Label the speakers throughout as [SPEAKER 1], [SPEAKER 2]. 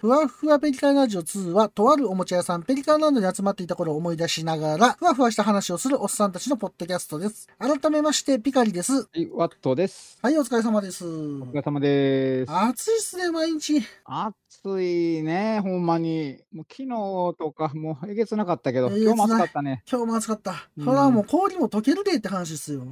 [SPEAKER 1] ふわふわペリカンラジオ2は、とあるおもちゃ屋さん、ペリカンランドに集まっていた頃を思い出しながら、ふわふわした話をするおっさんたちのポッドキャストです。改めまして、ピカリです。
[SPEAKER 2] はい、ワットです。
[SPEAKER 1] はい、お疲れ様です。
[SPEAKER 2] お疲れ様です。
[SPEAKER 1] 暑いっすね、毎日。
[SPEAKER 2] 暑いね、ほんまに。もう昨日とか、もうえげつなかったけど、
[SPEAKER 1] えげつ
[SPEAKER 2] 今日も暑
[SPEAKER 1] ない
[SPEAKER 2] かったね。
[SPEAKER 1] 今日も暑かった。
[SPEAKER 2] うん
[SPEAKER 1] そらもう氷も溶けるでって話ですよ。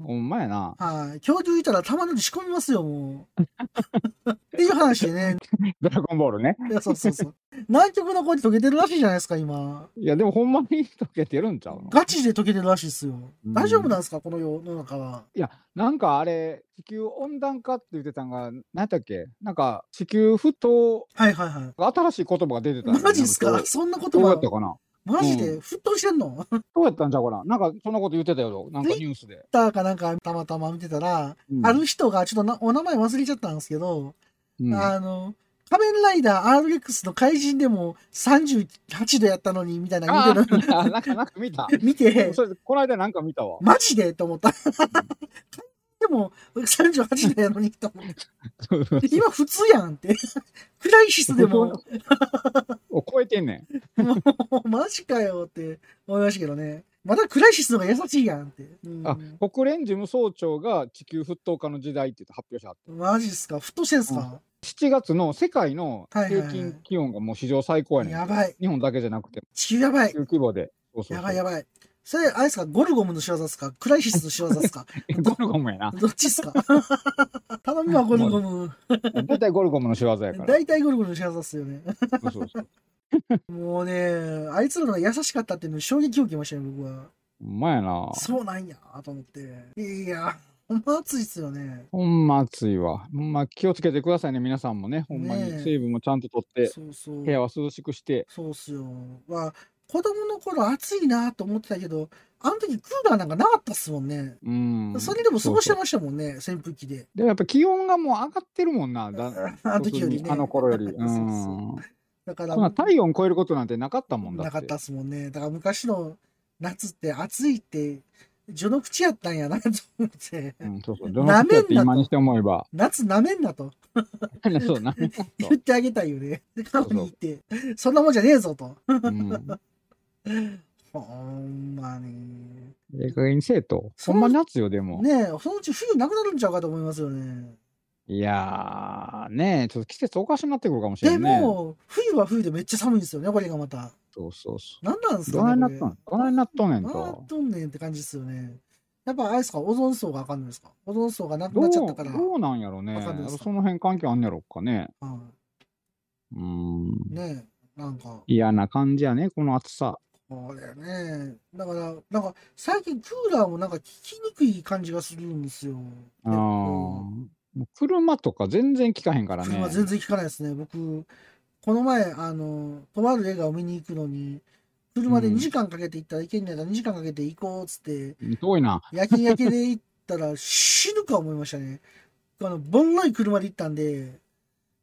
[SPEAKER 2] ほんまやな。
[SPEAKER 1] はい。恐竜いたら玉のり仕込みますよ、もう。っていう話でね。
[SPEAKER 2] ドラゴンボールね。
[SPEAKER 1] いや、そうそうそう。南極の氷溶けてるらしいじゃないですか、今。
[SPEAKER 2] いや、でもほんまに溶けてるんちゃうの
[SPEAKER 1] ガチで溶けてるらしいですよ。
[SPEAKER 2] うん
[SPEAKER 1] 大丈夫なんですか、この世の中は。
[SPEAKER 2] いや、なんかあれ、地球温暖化って言ってたんが、何やったっけなんか、地球沸騰、
[SPEAKER 1] はいはいはい。
[SPEAKER 2] 新しい言葉が出てたよね
[SPEAKER 1] マジっす
[SPEAKER 2] な
[SPEAKER 1] か
[SPEAKER 2] ん
[SPEAKER 1] そんなこ
[SPEAKER 2] ど
[SPEAKER 1] と
[SPEAKER 2] うや
[SPEAKER 1] は
[SPEAKER 2] った。かな
[SPEAKER 1] マジ
[SPEAKER 2] う
[SPEAKER 1] で沸騰してんのツイッ
[SPEAKER 2] どうやったんちゃうかななんか、そんなこと言ってたよ、なんかニュースで。
[SPEAKER 1] ターかなんかたまたま見てたら、
[SPEAKER 2] うん
[SPEAKER 1] ある人が、ちょっとなお名前忘れちゃったんですけど、
[SPEAKER 2] うん
[SPEAKER 1] あの、仮面ライダー RX の怪人でも38度やったのに、みたいな
[SPEAKER 2] あ
[SPEAKER 1] の見てる。
[SPEAKER 2] ーなんか、なんか見た。
[SPEAKER 1] 見 て、
[SPEAKER 2] それこの間なんか見たわ。
[SPEAKER 1] マジでと思った。 でも、38度やのにと思って、今普通やんって。 クライシスでも、
[SPEAKER 2] を超えてんねん。
[SPEAKER 1] もうマジかよって思いましたけどね。まだクライシスの方が優しいやんって。うん
[SPEAKER 2] あ国連事務総長が地球沸騰化の時代って言って発表しはっ
[SPEAKER 1] マジっすか沸騰してんすか、
[SPEAKER 2] た。7月の世界の
[SPEAKER 1] はいはいは
[SPEAKER 2] 平
[SPEAKER 1] い
[SPEAKER 2] 均気温がもう史上最高やねん。
[SPEAKER 1] やばい。
[SPEAKER 2] 日本だけじゃなくて、
[SPEAKER 1] 地球やばい
[SPEAKER 2] 地。球規模で。そうそうそう
[SPEAKER 1] やばいやばい。それ、あれですかゴルゴムの仕業ですかクライシスの仕業です か
[SPEAKER 2] ゴルゴムやな。
[SPEAKER 1] どっちっすか 頼みはゴルゴム。
[SPEAKER 2] 大体ゴルゴムの仕業やから。
[SPEAKER 1] 大体ゴルゴムの仕業っすよね。
[SPEAKER 2] そうそうそう。
[SPEAKER 1] もうね、あいつらの方が優しかったっていうのに衝撃を受けましたね、僕は。
[SPEAKER 2] ほんまやな。
[SPEAKER 1] そうなんや、と思って。いや、ほんま熱いっすよね。
[SPEAKER 2] ほんま暑いわ。ほんま気をつけてくださいね、皆さんもね。ほんま
[SPEAKER 1] ねえ
[SPEAKER 2] に水分もちゃんととって、
[SPEAKER 1] そうそう。
[SPEAKER 2] 部屋は涼しくして。
[SPEAKER 1] そうっすよ。まあ、子供の頃暑いなと思ってたけど、あの時クーラーなんかなかったっすもんね。
[SPEAKER 2] うん。
[SPEAKER 1] それでも過ごして
[SPEAKER 2] そうそう
[SPEAKER 1] ましたもんね、扇風機で。
[SPEAKER 2] でもやっぱ気温がもう上がってるもんな。だ
[SPEAKER 1] あの時よりね。
[SPEAKER 2] あの頃より。うん。
[SPEAKER 1] そうそうだから、
[SPEAKER 2] そんな体温超えることなんてなかったもんだ
[SPEAKER 1] な
[SPEAKER 2] って。
[SPEAKER 1] かったっすもんね。だから昔の夏って暑いって、序の口やったんやなと思って。
[SPEAKER 2] うん、そうそう。どの口だって今にして思えば。
[SPEAKER 1] 夏なめんなと
[SPEAKER 2] そうな。
[SPEAKER 1] 言ってあげたいよね。過去に行って、そんなもんじゃねえぞと。
[SPEAKER 2] うん。
[SPEAKER 1] ほんまに。
[SPEAKER 2] ええ加減にせえと。
[SPEAKER 1] そ
[SPEAKER 2] ほ
[SPEAKER 1] の
[SPEAKER 2] んま夏よ、でも。
[SPEAKER 1] ねえ、そのうち冬なくなるんちゃうかと思いますよね。
[SPEAKER 2] いやー、ねえ、ちょっと季節おかしになってくるかもしれ
[SPEAKER 1] で
[SPEAKER 2] んね。
[SPEAKER 1] も、冬は冬でめっちゃ寒いんですよね、これがまた。
[SPEAKER 2] そうそうそ
[SPEAKER 1] なんなんです
[SPEAKER 2] う。
[SPEAKER 1] か
[SPEAKER 2] どない
[SPEAKER 1] ね
[SPEAKER 2] な
[SPEAKER 1] こ
[SPEAKER 2] っ
[SPEAKER 1] れ
[SPEAKER 2] とんどないなっとんねん
[SPEAKER 1] どうなっ
[SPEAKER 2] と。
[SPEAKER 1] とんねんって感じですよね。やっぱあれですか、オゾン層があかんのですかオゾン層がなく
[SPEAKER 2] ど
[SPEAKER 1] な
[SPEAKER 2] う
[SPEAKER 1] っちゃったから。
[SPEAKER 2] どうなんやろね。
[SPEAKER 1] わかんないです
[SPEAKER 2] その辺関係あんねやろっかね。
[SPEAKER 1] うん
[SPEAKER 2] うーん。
[SPEAKER 1] ねえ、なんか、
[SPEAKER 2] 嫌な感じやね、この暑さ。
[SPEAKER 1] そうだよね。だから、なんか、最近クーラーもなんか効きにくい感じがするんですよ。
[SPEAKER 2] あーもう車とか全然効かへんからね。
[SPEAKER 1] 車全然効かないですね。僕、この前、あの、とある映画を見に行くのに、車で
[SPEAKER 2] うん
[SPEAKER 1] 2時間かけて行ったらいけんねやから2時間かけて行こうっつって、
[SPEAKER 2] 遠いな。
[SPEAKER 1] 夜勤明けで行ったら死ぬか思いましたね。あの、ぼんのい車で行ったんで、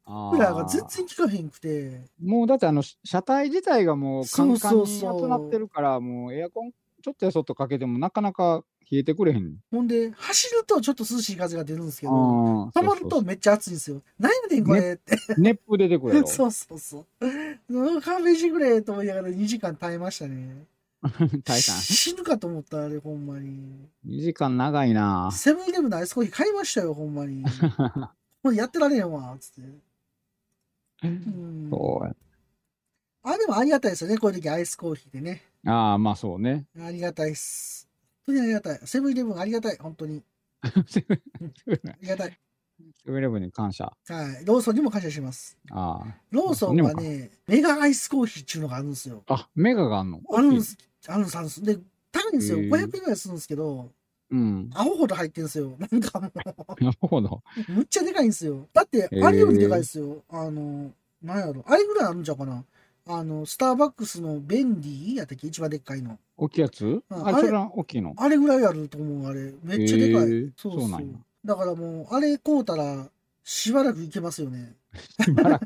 [SPEAKER 2] ク
[SPEAKER 1] クーラーが全然効かへんくて、
[SPEAKER 2] もうだってあのし車体自体がもうカンカン
[SPEAKER 1] そ
[SPEAKER 2] に
[SPEAKER 1] うそうそう
[SPEAKER 2] 集まってるからもうエアコンちょっとやそっとかけてもなかなか冷えてくれへん。
[SPEAKER 1] ほんで、走るとちょっと涼しい風が出るんですけ
[SPEAKER 2] あ
[SPEAKER 1] ど、止
[SPEAKER 2] ー
[SPEAKER 1] まる
[SPEAKER 2] そう
[SPEAKER 1] と
[SPEAKER 2] そう
[SPEAKER 1] めっちゃ暑いんですよ。何やねんこれって。
[SPEAKER 2] そう熱風出てくるやろ。
[SPEAKER 1] そうそうそう。うん勘弁してくれと思いながら2時間耐えましたね。
[SPEAKER 2] 大さん
[SPEAKER 1] し死ぬかと思った、あれ、ほんまに。
[SPEAKER 2] 2時間長いな。
[SPEAKER 1] セブンイレブンのアイスコーヒー買いましたよ、ほんま に。もうやってられへんわ、つって。うん、
[SPEAKER 2] そうや
[SPEAKER 1] あ、でもありがたいですよね、こういう時アイスコーヒーでね。
[SPEAKER 2] ああまあそうね。
[SPEAKER 1] ありがたいっす。本当にありがたい。セブンイレブンありがたい、本当に。
[SPEAKER 2] セブン
[SPEAKER 1] ありがたい。
[SPEAKER 2] セブンイレブンに感謝。
[SPEAKER 1] はい。ローソンにも感謝します。
[SPEAKER 2] あー
[SPEAKER 1] ローソンはね、メガアイスコーヒーっていうのがあるんですよ。
[SPEAKER 2] あメガがあんの
[SPEAKER 1] あるんです。あるんです、あるんです。で、高いんですよ。
[SPEAKER 2] へえ
[SPEAKER 1] 500円ぐらいするんですけど、
[SPEAKER 2] うん。
[SPEAKER 1] アホほど入ってるんですよ。 なんかもう、
[SPEAKER 2] なるほど。
[SPEAKER 1] むっちゃでかいんですよ。だって、
[SPEAKER 2] え
[SPEAKER 1] あれよりでかいですよ。あの、なんやろ。あれぐらいあるんちゃうかな。あの、スターバックスのベンディやったっけ一番でっかいの。
[SPEAKER 2] 大きいやつ
[SPEAKER 1] あ
[SPEAKER 2] あ
[SPEAKER 1] あれ
[SPEAKER 2] それは大きいの。
[SPEAKER 1] あれぐらいあると思う、あれ。めっちゃでかい。
[SPEAKER 2] へえ
[SPEAKER 1] そうそう
[SPEAKER 2] そうなんや
[SPEAKER 1] だからもう、あれ買うたら、しばらくいけますよね。
[SPEAKER 2] しば らく。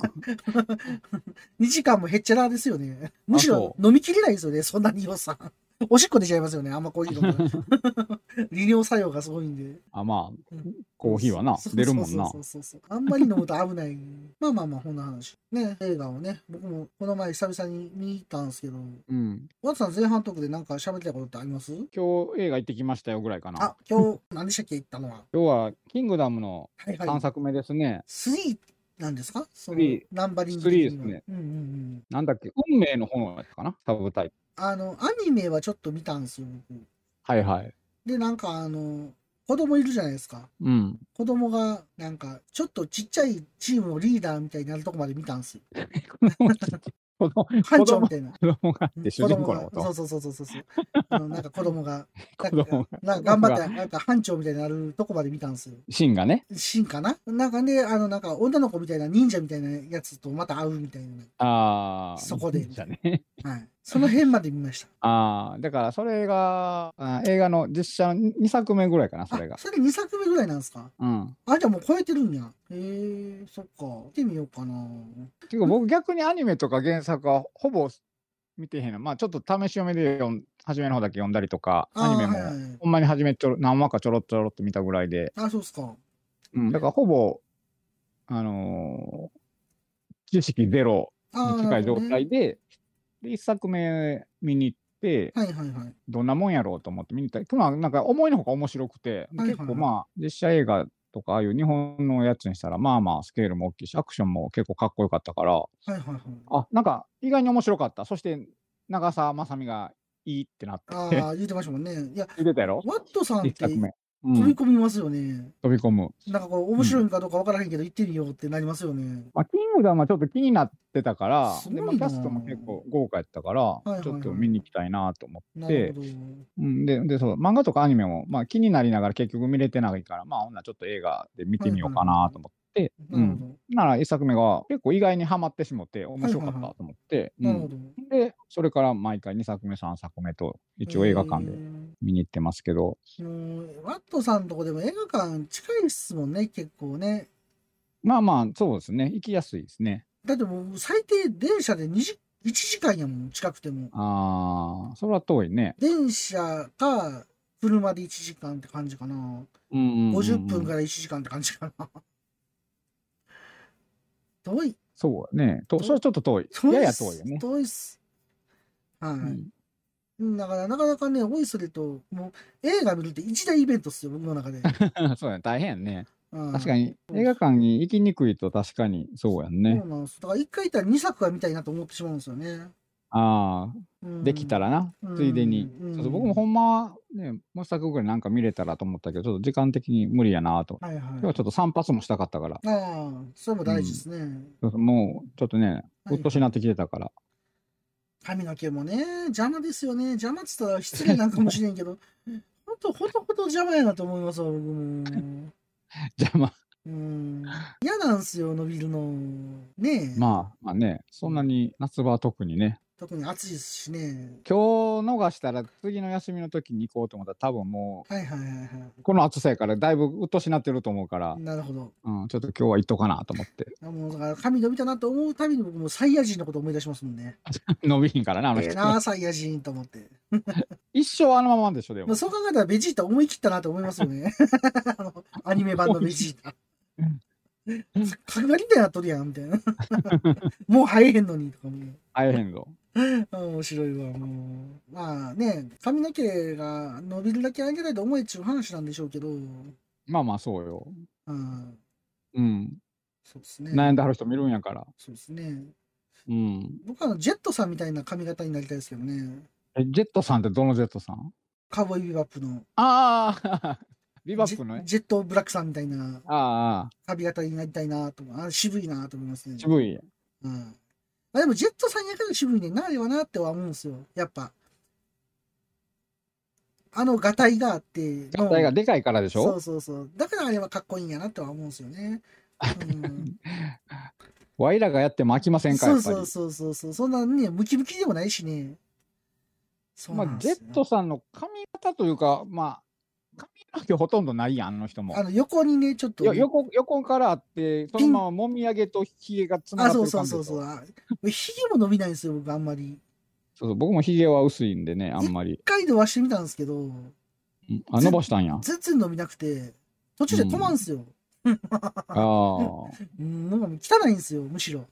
[SPEAKER 1] 2時間もへっちゃらですよね。むしろ
[SPEAKER 2] そ
[SPEAKER 1] 飲みきれないですよね、そんなに予算。おしっこ出ちゃいますよね、あんまコーヒー飲む と利尿作用がすごいんで。
[SPEAKER 2] あまあコーヒーはな
[SPEAKER 1] そう
[SPEAKER 2] 出るもんな
[SPEAKER 1] そう。そうそうそうあんまり飲むと危ない。 まあまあまあ、こんな話。ね、映画をね、僕もこの前久々に見に行ったんですけど、
[SPEAKER 2] うん。
[SPEAKER 1] ワトさん前半トークでなんか喋りたいことってあります
[SPEAKER 2] 今日映画行ってきましたよぐらいかな。
[SPEAKER 1] あ、今日、何でしたっけ行ったのは。
[SPEAKER 2] 今日は、キングダムの
[SPEAKER 1] はいは
[SPEAKER 2] 3
[SPEAKER 1] い。
[SPEAKER 2] 作目ですね。
[SPEAKER 1] 3なんですかその
[SPEAKER 2] 3
[SPEAKER 1] ナンバリング
[SPEAKER 2] 3
[SPEAKER 1] 的には
[SPEAKER 2] ですね。
[SPEAKER 1] うんうんうん。
[SPEAKER 2] なんだっけ、運命の炎やったかなサブタイプ。
[SPEAKER 1] あの、アニメはちょっと見たんですよ、僕。
[SPEAKER 2] はいはい。
[SPEAKER 1] で、なんかあの、子供いるじゃないですか。
[SPEAKER 2] うん。
[SPEAKER 1] 子供が、なんか、ちょっとちっちゃいチームのリーダーみたいになるとこまで見たんです よ。
[SPEAKER 2] 子供
[SPEAKER 1] 班
[SPEAKER 2] 子
[SPEAKER 1] 長
[SPEAKER 2] 供
[SPEAKER 1] みたいな。
[SPEAKER 2] 子供がっ
[SPEAKER 1] うん
[SPEAKER 2] て主人公
[SPEAKER 1] 子
[SPEAKER 2] のこ
[SPEAKER 1] 供が
[SPEAKER 2] と
[SPEAKER 1] そうそうそうそうそう。あのなんか子供 が、
[SPEAKER 2] 子
[SPEAKER 1] なん
[SPEAKER 2] 供
[SPEAKER 1] か
[SPEAKER 2] が、
[SPEAKER 1] なんか頑張って、なんか班長みたいになるとこまで見たんですよ。
[SPEAKER 2] シンがね。
[SPEAKER 1] シーンかななんかね、あの、なんか女の子みたいな忍者みたいなやつとまた会うみたいな。
[SPEAKER 2] ああ。
[SPEAKER 1] そこで
[SPEAKER 2] だね。
[SPEAKER 1] はい。その辺まで見ました。
[SPEAKER 2] ああ。だから、それが、あー映画の実写の2作目ぐらいか な、それが
[SPEAKER 1] あ、。それ2作目ぐらいなんですか
[SPEAKER 2] うん。
[SPEAKER 1] あ、じゃあもう超えてるんや。へえ、そっか。見てみようかな。
[SPEAKER 2] ていうか、僕逆にアニメとか原作はほぼ見てへんの。まあ、ちょっと試し読みで読ん、初めの方だけ読んだりとか、
[SPEAKER 1] あ
[SPEAKER 2] アニメも
[SPEAKER 1] はいはい。
[SPEAKER 2] ほんまに初めちょろ何話かちょろっとちょろっと見たぐらいで、
[SPEAKER 1] あ、そうっすか。
[SPEAKER 2] だからほぼ、あのー知識ゼロ
[SPEAKER 1] あー
[SPEAKER 2] に近い状
[SPEAKER 1] なる
[SPEAKER 2] 態で、で、一作目見に行って、
[SPEAKER 1] ほどねはいはいはい。
[SPEAKER 2] どんなもんやろうと思って見に行ったら、まあ、なんか思いのほか面白くて、
[SPEAKER 1] はいはい
[SPEAKER 2] 結構まあ、実写映画とか、ああいう日本のやつにしたら、まあまあ、スケールも大きいし、アクションも結構かっこよかったから、
[SPEAKER 1] はいはいはい。
[SPEAKER 2] あ、なんか意外に面白かった。そして、長澤まさみがいいってなって、
[SPEAKER 1] あ あ、言ってましたもんね。いや、
[SPEAKER 2] 言ってたやろ
[SPEAKER 1] ワットさんって
[SPEAKER 2] 一作
[SPEAKER 1] 飛
[SPEAKER 2] 目。う
[SPEAKER 1] び
[SPEAKER 2] ん、
[SPEAKER 1] 込みますよね。
[SPEAKER 2] 飛び込む。
[SPEAKER 1] なんかこれ面白いんかどうかわからへんけど、行ってみようってなりますよね。
[SPEAKER 2] まあ、キングダムはちょっと気になってたから、
[SPEAKER 1] すごい
[SPEAKER 2] で
[SPEAKER 1] な
[SPEAKER 2] まあ、キャストも結構豪華やったから、
[SPEAKER 1] いはいはい
[SPEAKER 2] ちょっと見に行きたいなと思っ
[SPEAKER 1] なる
[SPEAKER 2] て、
[SPEAKER 1] ほど。
[SPEAKER 2] うん、ででそう漫画とかアニメも、まあ、気になりながら結局見れてないから、まあ、ほんならちょっと映画で見てみようかなと思って、
[SPEAKER 1] なるほど。
[SPEAKER 2] うん、なら一作目が結構意外にはまってしもて、面白かったと思って、
[SPEAKER 1] なるほ
[SPEAKER 2] う
[SPEAKER 1] ど。
[SPEAKER 2] ん、で、それから毎回2作目、3作目と、一応映画館で
[SPEAKER 1] えー
[SPEAKER 2] 見に行ってますけど、
[SPEAKER 1] うんワットさんとこでも映画館近いっすもんね、結構ね。
[SPEAKER 2] まあまあ、そうですね、行きやすいですね。
[SPEAKER 1] だってもう最低電車で2時1時間やもん、近くても。
[SPEAKER 2] あー、それは遠いね。
[SPEAKER 1] 電車か車で1時間って感じかな。
[SPEAKER 2] うんうんうんうん
[SPEAKER 1] 50分から1時間って感じかな。 遠い。
[SPEAKER 2] そうやね。と
[SPEAKER 1] 遠い
[SPEAKER 2] それはちょっと遠い。
[SPEAKER 1] 遠いっす
[SPEAKER 2] やや遠いよね。
[SPEAKER 1] 遠いっす。はい。
[SPEAKER 2] うん
[SPEAKER 1] だから、なかなかね、おいそれと、もう映画見るって一大イベントっすよ、僕の中 で。
[SPEAKER 2] そうやね。大変やね。
[SPEAKER 1] 確
[SPEAKER 2] 確かに、
[SPEAKER 1] うん
[SPEAKER 2] 映画館に行きにくいと確かにそうやんね
[SPEAKER 1] そ。うなんです。だから一回行ったら2作は見たいなと思ってしまうんですよね。
[SPEAKER 2] あ
[SPEAKER 1] うん
[SPEAKER 2] あ、できたらな、
[SPEAKER 1] うん
[SPEAKER 2] ついでに。
[SPEAKER 1] うん
[SPEAKER 2] そうそう僕もほんまは、ね、もう一作ぐらいなんか見れたらと思ったけど、ちょっと時間的に無理やなと。
[SPEAKER 1] はいはい。
[SPEAKER 2] 今日はちょっと散髪もしたかったから、
[SPEAKER 1] ああ、それも大事ですね。
[SPEAKER 2] そうそうもうちょっとね、
[SPEAKER 1] は
[SPEAKER 2] う
[SPEAKER 1] い
[SPEAKER 2] っとしなってきてたから。
[SPEAKER 1] 髪の毛もね、邪魔ですよね。邪魔っつったら失礼なんかもしれんけど、 ほんと、ほんとほんと邪魔やなと思いますわ、僕も。
[SPEAKER 2] 邪魔。
[SPEAKER 1] うん。嫌なんすよ、伸びるの。ねえ。
[SPEAKER 2] まあ、まあね、そんなに夏場は特にね、
[SPEAKER 1] 特に暑いですしね。
[SPEAKER 2] 今日逃したら次の休みの時に行こうと思ったら多分も
[SPEAKER 1] はいはいはいは
[SPEAKER 2] う、この暑さやからだいぶうっとしなってると思うから
[SPEAKER 1] い。、なるほど。
[SPEAKER 2] うん、ちょっと今日は行っとかなと思って。
[SPEAKER 1] もうだから髪伸びたなと思うたびに僕もうサイヤ人のこと思い出しますもんね。
[SPEAKER 2] 伸びひんからな、あの
[SPEAKER 1] ええ
[SPEAKER 2] 人。
[SPEAKER 1] なあ、サイヤ人と思って。
[SPEAKER 2] 一生あのままでしょ、で
[SPEAKER 1] ま
[SPEAKER 2] も
[SPEAKER 1] あ、。そう考えたらベジータ思い切ったなと思いますよね。 あのアニメ版のベジータ。角刈りみたいになっとるやんみたいな。 もう生えへんのにとかも。
[SPEAKER 2] 会えへんぞ。
[SPEAKER 1] あ面白いわ、もう。まあね、髪の毛が伸びるだけ上げないと思いっちゅう話なんでしょうけど、
[SPEAKER 2] まあまあ、そうよ。
[SPEAKER 1] うん、
[SPEAKER 2] うん。
[SPEAKER 1] そうですね。
[SPEAKER 2] 悩んではる人見るんやから。
[SPEAKER 1] そうですね。
[SPEAKER 2] うん。
[SPEAKER 1] 僕はあのジェットさんみたいな髪型になりたいですけどね。
[SPEAKER 2] え、ジェットさんってどのジェットさん
[SPEAKER 1] カウボーイビバップの。
[SPEAKER 2] ああビバップのね。
[SPEAKER 1] ジェジェットブラックさんみたいな
[SPEAKER 2] ああ、
[SPEAKER 1] 髪型になりたいなと思う。あ渋いなと思いますね。
[SPEAKER 2] 渋い。
[SPEAKER 1] うん。あでも、ジェットさんやから渋いねんな、あれはなっては思うんですよ。やっぱ。あの、ガタイがあって。
[SPEAKER 2] 合体が
[SPEAKER 1] で
[SPEAKER 2] でかいからでし
[SPEAKER 1] そう
[SPEAKER 2] ょ
[SPEAKER 1] そうそう。だからあれはかっこいいんやなっては思うんですよ ね。うん、
[SPEAKER 2] ワイらがやっても飽きませんか、
[SPEAKER 1] そ
[SPEAKER 2] や
[SPEAKER 1] う
[SPEAKER 2] っぱり
[SPEAKER 1] そう。そうそうそう。そんなね、ムキムキでもないしね。そう
[SPEAKER 2] ま
[SPEAKER 1] なん
[SPEAKER 2] あ、
[SPEAKER 1] です
[SPEAKER 2] ジ
[SPEAKER 1] よ
[SPEAKER 2] ェットさんの髪型というか、まあ、髪の毛ほとんどないやん、あの人も
[SPEAKER 1] あ。の、横にね、ちょっと、
[SPEAKER 2] よ横横からあって、そのままもみあげとひげがつなが
[SPEAKER 1] あ、
[SPEAKER 2] って
[SPEAKER 1] そう
[SPEAKER 2] る
[SPEAKER 1] そう
[SPEAKER 2] 感じ
[SPEAKER 1] そ
[SPEAKER 2] で
[SPEAKER 1] う
[SPEAKER 2] し
[SPEAKER 1] そう。あひ
[SPEAKER 2] ょ
[SPEAKER 1] げも伸びないんですよ、僕、あんまり。
[SPEAKER 2] そうそう。僕もひげは薄いんでね、あんまり
[SPEAKER 1] 一。回伸ばしてみたんですけど、
[SPEAKER 2] うんあ、伸ばしたんや。
[SPEAKER 1] 全然伸びなくて、途中で止まんすよ。
[SPEAKER 2] あ
[SPEAKER 1] うん、なんかもう汚いんですよ、むしろ。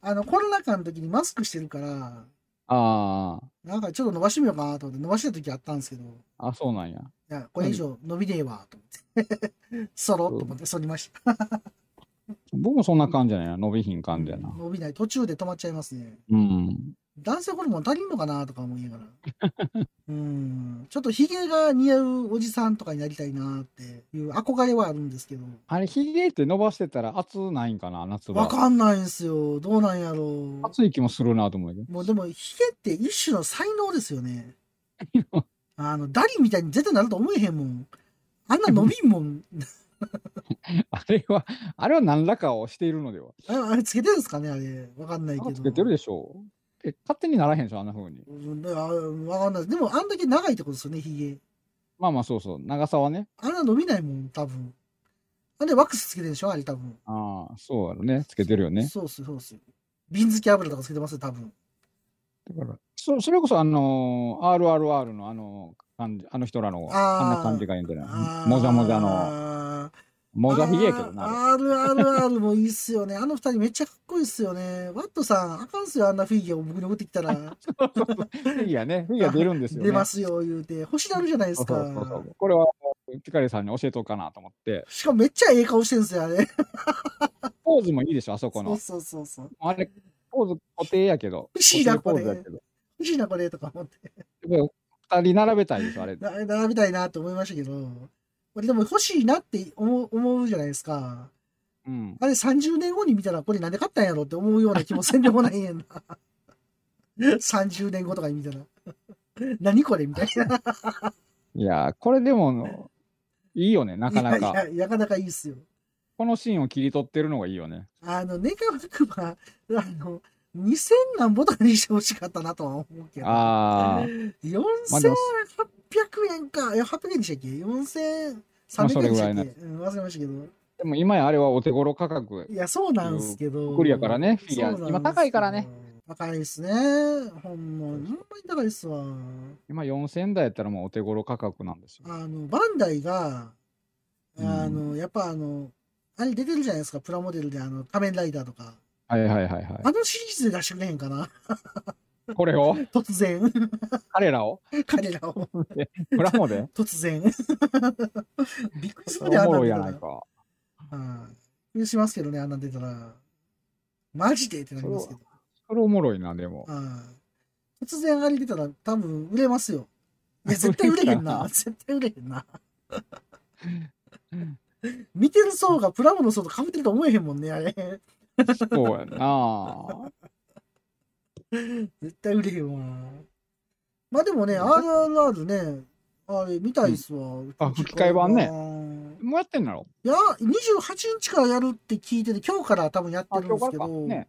[SPEAKER 1] あの、コロナ禍の時にマスクしてるから、
[SPEAKER 2] あ。あ
[SPEAKER 1] なんかちょっと伸ばしてみようかなと思って伸ばしてた時あったんですけど、い
[SPEAKER 2] あ。あ、そうなんや。
[SPEAKER 1] や、これ以上伸びねえわ、と思って。 そろっと思って、そりました。
[SPEAKER 2] 僕もそんな感じなんや。伸びひん感じやな。
[SPEAKER 1] 伸びない。途中で止まっちゃいますね。
[SPEAKER 2] うん。
[SPEAKER 1] 男性ホルモン足りんのかなとか思いながら。 うん。ちょっとヒゲが似合うおじさんとかになりたいなっていう憧れはあるんですけど。
[SPEAKER 2] あれ、ヒゲって伸ばしてたら熱ないんかな、夏
[SPEAKER 1] わ
[SPEAKER 2] 場。
[SPEAKER 1] かんないんすよ。どうなんやろう。
[SPEAKER 2] 暑い気もするなと思うけど。
[SPEAKER 1] もうでも、ヒゲって一種の才能ですよね。あの、ダリみたいに絶対なると思えへんもん。あんな伸びんもん。
[SPEAKER 2] あれは、あれは何らかをしているのでは。
[SPEAKER 1] ああれつけてるんですかねあれ。わかんない
[SPEAKER 2] なん
[SPEAKER 1] けど。
[SPEAKER 2] かつけてるでしょう。え、勝手にならへんでしょ、あんな風に。
[SPEAKER 1] うんあわかんない。でも、あんだけ長いってことですよね、ヒゲ。
[SPEAKER 2] まあまあ、そうそう。長さはね。
[SPEAKER 1] あんな伸びないもん、多分。あんでワックスつけてるでしょあれ多分。
[SPEAKER 2] ああ、そうやろね。つけてるよね。
[SPEAKER 1] そうっす、そうっす。瓶付き油とかつけてますよ、多分。
[SPEAKER 2] だから、そそれこそ、あのー RRR のあの感じ、あの人らの、
[SPEAKER 1] あー
[SPEAKER 2] あんな感じがいいんじゃないもざもざの、
[SPEAKER 1] の。
[SPEAKER 2] もざひげやけどな。あれ
[SPEAKER 1] あー RRR もいいっすよね。あの二人めっちゃかっこいいっすよね。ワットさん、あかんっすよ、あんなフィギュアを僕に送ってきたら。
[SPEAKER 2] フィギュアね、フィギュア出るんですよね。
[SPEAKER 1] 出ますよ、言うて。欲しなるじゃないです
[SPEAKER 2] そうそうそ
[SPEAKER 1] か。
[SPEAKER 2] うこれは、ピカリさんに教えとこうかなと思って、
[SPEAKER 1] しかもめっちゃええ顔してるんですよ、あれ。
[SPEAKER 2] ポーズもいいでしょ、あそこ
[SPEAKER 1] そう
[SPEAKER 2] の。
[SPEAKER 1] そうそうそう。
[SPEAKER 2] あれ、ポーズ固定やけど。
[SPEAKER 1] 不思議だ
[SPEAKER 2] 固定ポーズ
[SPEAKER 1] これ
[SPEAKER 2] やけど。
[SPEAKER 1] 欲しいな、これ、とか思って。
[SPEAKER 2] やっぱり二人並べたいでしょ、あれ。
[SPEAKER 1] な並びたいなって思いましたけど。俺でも欲しいなって思う思うじゃないですか。
[SPEAKER 2] うん。
[SPEAKER 1] あれ30年後に見たらこれなんで買ったんやろって思うような気もせんでもないやんな。30年後とかに見たら。何これみたいな。
[SPEAKER 2] いやー、これでも、いいよね、なかなか。
[SPEAKER 1] いやいやなかなかいいっすよ。
[SPEAKER 2] このシーンを切り取ってるのがいいよね。
[SPEAKER 1] あの、願わくば、あの、2000何ぼとかにしてほしかったなとは思うけど。
[SPEAKER 2] あ
[SPEAKER 1] 4800
[SPEAKER 2] まあでも
[SPEAKER 1] 円か。いや、800円でしたっけ ?4300 円でしたっけ、うん、忘れましたけど。
[SPEAKER 2] ー、でも今やあれはお手頃価格。
[SPEAKER 1] いや、そうなんですけど。
[SPEAKER 2] クリアからねフィギュ
[SPEAKER 1] そうな
[SPEAKER 2] ア
[SPEAKER 1] んですけど
[SPEAKER 2] 今高いからね。
[SPEAKER 1] 高いですね。ほんま、ほんまに高いっすわ。
[SPEAKER 2] 今4000台やったらもうお手頃価格なんですよ。
[SPEAKER 1] あの、バンダイが、
[SPEAKER 2] うん
[SPEAKER 1] あの、やっぱあの、あれ出てるじゃないですか、プラモデルで、あの、仮面ライダーとか。
[SPEAKER 2] はいはいはいは
[SPEAKER 1] あのシリーズで出してくれへんかな
[SPEAKER 2] い。これを
[SPEAKER 1] 突然、
[SPEAKER 2] 彼らを
[SPEAKER 1] 彼らを、
[SPEAKER 2] プラ モで
[SPEAKER 1] 突 然。びっくりす
[SPEAKER 2] お
[SPEAKER 1] るで、あん
[SPEAKER 2] も
[SPEAKER 1] なん
[SPEAKER 2] ろ
[SPEAKER 1] 出
[SPEAKER 2] いや
[SPEAKER 1] た
[SPEAKER 2] な
[SPEAKER 1] ら。
[SPEAKER 2] いか。
[SPEAKER 1] はい。びっくりしますけどね、あんなん出たら。マジでってなりますけど。
[SPEAKER 2] それおもろいな、でも。
[SPEAKER 1] はい。突然あれ出たら多分売れます よ。いや、絶対売れへんな。絶対売れへんな。 見てる層がプラモの層と被ってると思えへんもんね、あれ。
[SPEAKER 2] そう やな。
[SPEAKER 1] 絶対売れへんわ。まあでもね、RRR ね、あれ見たいっすわ。
[SPEAKER 2] あ吹き替え版ね
[SPEAKER 1] ね。
[SPEAKER 2] もうやってんだろ
[SPEAKER 1] いや、28日からやるって聞いてて、今日から多分やって
[SPEAKER 2] あ、
[SPEAKER 1] るん
[SPEAKER 2] 今
[SPEAKER 1] で
[SPEAKER 2] 日
[SPEAKER 1] す
[SPEAKER 2] か
[SPEAKER 1] け
[SPEAKER 2] ら
[SPEAKER 1] ど、
[SPEAKER 2] か。ね。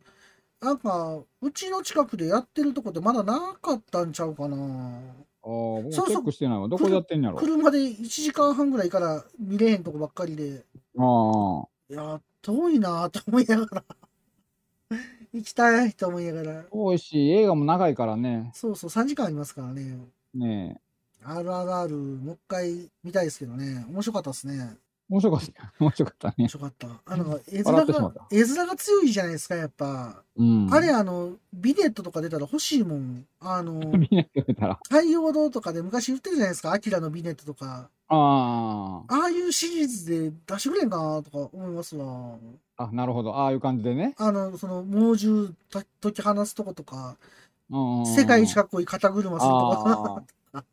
[SPEAKER 1] なんか、うちの近くでやってるとこでまだなかったんちゃうかな。
[SPEAKER 2] ああ、僕もチ
[SPEAKER 1] そうそう
[SPEAKER 2] ェックしてないわ。どこでやってんやろ
[SPEAKER 1] 車で1時間半ぐらいから見れへんとこばっかりで、
[SPEAKER 2] あ
[SPEAKER 1] いや、遠いなと思いながら、 行きたいと思いながら
[SPEAKER 2] あ。、多いし、映画も長いからね。
[SPEAKER 1] そうそう、3時間ありますからね。
[SPEAKER 2] ねえ。
[SPEAKER 1] RRR、もう一回見たいですけどね。面白かったですね。
[SPEAKER 2] 面白かった。 面白かったね
[SPEAKER 1] 面。白かった。あの、絵
[SPEAKER 2] 笑
[SPEAKER 1] 面
[SPEAKER 2] ってしまっ
[SPEAKER 1] が
[SPEAKER 2] た、
[SPEAKER 1] 絵面が強いじゃないですか、やっぱ。
[SPEAKER 2] うん。
[SPEAKER 1] あれ、あの、ビデットとか出たら欲しいもん。あ の、
[SPEAKER 2] 見なきゃたら。
[SPEAKER 1] 海洋堂とかで昔売ってるじゃないですか、アキラのビネットとか。
[SPEAKER 2] あ
[SPEAKER 1] ああいうシリーズで出してくれんかなとか思いますわ。
[SPEAKER 2] あ。あ、なるほど。ああいう感じでね。
[SPEAKER 1] あの、その、猛獣た解き放すとことか、
[SPEAKER 2] うん
[SPEAKER 1] 世界一かっこいい肩車すると
[SPEAKER 2] あ
[SPEAKER 1] か、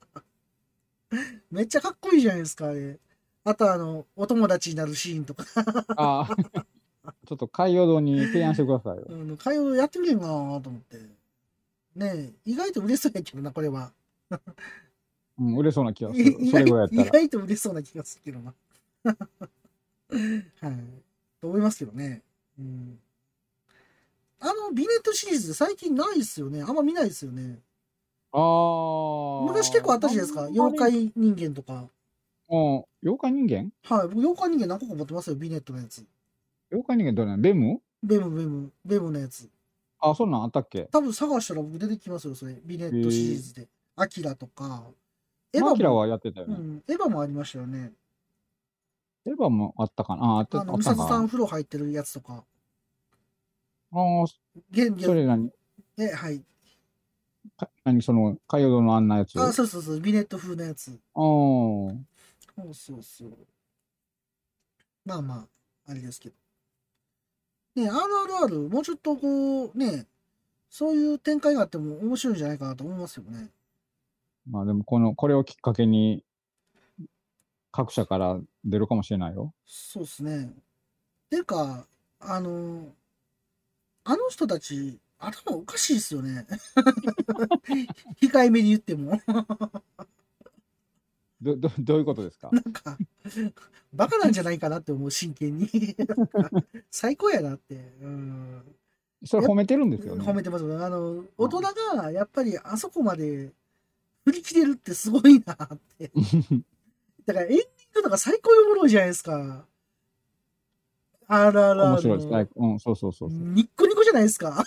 [SPEAKER 1] めっちゃかっこいいじゃないですか、あれ。あと、あの、お友達になるシーンとか、
[SPEAKER 2] ーあー。 ちょっと海洋堂に提案してくださいよ。
[SPEAKER 1] あの会話やってくれんかなと思って。ねえ、意外と売れそうやけどな、これは。
[SPEAKER 2] うん、売れそうな気がす
[SPEAKER 1] い
[SPEAKER 2] る。
[SPEAKER 1] 意
[SPEAKER 2] それ
[SPEAKER 1] 外
[SPEAKER 2] ぐらいや
[SPEAKER 1] 意
[SPEAKER 2] ったら。
[SPEAKER 1] 外と売れそうな気がするけどな。 はい。と思いますけどね。うん。あの、ビネットシリーズ最近ないっすよね。あんま見ないっすよね。
[SPEAKER 2] ああ。
[SPEAKER 1] 昔結構あったじゃないですか。妖
[SPEAKER 2] うん。
[SPEAKER 1] 怪人間とか。
[SPEAKER 2] 妖怪人間
[SPEAKER 1] はい。僕、妖怪人間何個か持ってますよ。ビネットのやつ。
[SPEAKER 2] 妖怪人間どれなのベム
[SPEAKER 1] ベム、ベム、ベムのやつ。
[SPEAKER 2] あ、そんなんあったっけ
[SPEAKER 1] 多分探したら僕出てきますよ、それ。ビネットシリーズで。アキラとか。エヴ
[SPEAKER 2] マキ
[SPEAKER 1] ァ
[SPEAKER 2] ラ
[SPEAKER 1] も、
[SPEAKER 2] はやってたよ
[SPEAKER 1] う
[SPEAKER 2] ね。
[SPEAKER 1] ん、エヴァもありましたよね。
[SPEAKER 2] エヴァもあったかなあ、あったあ
[SPEAKER 1] あ
[SPEAKER 2] っ
[SPEAKER 1] の、
[SPEAKER 2] た
[SPEAKER 1] ミサ
[SPEAKER 2] か
[SPEAKER 1] トさん
[SPEAKER 2] な
[SPEAKER 1] 風呂入ってるやつとか。
[SPEAKER 2] あー
[SPEAKER 1] ゲン
[SPEAKER 2] それ何
[SPEAKER 1] え、はい。
[SPEAKER 2] か何その、海洋堂のあんなやつ。あ
[SPEAKER 1] あ、そうそうそう、ビネット風のやつ。
[SPEAKER 2] ー
[SPEAKER 1] そうそうそう。まあまあ、あれですけど。ね、RRR、もうちょっとこう、ね、そういう展開があっても面白いんじゃないかなと思いますよね。
[SPEAKER 2] まあでも、この、これをきっかけに、各社から出るかもしれないよ。
[SPEAKER 1] そうですね。ていうか、あの、あの人たち、頭おかしいですよね。 控えめに言っても。
[SPEAKER 2] ど、ど、どういうことですか
[SPEAKER 1] なんか、バカなんじゃないかなって思う、真剣に。 なんか最高やなって。うん
[SPEAKER 2] それ褒めてるんですよね。
[SPEAKER 1] 褒めてます。あの、大人がやっぱりあそこまで振り切れるってすごいなって。 だからエンディングとか最高におもろいじゃないですか。あらら。
[SPEAKER 2] 面白いです。はいうん、そうそうそうそう。
[SPEAKER 1] ニッコニコじゃないです か。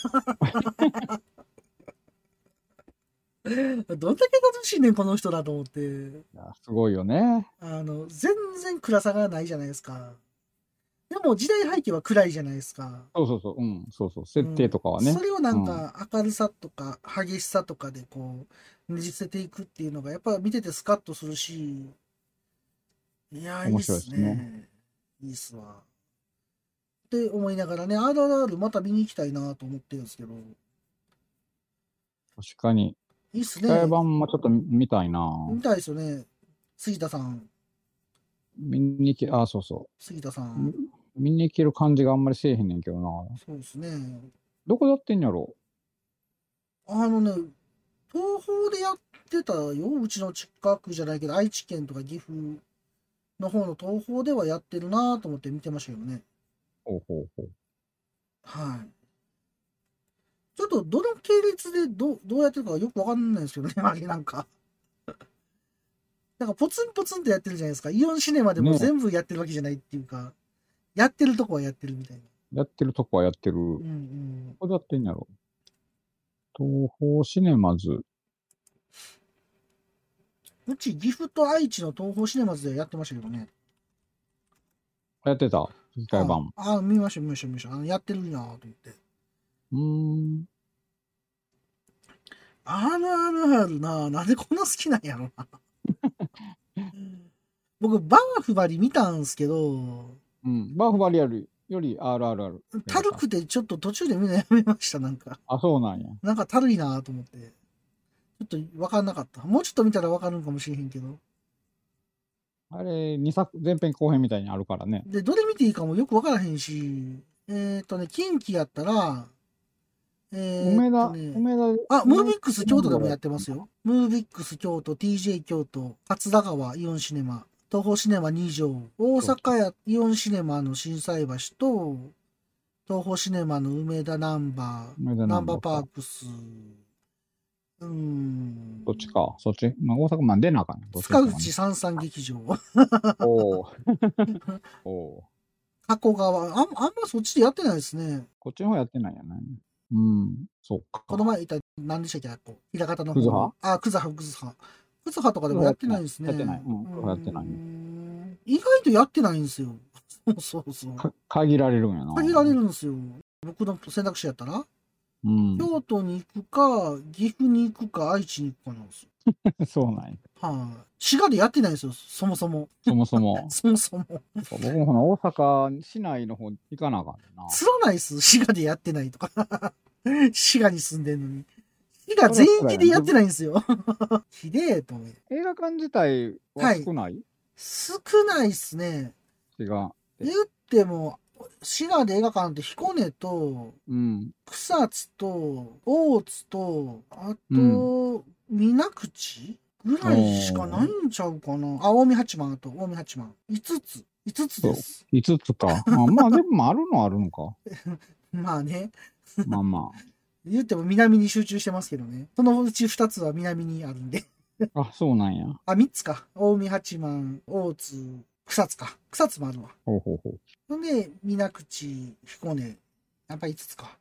[SPEAKER 1] どんだけ楽しいねん、この人だと思って。
[SPEAKER 2] いやすごいよね。
[SPEAKER 1] あの、全然暗さがないじゃないですか。でも時代背景は暗いじゃないですか。
[SPEAKER 2] そうそうそう。うん、そうそう。設定とかは
[SPEAKER 1] う
[SPEAKER 2] ね。
[SPEAKER 1] んそれをなんか明るさとか激しさとかでこうねじせていくっていうのがやっぱ見ててスカッとするしいやーいい
[SPEAKER 2] 面
[SPEAKER 1] っ
[SPEAKER 2] 白いですす
[SPEAKER 1] ねいいっすわって思いながらね RRR また見に行きたいなと思ってるんですけど
[SPEAKER 2] 確かに。
[SPEAKER 1] いいっす
[SPEAKER 2] 機械
[SPEAKER 1] ね
[SPEAKER 2] 版もちょっと見たいな。
[SPEAKER 1] 見たいですよね杉田さん
[SPEAKER 2] 見に行け、あ、そうそ
[SPEAKER 1] 杉田さ
[SPEAKER 2] う。
[SPEAKER 1] ん
[SPEAKER 2] 見に行ける感じがあんまりせえへんねんけどな。
[SPEAKER 1] そうですね
[SPEAKER 2] どこだってんやろ
[SPEAKER 1] あのね東宝でやってたようちの近くじゃないけど愛知県とか岐阜の方の東宝ではやってるなと思って見てましたけどね
[SPEAKER 2] ほうほうほう。
[SPEAKER 1] はい。ちょっとどの系列でどうどうやってるかよくわかんないですけどね、 あれなんか。なんかポツンポツンとやってるじゃないですか。イオンシネマでも
[SPEAKER 2] ね
[SPEAKER 1] 全部やってるわけじゃないっていうか、やってるとこはやってるみたいな。
[SPEAKER 2] やってるとこはやってる。
[SPEAKER 1] う
[SPEAKER 2] ど
[SPEAKER 1] んうん。
[SPEAKER 2] こだってんやろ東宝シネマズ。
[SPEAKER 1] うち岐阜と愛知の東宝シネマズでやってましたけどね。
[SPEAKER 2] やってた。吹き替え版。
[SPEAKER 1] ああ、見ました見ました見ました。あのやってるなと思って。
[SPEAKER 2] うーん。
[SPEAKER 1] あるあるあるななんでこんな好きなんやろな。 僕、バーフバリ見たんすけど、
[SPEAKER 2] うん。バーフバリアルより RRR。
[SPEAKER 1] たるくてちょっと途中で見るのやめました、なんか。
[SPEAKER 2] あ、そうなんや。
[SPEAKER 1] なんかたるいなと思って。ちょっと分かんなかった。もうちょっと見たら分かるんかもしれへんけど。
[SPEAKER 2] あれ、二作、前編後編みたいにあるからね。
[SPEAKER 1] で、どれ見ていいかもよく分からへんし、えーっ、とね、近畿やったら、えー
[SPEAKER 2] 梅
[SPEAKER 1] っ
[SPEAKER 2] 田、
[SPEAKER 1] とね、
[SPEAKER 2] 梅田、
[SPEAKER 1] あ、ムービックス京都でもやってますよ。ムービックス京都、TJ 京都、桂川イオンシネマ、東宝シネマ2条、大阪やイオンシネマの心斎橋と、東宝シネマの梅田ナンバー、
[SPEAKER 2] 梅田
[SPEAKER 1] ナ
[SPEAKER 2] ナ
[SPEAKER 1] ン
[SPEAKER 2] ン
[SPEAKER 1] バ
[SPEAKER 2] バ
[SPEAKER 1] ー
[SPEAKER 2] ー
[SPEAKER 1] パ
[SPEAKER 2] パ
[SPEAKER 1] ー
[SPEAKER 2] ー
[SPEAKER 1] クス。うーん。
[SPEAKER 2] どっちか、そっち。まあ、大阪まで出なあかんね。どっちか
[SPEAKER 1] 塚
[SPEAKER 2] ね
[SPEAKER 1] 口三三劇場。
[SPEAKER 2] おお。おお。
[SPEAKER 1] 加古川。あんあんまそっちでやってないですね。
[SPEAKER 2] こっちの方やってないんやね。うん。そっか。
[SPEAKER 1] この前いた、何でしたっけあっこ平方の
[SPEAKER 2] クズ
[SPEAKER 1] 方
[SPEAKER 2] ハ。
[SPEAKER 1] あ、クズハ、クズハ。クズハとかでもやってないですね。
[SPEAKER 2] やってないうんやってないう
[SPEAKER 1] ーん意外とやってないんですよ。 そうそうそう。
[SPEAKER 2] か限られるんやな。
[SPEAKER 1] 限られるんですよ。僕の選択肢やったら、
[SPEAKER 2] うん。
[SPEAKER 1] 京都に行くか、岐阜に行くか、愛知に行くかなんですよ。
[SPEAKER 2] そうなんや。
[SPEAKER 1] はい、滋賀でやってないんですよ、そもそも。。
[SPEAKER 2] そもそも
[SPEAKER 1] そもそも。
[SPEAKER 2] 僕もほな大阪市内の方行かなあかんねんな。
[SPEAKER 1] つらないっす。滋賀でやってないとか。 滋賀に住んでんのに。滋賀全域でやってないんですよ。 ひでえと思う。
[SPEAKER 2] 映画館自体は少ない、
[SPEAKER 1] 少ないっすね。
[SPEAKER 2] 違う。
[SPEAKER 1] 言っても、滋賀で映画館って彦根と、
[SPEAKER 2] うん。
[SPEAKER 1] 草津と、大津と、あ
[SPEAKER 2] う
[SPEAKER 1] と、水口ぐらいしかないんちゃうかな。あ、近江八幡と、近江八幡。5つ。5つです。
[SPEAKER 2] 5つか。あまあでもあるのはあるのか。
[SPEAKER 1] まあね。
[SPEAKER 2] まあま
[SPEAKER 1] 言っても南に集中してますけどね。そのうち2つは南にあるんで。
[SPEAKER 2] あ。あ、そうなんや。
[SPEAKER 1] あ、3つか。近江八幡、大津、草津か。草津もあるわ。
[SPEAKER 2] ほうほうほう。
[SPEAKER 1] ほんで、水口、彦根。やっぱ5つか。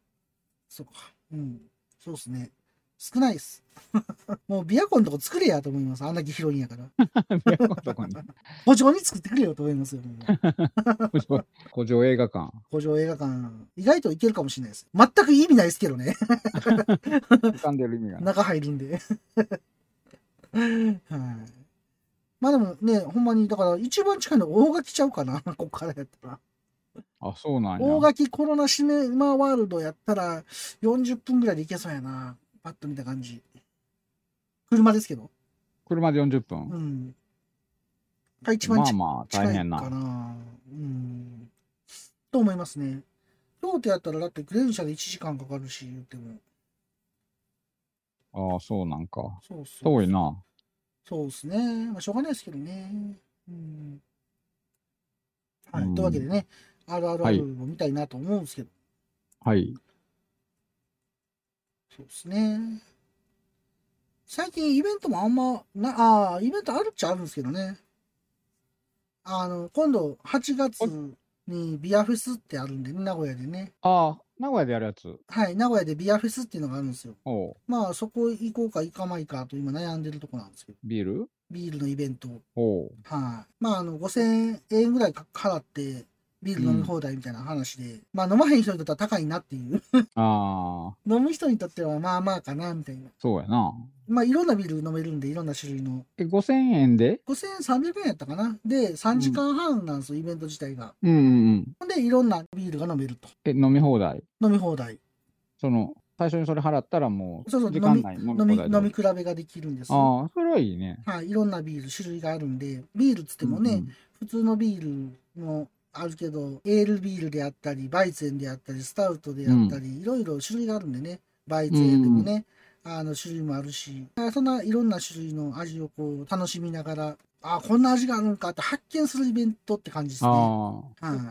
[SPEAKER 1] そうか。うん。そうっすね。少ないです。 もう、琵琶湖のとこ作れやと思います。あんだけ広いんやから。
[SPEAKER 2] 琵 琶湖の とこに。
[SPEAKER 1] 古城に作ってくれよと思いますよ。もう
[SPEAKER 2] 古城古城映画館。
[SPEAKER 1] 古城映画館、意外といけるかもしれないです。全く意味ないですけどね。
[SPEAKER 2] 浮かんでる意味がない。
[SPEAKER 1] 中入るんで。 はい。まあでもね、ほんまに、だから一番近いの大垣ちゃうかな、 ここからやったら。
[SPEAKER 2] あ、そうなんや。
[SPEAKER 1] 大垣コロナシネマワールドやったら40分ぐらいで行けそうやな。パッと見た感じ。車ですけど。
[SPEAKER 2] 車で40
[SPEAKER 1] う
[SPEAKER 2] 分。
[SPEAKER 1] ん。が一番
[SPEAKER 2] ま
[SPEAKER 1] 近い
[SPEAKER 2] あまあ、
[SPEAKER 1] 近
[SPEAKER 2] 大
[SPEAKER 1] いか
[SPEAKER 2] 変
[SPEAKER 1] な。
[SPEAKER 2] な。
[SPEAKER 1] うん。と思いますね。京都やったらだって電車で1時間かかるし、言っても。
[SPEAKER 2] ああ、そうなんか。
[SPEAKER 1] そうそうそう
[SPEAKER 2] 遠いな。
[SPEAKER 1] そうですね。まあ、しょうがないですけどね。うん。はい。
[SPEAKER 2] うん
[SPEAKER 1] というわけでね、
[SPEAKER 2] はい
[SPEAKER 1] RRR も見たいなと思うんですけど、
[SPEAKER 2] はい。
[SPEAKER 1] そうですね。最近イベントもあんまな、ああ、イベントあるっちゃあるんですけどね。あの、今度8月にビアフェスってあるんで、名古屋でね。
[SPEAKER 2] ああ、名古屋でやるやつ。
[SPEAKER 1] はい、名古屋でビアフェスっていうのがあるんですよ。
[SPEAKER 2] おう
[SPEAKER 1] まあ、そこ行こうか行かないかと今悩んでるとこなんですけど、
[SPEAKER 2] ビール
[SPEAKER 1] ビールのイベントを
[SPEAKER 2] おう
[SPEAKER 1] はい。まあ、あの、5000円ぐらいか払って、ビール飲み放題みたいな話で、まあ、飲まへん人にとっては高いなっていう。
[SPEAKER 2] ああ、
[SPEAKER 1] 飲む人にとってはまあまあかな、みたいな。
[SPEAKER 2] そうやな。
[SPEAKER 1] まあ、いろんなビール飲めるんで、いろんな種類の。
[SPEAKER 2] え、5000円で
[SPEAKER 1] 5300円やったかな。で、3時間半なんですよ、イベント自体が。
[SPEAKER 2] うんうんうん。
[SPEAKER 1] ほんで、いろんなビールが飲めると。
[SPEAKER 2] え、飲み放題。
[SPEAKER 1] 飲み放題。
[SPEAKER 2] その、最初にそれ払ったらもう、
[SPEAKER 1] そうそう
[SPEAKER 2] 時間内に飲み
[SPEAKER 1] 飲み、
[SPEAKER 2] 放題で
[SPEAKER 1] 飲み比べができるんですよ。
[SPEAKER 2] ああ、それはいいね。
[SPEAKER 1] はい。いろんなビール、種類があるんで、ビールっつって
[SPEAKER 2] で
[SPEAKER 1] もね、普通のビールもあるけど、エールビールであったり、バイゼンであったり、スタウトであったり、いろいろ種類があるんでね、バイゼンでもね、あの種類もあるし、そんないろんな種類の味をこう楽しみながら、あこんな味があるんかって発見するイベントって感じですね。
[SPEAKER 2] ああ、
[SPEAKER 1] は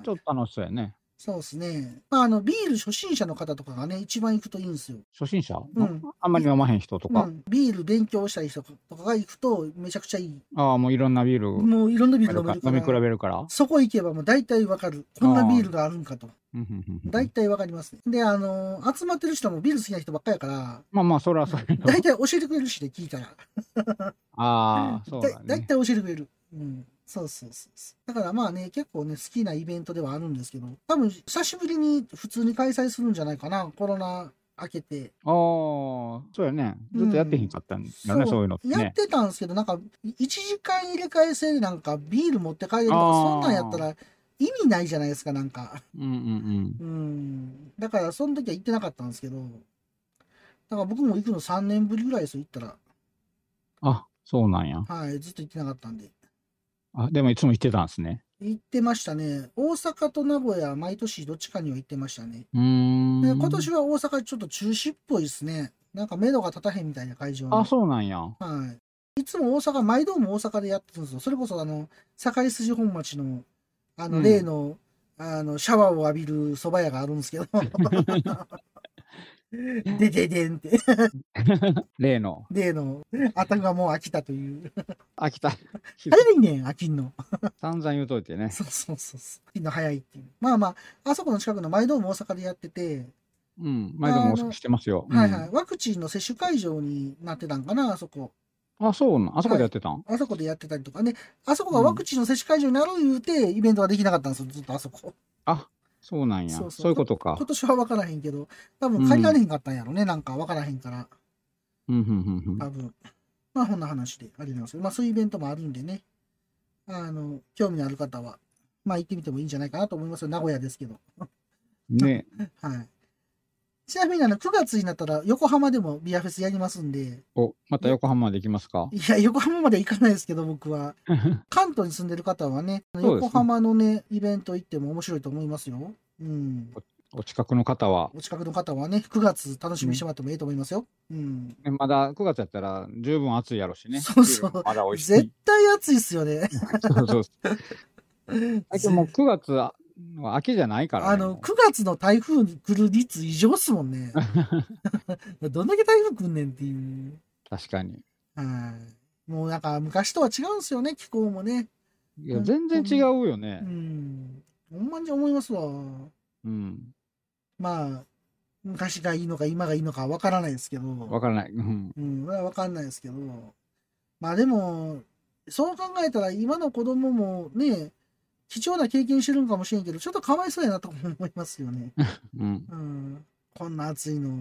[SPEAKER 1] い
[SPEAKER 2] ちょっと楽しそうやね。
[SPEAKER 1] そうですね。まあ、あの、ビール初心者の方とかがね、一番行くといいんですよ。
[SPEAKER 2] 初心者、
[SPEAKER 1] うん
[SPEAKER 2] あんまり飲まへん人と
[SPEAKER 1] う
[SPEAKER 2] か、
[SPEAKER 1] ん、ビール勉強したい人とかが行くと、めちゃくちゃいい。
[SPEAKER 2] ああ、もういろんなビール飲
[SPEAKER 1] もういろんなビ
[SPEAKER 2] め
[SPEAKER 1] ール飲めるから。
[SPEAKER 2] 比べるから。
[SPEAKER 1] そこ行けばもう大体わかる。こんなビールがあるんかと。
[SPEAKER 2] うんうんうんうん
[SPEAKER 1] 大体わかりますね。で、あのー集まってる人もビール好きな人ばっかやから、
[SPEAKER 2] まあまあ、それはそれ。
[SPEAKER 1] 大体教えてくれるしで聞いたら。
[SPEAKER 2] ああ、そう
[SPEAKER 1] だ
[SPEAKER 2] だ
[SPEAKER 1] 大
[SPEAKER 2] ね
[SPEAKER 1] 体。教えてくれる。うん。そうそうそうそう。だからまあね、結構ね、好きなイベントではあるんですけど、多分久しぶりに普通に開催するんじゃないかな。コロナ明けて。
[SPEAKER 2] ああ、そうやね。ずっとやってへんかったんだね、そういうのって
[SPEAKER 1] やっ
[SPEAKER 2] ね。
[SPEAKER 1] てたんですけど、なんか、1時間入れ替え制でなんかビール持って帰れるとか、
[SPEAKER 2] あー
[SPEAKER 1] そんなんやったら意味ないじゃないですか、なんか。
[SPEAKER 2] うんうんうん。
[SPEAKER 1] うん。だから、その時は行ってなかったんですけど、だから僕も行くの3年ぶりぐらいですよ、行ったら。
[SPEAKER 2] あ、そうなんや。
[SPEAKER 1] はい、ずっと行ってなかったんで。
[SPEAKER 2] あ、でもいつも行ってたんですね。
[SPEAKER 1] 行ってましたね。大阪と名古屋、毎年どっちかには行ってましたね。
[SPEAKER 2] うーん。
[SPEAKER 1] で今年は大阪ちょっと中止っぽいですね。なんか目処が立たへんみたいな会場に
[SPEAKER 2] あ、そうなんや。
[SPEAKER 1] はい。いつも大阪、毎度も大阪でやってるんですよ。それこそ、あの、堺筋本町の、あの、
[SPEAKER 2] うん
[SPEAKER 1] 例の、あの、シャワーを浴びる蕎麦屋があるんです けど。でででんって、
[SPEAKER 2] 例の。
[SPEAKER 1] 例の、あたがもう飽きたと いう。
[SPEAKER 2] 飽きた。
[SPEAKER 1] あれでいいねん、飽きんの。
[SPEAKER 2] 散々言うといてね。
[SPEAKER 1] そうそうそうそう。飽きんの早いっていう。まあまあ、あそこの近くの毎度も大阪でやってて、
[SPEAKER 2] うん。毎度も遅くしてますよ。
[SPEAKER 1] はいは
[SPEAKER 2] う
[SPEAKER 1] い。ワクチンの接種会場になってたんかな、あそこ。
[SPEAKER 2] んあ、そうなん。あそこでやってたん
[SPEAKER 1] あそこでやってたりとかね。あそこがワクチンの接種会場になる言うて、イベントができなかったんですよ、ずっとあそこ。
[SPEAKER 2] あ、そうなん
[SPEAKER 1] そ
[SPEAKER 2] や
[SPEAKER 1] う。そう
[SPEAKER 2] そういうことか
[SPEAKER 1] 今。年は分からへんけど、多分借りられへんかったんやろね、なんか分からへんから、
[SPEAKER 2] うんうんうんうん。
[SPEAKER 1] 多分。まあ、こんな話でありなんですけど、まあ、そういうイベントもあるんでね、あの、興味のある方は、まあ、行ってみてもいいんじゃないかなと思いますよ、名古屋ですけど。
[SPEAKER 2] ね。
[SPEAKER 1] はい。ちなみに、あの、9月になったら、横浜でもビアフェスやりますんで、
[SPEAKER 2] お、また横浜まで行きます か
[SPEAKER 1] いや、横浜まで行かないですけど、僕は。関東に住んでる方はね、
[SPEAKER 2] すね
[SPEAKER 1] 横浜のね、イベント行っても面白いと思いますよ。うん。
[SPEAKER 2] お近くの方は。
[SPEAKER 1] お近くの方はね、9月楽しみにしてもらってもいいと思いますよ。うん
[SPEAKER 2] ねまだ9月やったら十分暑いやろしね。
[SPEAKER 1] そうそう
[SPEAKER 2] ビールもまだ美味し
[SPEAKER 1] 絶
[SPEAKER 2] い。
[SPEAKER 1] 対暑いっすよね。
[SPEAKER 2] そうそうそう。最近もう9月は秋じゃないから、ね。
[SPEAKER 1] あの、9月の台風に来る率異常っすもん ね。どんだけ台風来んねんっていう。
[SPEAKER 2] 確かに。
[SPEAKER 1] はい。もうなんか昔とは違うんすよね、気候もね。
[SPEAKER 2] いや、全然違うよね
[SPEAKER 1] う。ん。ほんまに思いますわ。
[SPEAKER 2] うん。
[SPEAKER 1] まあ、昔がいいのか今がいいのかわからないですけど。
[SPEAKER 2] わからない。うん。
[SPEAKER 1] うん、わかんないですけど。まあでも、そう考えたら今の子供もね、貴重な経験してるんかもしれんけど、ちょっとかわいそうやなとも思いますよね。
[SPEAKER 2] うん。
[SPEAKER 1] うん。こんな暑いの。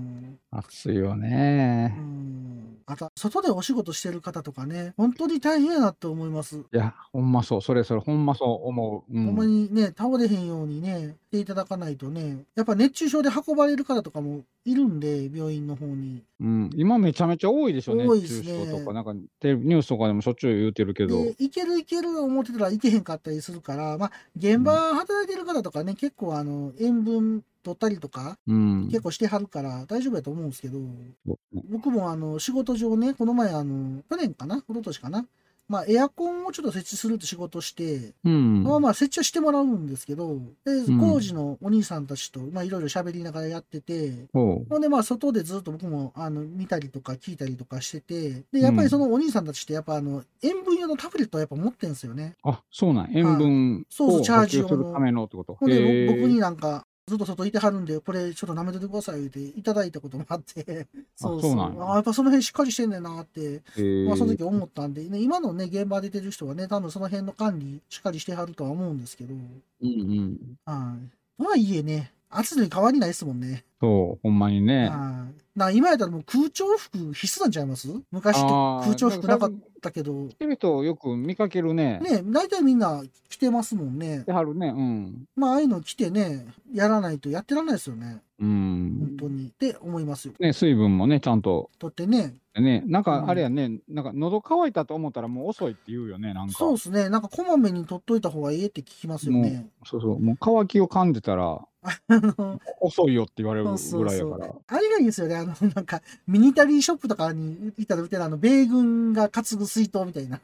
[SPEAKER 2] 暑いよ
[SPEAKER 1] う
[SPEAKER 2] ね。
[SPEAKER 1] ん。あと、外でお仕事してる方とかね、本当に大変やなって思います。
[SPEAKER 2] いや、ほんまそう。それそれ、ほんまそう思う。う
[SPEAKER 1] ほんま
[SPEAKER 2] ん。
[SPEAKER 1] にね、倒れへんようにね、していただかないとね、やっぱ熱中症で運ばれる方とかもいるんで、病院の方に。
[SPEAKER 2] うん、今めちゃめちゃ多いでしょ、ね、
[SPEAKER 1] 多いで
[SPEAKER 2] 熱
[SPEAKER 1] すね
[SPEAKER 2] 中症とか。なんかテレビニュースとかでもしょっちゅう言うてるけど。
[SPEAKER 1] で、行ける行ける思ってたら行けへんかったりするから、まあ、現場働いてる方とかね、結構あの、塩分取ったりとか、
[SPEAKER 2] うん。
[SPEAKER 1] 結構してはるから大丈夫やと思うんですけど、
[SPEAKER 2] そう
[SPEAKER 1] 僕もあの、仕事上ね、この前あの、去年かな一昨年かなまあ、エアコンをちょっと設置するって仕事して、
[SPEAKER 2] うん。
[SPEAKER 1] まあまあ設置はしてもらうんですけど、で
[SPEAKER 2] ん
[SPEAKER 1] 工事のお兄さんたちと、まあいろいろ喋りながらやってて、
[SPEAKER 2] ほ
[SPEAKER 1] ほんでまあ外でずっと僕もあの見たりとか聞いたりとかしてて、で、やっぱりそのお兄さんたちってやっぱあの、塩分用のタブレットはやっぱ持ってんすよね。
[SPEAKER 2] う。あ、そうなん。塩分
[SPEAKER 1] そうそう
[SPEAKER 2] を補
[SPEAKER 1] チャージ
[SPEAKER 2] 給
[SPEAKER 1] 用の
[SPEAKER 2] するためのってこと。
[SPEAKER 1] ほんで
[SPEAKER 2] へー
[SPEAKER 1] 僕になんか、ずっと外いてはるんで、これちょっと舐めててください言うていただいたこともあって、 そうそう。
[SPEAKER 2] そうなんや
[SPEAKER 1] あやっぱその辺しっかりしてんねんなって、
[SPEAKER 2] へー
[SPEAKER 1] まあ、その時思ったんで、ね、今のね、現場出てる人はね、多分その辺の管理しっかりしてはるとは思うんですけど、
[SPEAKER 2] うんうん。
[SPEAKER 1] はい。とはいえね、暑いのに変わりないですもんね。
[SPEAKER 2] そう、ほんまにね。
[SPEAKER 1] はい。な今やったらもう空調服必須なんちゃいます昔って
[SPEAKER 2] あー
[SPEAKER 1] 空調服なかったけど、
[SPEAKER 2] 着てる人よく見かけるね。
[SPEAKER 1] ね、大体みんな着てますもんね
[SPEAKER 2] 着。てはるね。うん。
[SPEAKER 1] まあ、ああいうの着てね、やらないとやってらんないですよね。
[SPEAKER 2] う
[SPEAKER 1] 本
[SPEAKER 2] ん。
[SPEAKER 1] 当に。って思いますよ。
[SPEAKER 2] ね、水分もね、ちゃんと。
[SPEAKER 1] とってね、
[SPEAKER 2] ね、なん
[SPEAKER 1] う
[SPEAKER 2] か
[SPEAKER 1] ん
[SPEAKER 2] あれやね、なんか喉乾いたと思ったらもう遅いって言うよね、なんか。
[SPEAKER 1] そうですね、なんかこまめに取っといた方がいいって聞きますよね。
[SPEAKER 2] そうそうもう乾きを噛んでたら、
[SPEAKER 1] あの
[SPEAKER 2] 遅いよって言われる
[SPEAKER 1] そうそ
[SPEAKER 2] ぐ
[SPEAKER 1] う
[SPEAKER 2] らいや
[SPEAKER 1] そ
[SPEAKER 2] か
[SPEAKER 1] う
[SPEAKER 2] ら。。
[SPEAKER 1] あれがいいですよね。あの、 なんか、ミニタリーショップとかに行ったら売ってるあの、米軍が担ぐ水筒みた いな。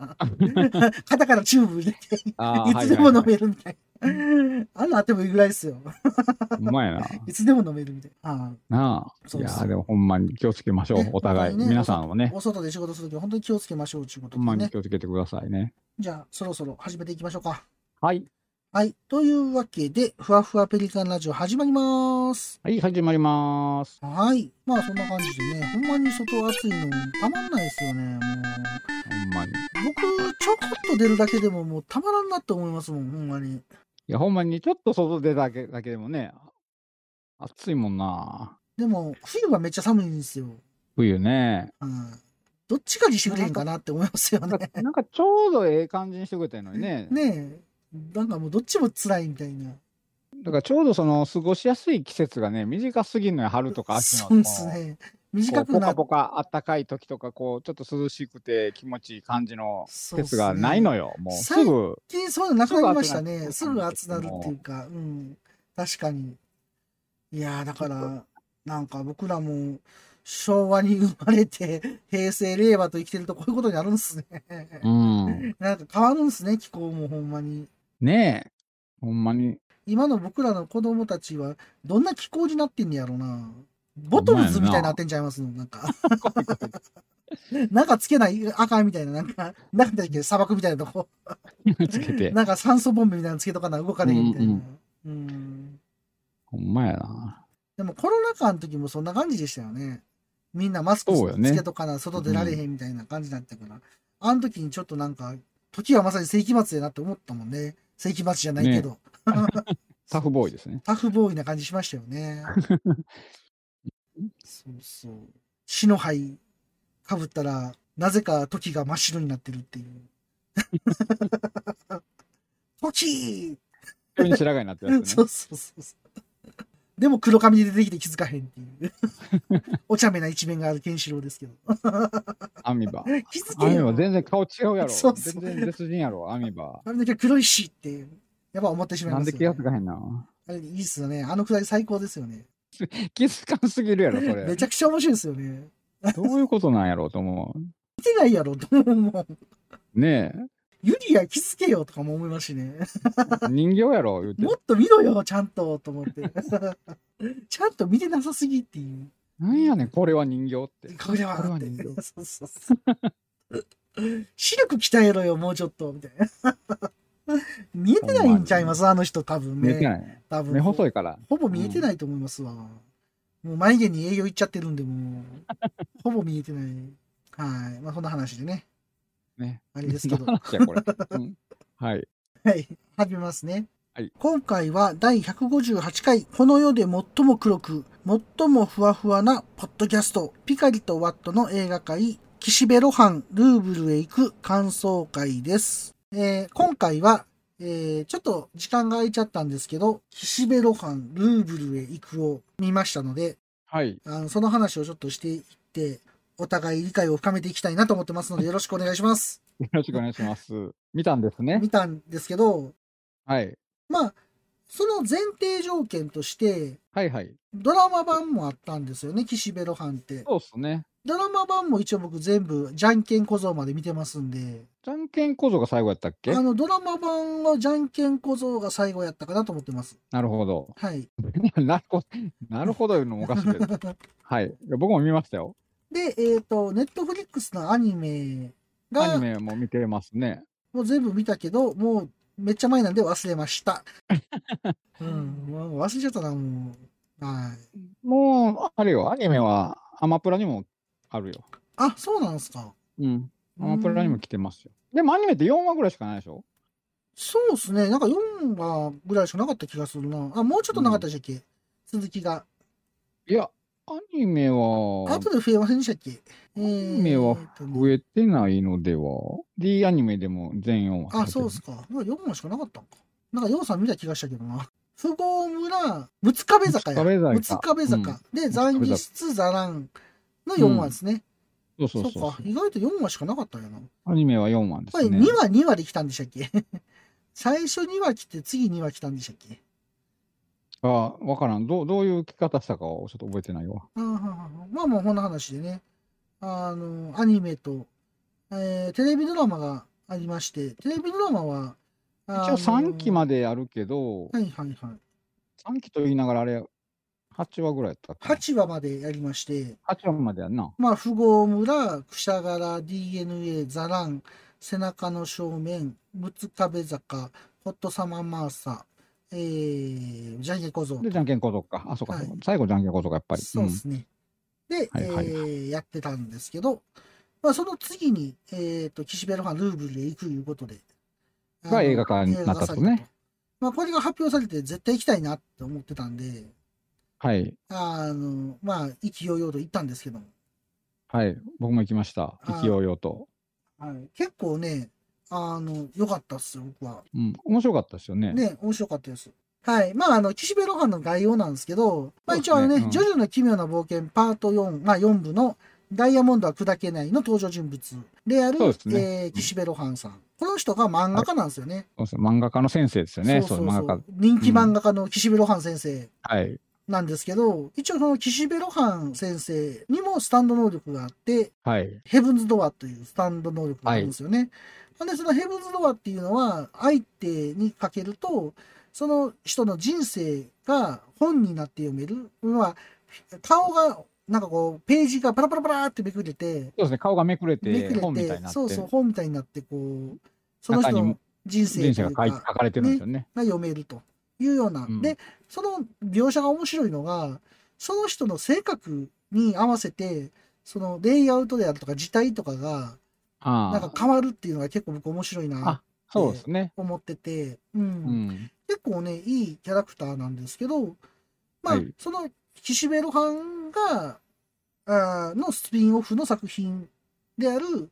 [SPEAKER 1] 肩からチューブ入れて、い
[SPEAKER 2] あー
[SPEAKER 1] つでも飲
[SPEAKER 2] はい
[SPEAKER 1] めるみたいな。あんなあってもいいぐらいですよ。
[SPEAKER 2] はいはい、うまいな。
[SPEAKER 1] いつでも飲めるみたいな。はい
[SPEAKER 2] なあ。
[SPEAKER 1] そう
[SPEAKER 2] い
[SPEAKER 1] で
[SPEAKER 2] や
[SPEAKER 1] す
[SPEAKER 2] ー、でもほんまに気をつけましょう
[SPEAKER 1] ね、
[SPEAKER 2] お互い。
[SPEAKER 1] 本当にね
[SPEAKER 2] 皆さんはね、
[SPEAKER 1] お外で仕事するときは本当に気をつけましょうということ
[SPEAKER 2] ほ
[SPEAKER 1] で
[SPEAKER 2] んまに
[SPEAKER 1] ね
[SPEAKER 2] 気。をつけてくださいね。
[SPEAKER 1] じゃあ、そろそろ始めていきましょうか。
[SPEAKER 2] はい。
[SPEAKER 1] はい。というわけで、ふわふわペリカンラジオ始まります。
[SPEAKER 2] はい、始まります。
[SPEAKER 1] はい。まあそんな感じでね、ほんまに外暑いのたまんないですよね、もう。
[SPEAKER 2] ほんまに。い
[SPEAKER 1] 僕、ちょこっと出るだけでももうたまらんなって思いますもん、ほんまに。
[SPEAKER 2] や、ほんまにちょっと外出ただけだけでもね、暑いもんな。
[SPEAKER 1] でも、冬はめっちゃ寒いんですよ。
[SPEAKER 2] 冬ね。
[SPEAKER 1] うん。どっちかにしてくれへんかなって思いますよ
[SPEAKER 2] なん
[SPEAKER 1] ね。
[SPEAKER 2] かなんかちょうどええ感じにしてくれたのに ね。
[SPEAKER 1] ねえ。なんかもうどっちも辛いみたいな。
[SPEAKER 2] だからちょうどその過ごしやすい季節がね、短すぎるのよ、春とか秋の。
[SPEAKER 1] そうですね。
[SPEAKER 2] こ
[SPEAKER 1] 短
[SPEAKER 2] う
[SPEAKER 1] く
[SPEAKER 2] ポ
[SPEAKER 1] な
[SPEAKER 2] カ
[SPEAKER 1] っ
[SPEAKER 2] ポカあったかい時とかこうちょっと涼しくて気持ちいい感じの季
[SPEAKER 1] そうっす
[SPEAKER 2] 節
[SPEAKER 1] ね
[SPEAKER 2] がないのよもうす
[SPEAKER 1] 最
[SPEAKER 2] ぐ
[SPEAKER 1] て、そういうのなくなりましたね。す
[SPEAKER 2] す
[SPEAKER 1] ぐ
[SPEAKER 2] ぐ
[SPEAKER 1] 暑
[SPEAKER 2] 暑
[SPEAKER 1] な
[SPEAKER 2] な
[SPEAKER 1] る
[SPEAKER 2] る
[SPEAKER 1] っていうか、うん。確かに。いやー、だから、なんか僕らも、昭和に生まれて、平成、令和と生きてるとこういうことになるんですね。
[SPEAKER 2] うん
[SPEAKER 1] なんか変わるんですね、気候もほんまに。
[SPEAKER 2] ねえほんまに
[SPEAKER 1] 今の僕らの子供たちは、どんな気候になってんねやろな。ボトルズみたいになってんちゃいますのなんか。なんかつけないあかんみたいな、なんか、なんだっけ、砂漠みたいなとこ。
[SPEAKER 2] つけて
[SPEAKER 1] なんか酸素ボンベみたいなのつけとかな動かねえみたいな。うん
[SPEAKER 2] ほんまやな
[SPEAKER 1] でもコロナ禍の時もそんな感じでしたよね。みんなマスク
[SPEAKER 2] そうよね
[SPEAKER 1] つけとかな、外出られへんみたいな感じだったから。あの時にちょっとなんか、時はまさに世紀末やなって思ったもんね。世紀末じゃないけど、
[SPEAKER 2] タフボーイですね
[SPEAKER 1] タフボーイな感じしましたよね。そうそう。死の灰かぶったら、なぜか時が真っ白になってるっていう。 時
[SPEAKER 2] 急に白髪になってるやつ
[SPEAKER 1] そ
[SPEAKER 2] ね
[SPEAKER 1] うそうそうそう。でも黒髪で出てきて気づかへんっていう。お茶目な一面があるケンシロウ ですけど。
[SPEAKER 2] アミバ
[SPEAKER 1] 気づ
[SPEAKER 2] ア
[SPEAKER 1] け
[SPEAKER 2] ミバ
[SPEAKER 1] よ。
[SPEAKER 2] 全然顔違うやろ
[SPEAKER 1] そうそう
[SPEAKER 2] 全然別人やろアミバ
[SPEAKER 1] 髪の毛黒いしって、やっぱ思ってしまい
[SPEAKER 2] なん
[SPEAKER 1] ます
[SPEAKER 2] で
[SPEAKER 1] よ、
[SPEAKER 2] 気
[SPEAKER 1] ね
[SPEAKER 2] が。つかへんな
[SPEAKER 1] あれいいっすよね。あのくらい最高ですよね。
[SPEAKER 2] 気づかんすぎるやろそ
[SPEAKER 1] め
[SPEAKER 2] れ
[SPEAKER 1] ちゃくちゃ面白いですよね。
[SPEAKER 2] どういうことなんやろうと思
[SPEAKER 1] 見てないやろ、どうも。
[SPEAKER 2] うね
[SPEAKER 1] ユリア気づけよとかも思いますしね。
[SPEAKER 2] え人形やろ言うて
[SPEAKER 1] もっと見ろよ、ちゃんと、と思って。 ちゃんと見てなさすぎっていう。
[SPEAKER 2] なんやねんこれは人形って
[SPEAKER 1] これは
[SPEAKER 2] これは
[SPEAKER 1] って
[SPEAKER 2] 人形
[SPEAKER 1] そうそうそう視力鍛えろよ、もうちょっと、みたいな。見えてない んちゃいます、あの人、多分
[SPEAKER 2] 見えて
[SPEAKER 1] ね。
[SPEAKER 2] ない
[SPEAKER 1] 多分
[SPEAKER 2] 目細いから
[SPEAKER 1] ほぼ見えてないと思いますわ。うもう眉毛に営業行っちゃってるんで、 もう、ほぼ見えてない。はい。まあ、そんな話でね。
[SPEAKER 2] ね。
[SPEAKER 1] あれですけど。
[SPEAKER 2] 何の話やこれ、うんはい。
[SPEAKER 1] はい。始めますね。
[SPEAKER 2] はい
[SPEAKER 1] 今回は第158回、この世で最も黒く、最もふわふわなポッドキャスト、ピカリとワットの映画界、岸辺露伴ルーブルへ行く感想会です。えー今回は、えーちょっと時間が空いちゃったんですけど、岸辺露伴ルーブルへ行くを見ましたので、
[SPEAKER 2] はい。
[SPEAKER 1] あのその話をちょっとしていって、お互い理解を深めていきたいなと思ってますので、よろしくお願いします。
[SPEAKER 2] よろしくお願いします。見たんですね。
[SPEAKER 1] 見たんですけど、
[SPEAKER 2] はい。
[SPEAKER 1] まあ、その前提条件として、
[SPEAKER 2] はいはい。
[SPEAKER 1] ドラマ版もあったんですよね、岸辺露伴って。
[SPEAKER 2] そうっすね。
[SPEAKER 1] ドラマ版も一応僕全部、じゃんけん小僧まで見てますんで、
[SPEAKER 2] じゃんけん構造が最後やったっけ
[SPEAKER 1] あの、ドラマ版はじゃんけん小僧が最後やったかなと思ってます。
[SPEAKER 2] なるほど。
[SPEAKER 1] はい。
[SPEAKER 2] なるほど。 なるほどいうのもおかしいけど。はい。いや僕も見ましたよ。
[SPEAKER 1] で、えっ、と、ネットフリックスのアニメ
[SPEAKER 2] アニ
[SPEAKER 1] が、
[SPEAKER 2] メも見てますね。
[SPEAKER 1] もう全部見たけど、もうめっちゃ前なんで忘れま した。うん、もう忘れちゃったな、もう。はい。
[SPEAKER 2] もう、あれよ、アニメはアマプラにもあるよ。
[SPEAKER 1] あ、そうなんですか。
[SPEAKER 2] うん。アマプラにも来てますよ。でもアニメって4話ぐらいしかないでしょ
[SPEAKER 1] そうですね。なんか4話ぐらいしかなかった気がするな。あ、もうちょっとなかったでしたっけ、続きが。
[SPEAKER 2] いや、アニメは
[SPEAKER 1] あとで増えませんでしたっけアニ
[SPEAKER 2] メは
[SPEAKER 1] 増
[SPEAKER 2] 増えてないのでは ?D アニメでも全4話
[SPEAKER 1] あ、そうっすか。4話しかなかったんか。なんか4さん見た気がしたけどな。富豪村、六壁坂や。
[SPEAKER 2] 六壁
[SPEAKER 1] 六
[SPEAKER 2] 坂か
[SPEAKER 1] 壁坂。で、残儀室、座覧の4話ですね。
[SPEAKER 2] そうそう
[SPEAKER 1] そ
[SPEAKER 2] そうう
[SPEAKER 1] か。意外と4話しかなかったんやな。
[SPEAKER 2] アニメは4話で
[SPEAKER 1] これ
[SPEAKER 2] すね。
[SPEAKER 1] 2話、2話で来たんでしたっけ 最初2話来て、次2話来たんでしたっけ
[SPEAKER 2] あわからん。どう、どういう聞き方したかをちょっと覚えてないわ。
[SPEAKER 1] うんうんうんまあもうこんな話でね、あの、アニメと、えーテレビドラマがありまして、テレビドラマは、一
[SPEAKER 2] 一応3期
[SPEAKER 1] は
[SPEAKER 2] まであるけど、
[SPEAKER 1] いはいはい。
[SPEAKER 2] 3期と言いながらあれ、8話ぐらいやったっけ
[SPEAKER 1] 8話までやりまして、
[SPEAKER 2] 8話までやんな。
[SPEAKER 1] まあ、富豪村、くしゃがら、DNA、ザラン、背中の正面、六壁坂、ホットサマーマーサ、えー、ジャンケ小僧。
[SPEAKER 2] で、じゃんけんこぞか。あ、そうか、
[SPEAKER 1] はい
[SPEAKER 2] そうか最後じゃんけんこぞか、やっぱり。
[SPEAKER 1] そうですね。で、
[SPEAKER 2] はいはい
[SPEAKER 1] えーやってたんですけど、まあ、その次に、えっと岸辺露伴ルーブルへ行くということで。
[SPEAKER 2] が
[SPEAKER 1] あの
[SPEAKER 2] 映画化になったと
[SPEAKER 1] 映画
[SPEAKER 2] ね
[SPEAKER 1] 化されたまあ、これが発表されて絶対行きたいなって思ってたんで、
[SPEAKER 2] うんはい。
[SPEAKER 1] あの、まあ、意気揚々と行ったんですけども、
[SPEAKER 2] はい。僕も行きました。
[SPEAKER 1] あー
[SPEAKER 2] 意気揚々と。
[SPEAKER 1] 結構ね、あの、良かったっすよ、僕は。
[SPEAKER 2] うん。面白かったですよね。
[SPEAKER 1] ね、面白かったです。はい。まあ、あの、岸辺露伴の概要なんですけど、まあ一応あのね、
[SPEAKER 2] そうです
[SPEAKER 1] ジ
[SPEAKER 2] ね
[SPEAKER 1] ョジョの奇妙な冒険パート4、まあ4部のダイヤモンドは砕けないの登場人物である、
[SPEAKER 2] そうです
[SPEAKER 1] え
[SPEAKER 2] ね
[SPEAKER 1] ー岸辺露伴さん。この人が漫画家なんですよね。
[SPEAKER 2] そうそう漫画家の先生ですよね。そう漫画家。
[SPEAKER 1] 人気漫画家の岸辺露伴先生
[SPEAKER 2] はい。
[SPEAKER 1] なんですけど、一応その岸辺露伴先生にもスタンド能力があって、
[SPEAKER 2] はい。
[SPEAKER 1] ヘブンズ・ドアというスタンド能力があるんですよね。なんでそのヘブンズ・ドアっていうのは相手にかけるとその人の人生が本になって読める、まあ、顔がなんかこうページがパラパラパラってめくれて
[SPEAKER 2] そうですね。顔がめくれて、
[SPEAKER 1] めくれ
[SPEAKER 2] 本みた
[SPEAKER 1] て
[SPEAKER 2] いになって、
[SPEAKER 1] そうそう本みたいになってこうその
[SPEAKER 2] 中
[SPEAKER 1] 人
[SPEAKER 2] に
[SPEAKER 1] の
[SPEAKER 2] も
[SPEAKER 1] 人生
[SPEAKER 2] 人
[SPEAKER 1] という
[SPEAKER 2] 生が書い書
[SPEAKER 1] か
[SPEAKER 2] かれてるんですよね。
[SPEAKER 1] が読めるというような、
[SPEAKER 2] うん
[SPEAKER 1] でその描写が面白いのがその人の性格に合わせてそのレイアウトであるとか字体とかがなん
[SPEAKER 2] あ
[SPEAKER 1] か
[SPEAKER 2] あ。
[SPEAKER 1] 変わるっていうのが結構僕面白いな
[SPEAKER 2] あそうですね。
[SPEAKER 1] と思ってて、うん
[SPEAKER 2] うん。
[SPEAKER 1] 結構ねいいキャラクターなんですけど、まあ
[SPEAKER 2] はい
[SPEAKER 1] その岸辺露伴があーのスピンオフの作品である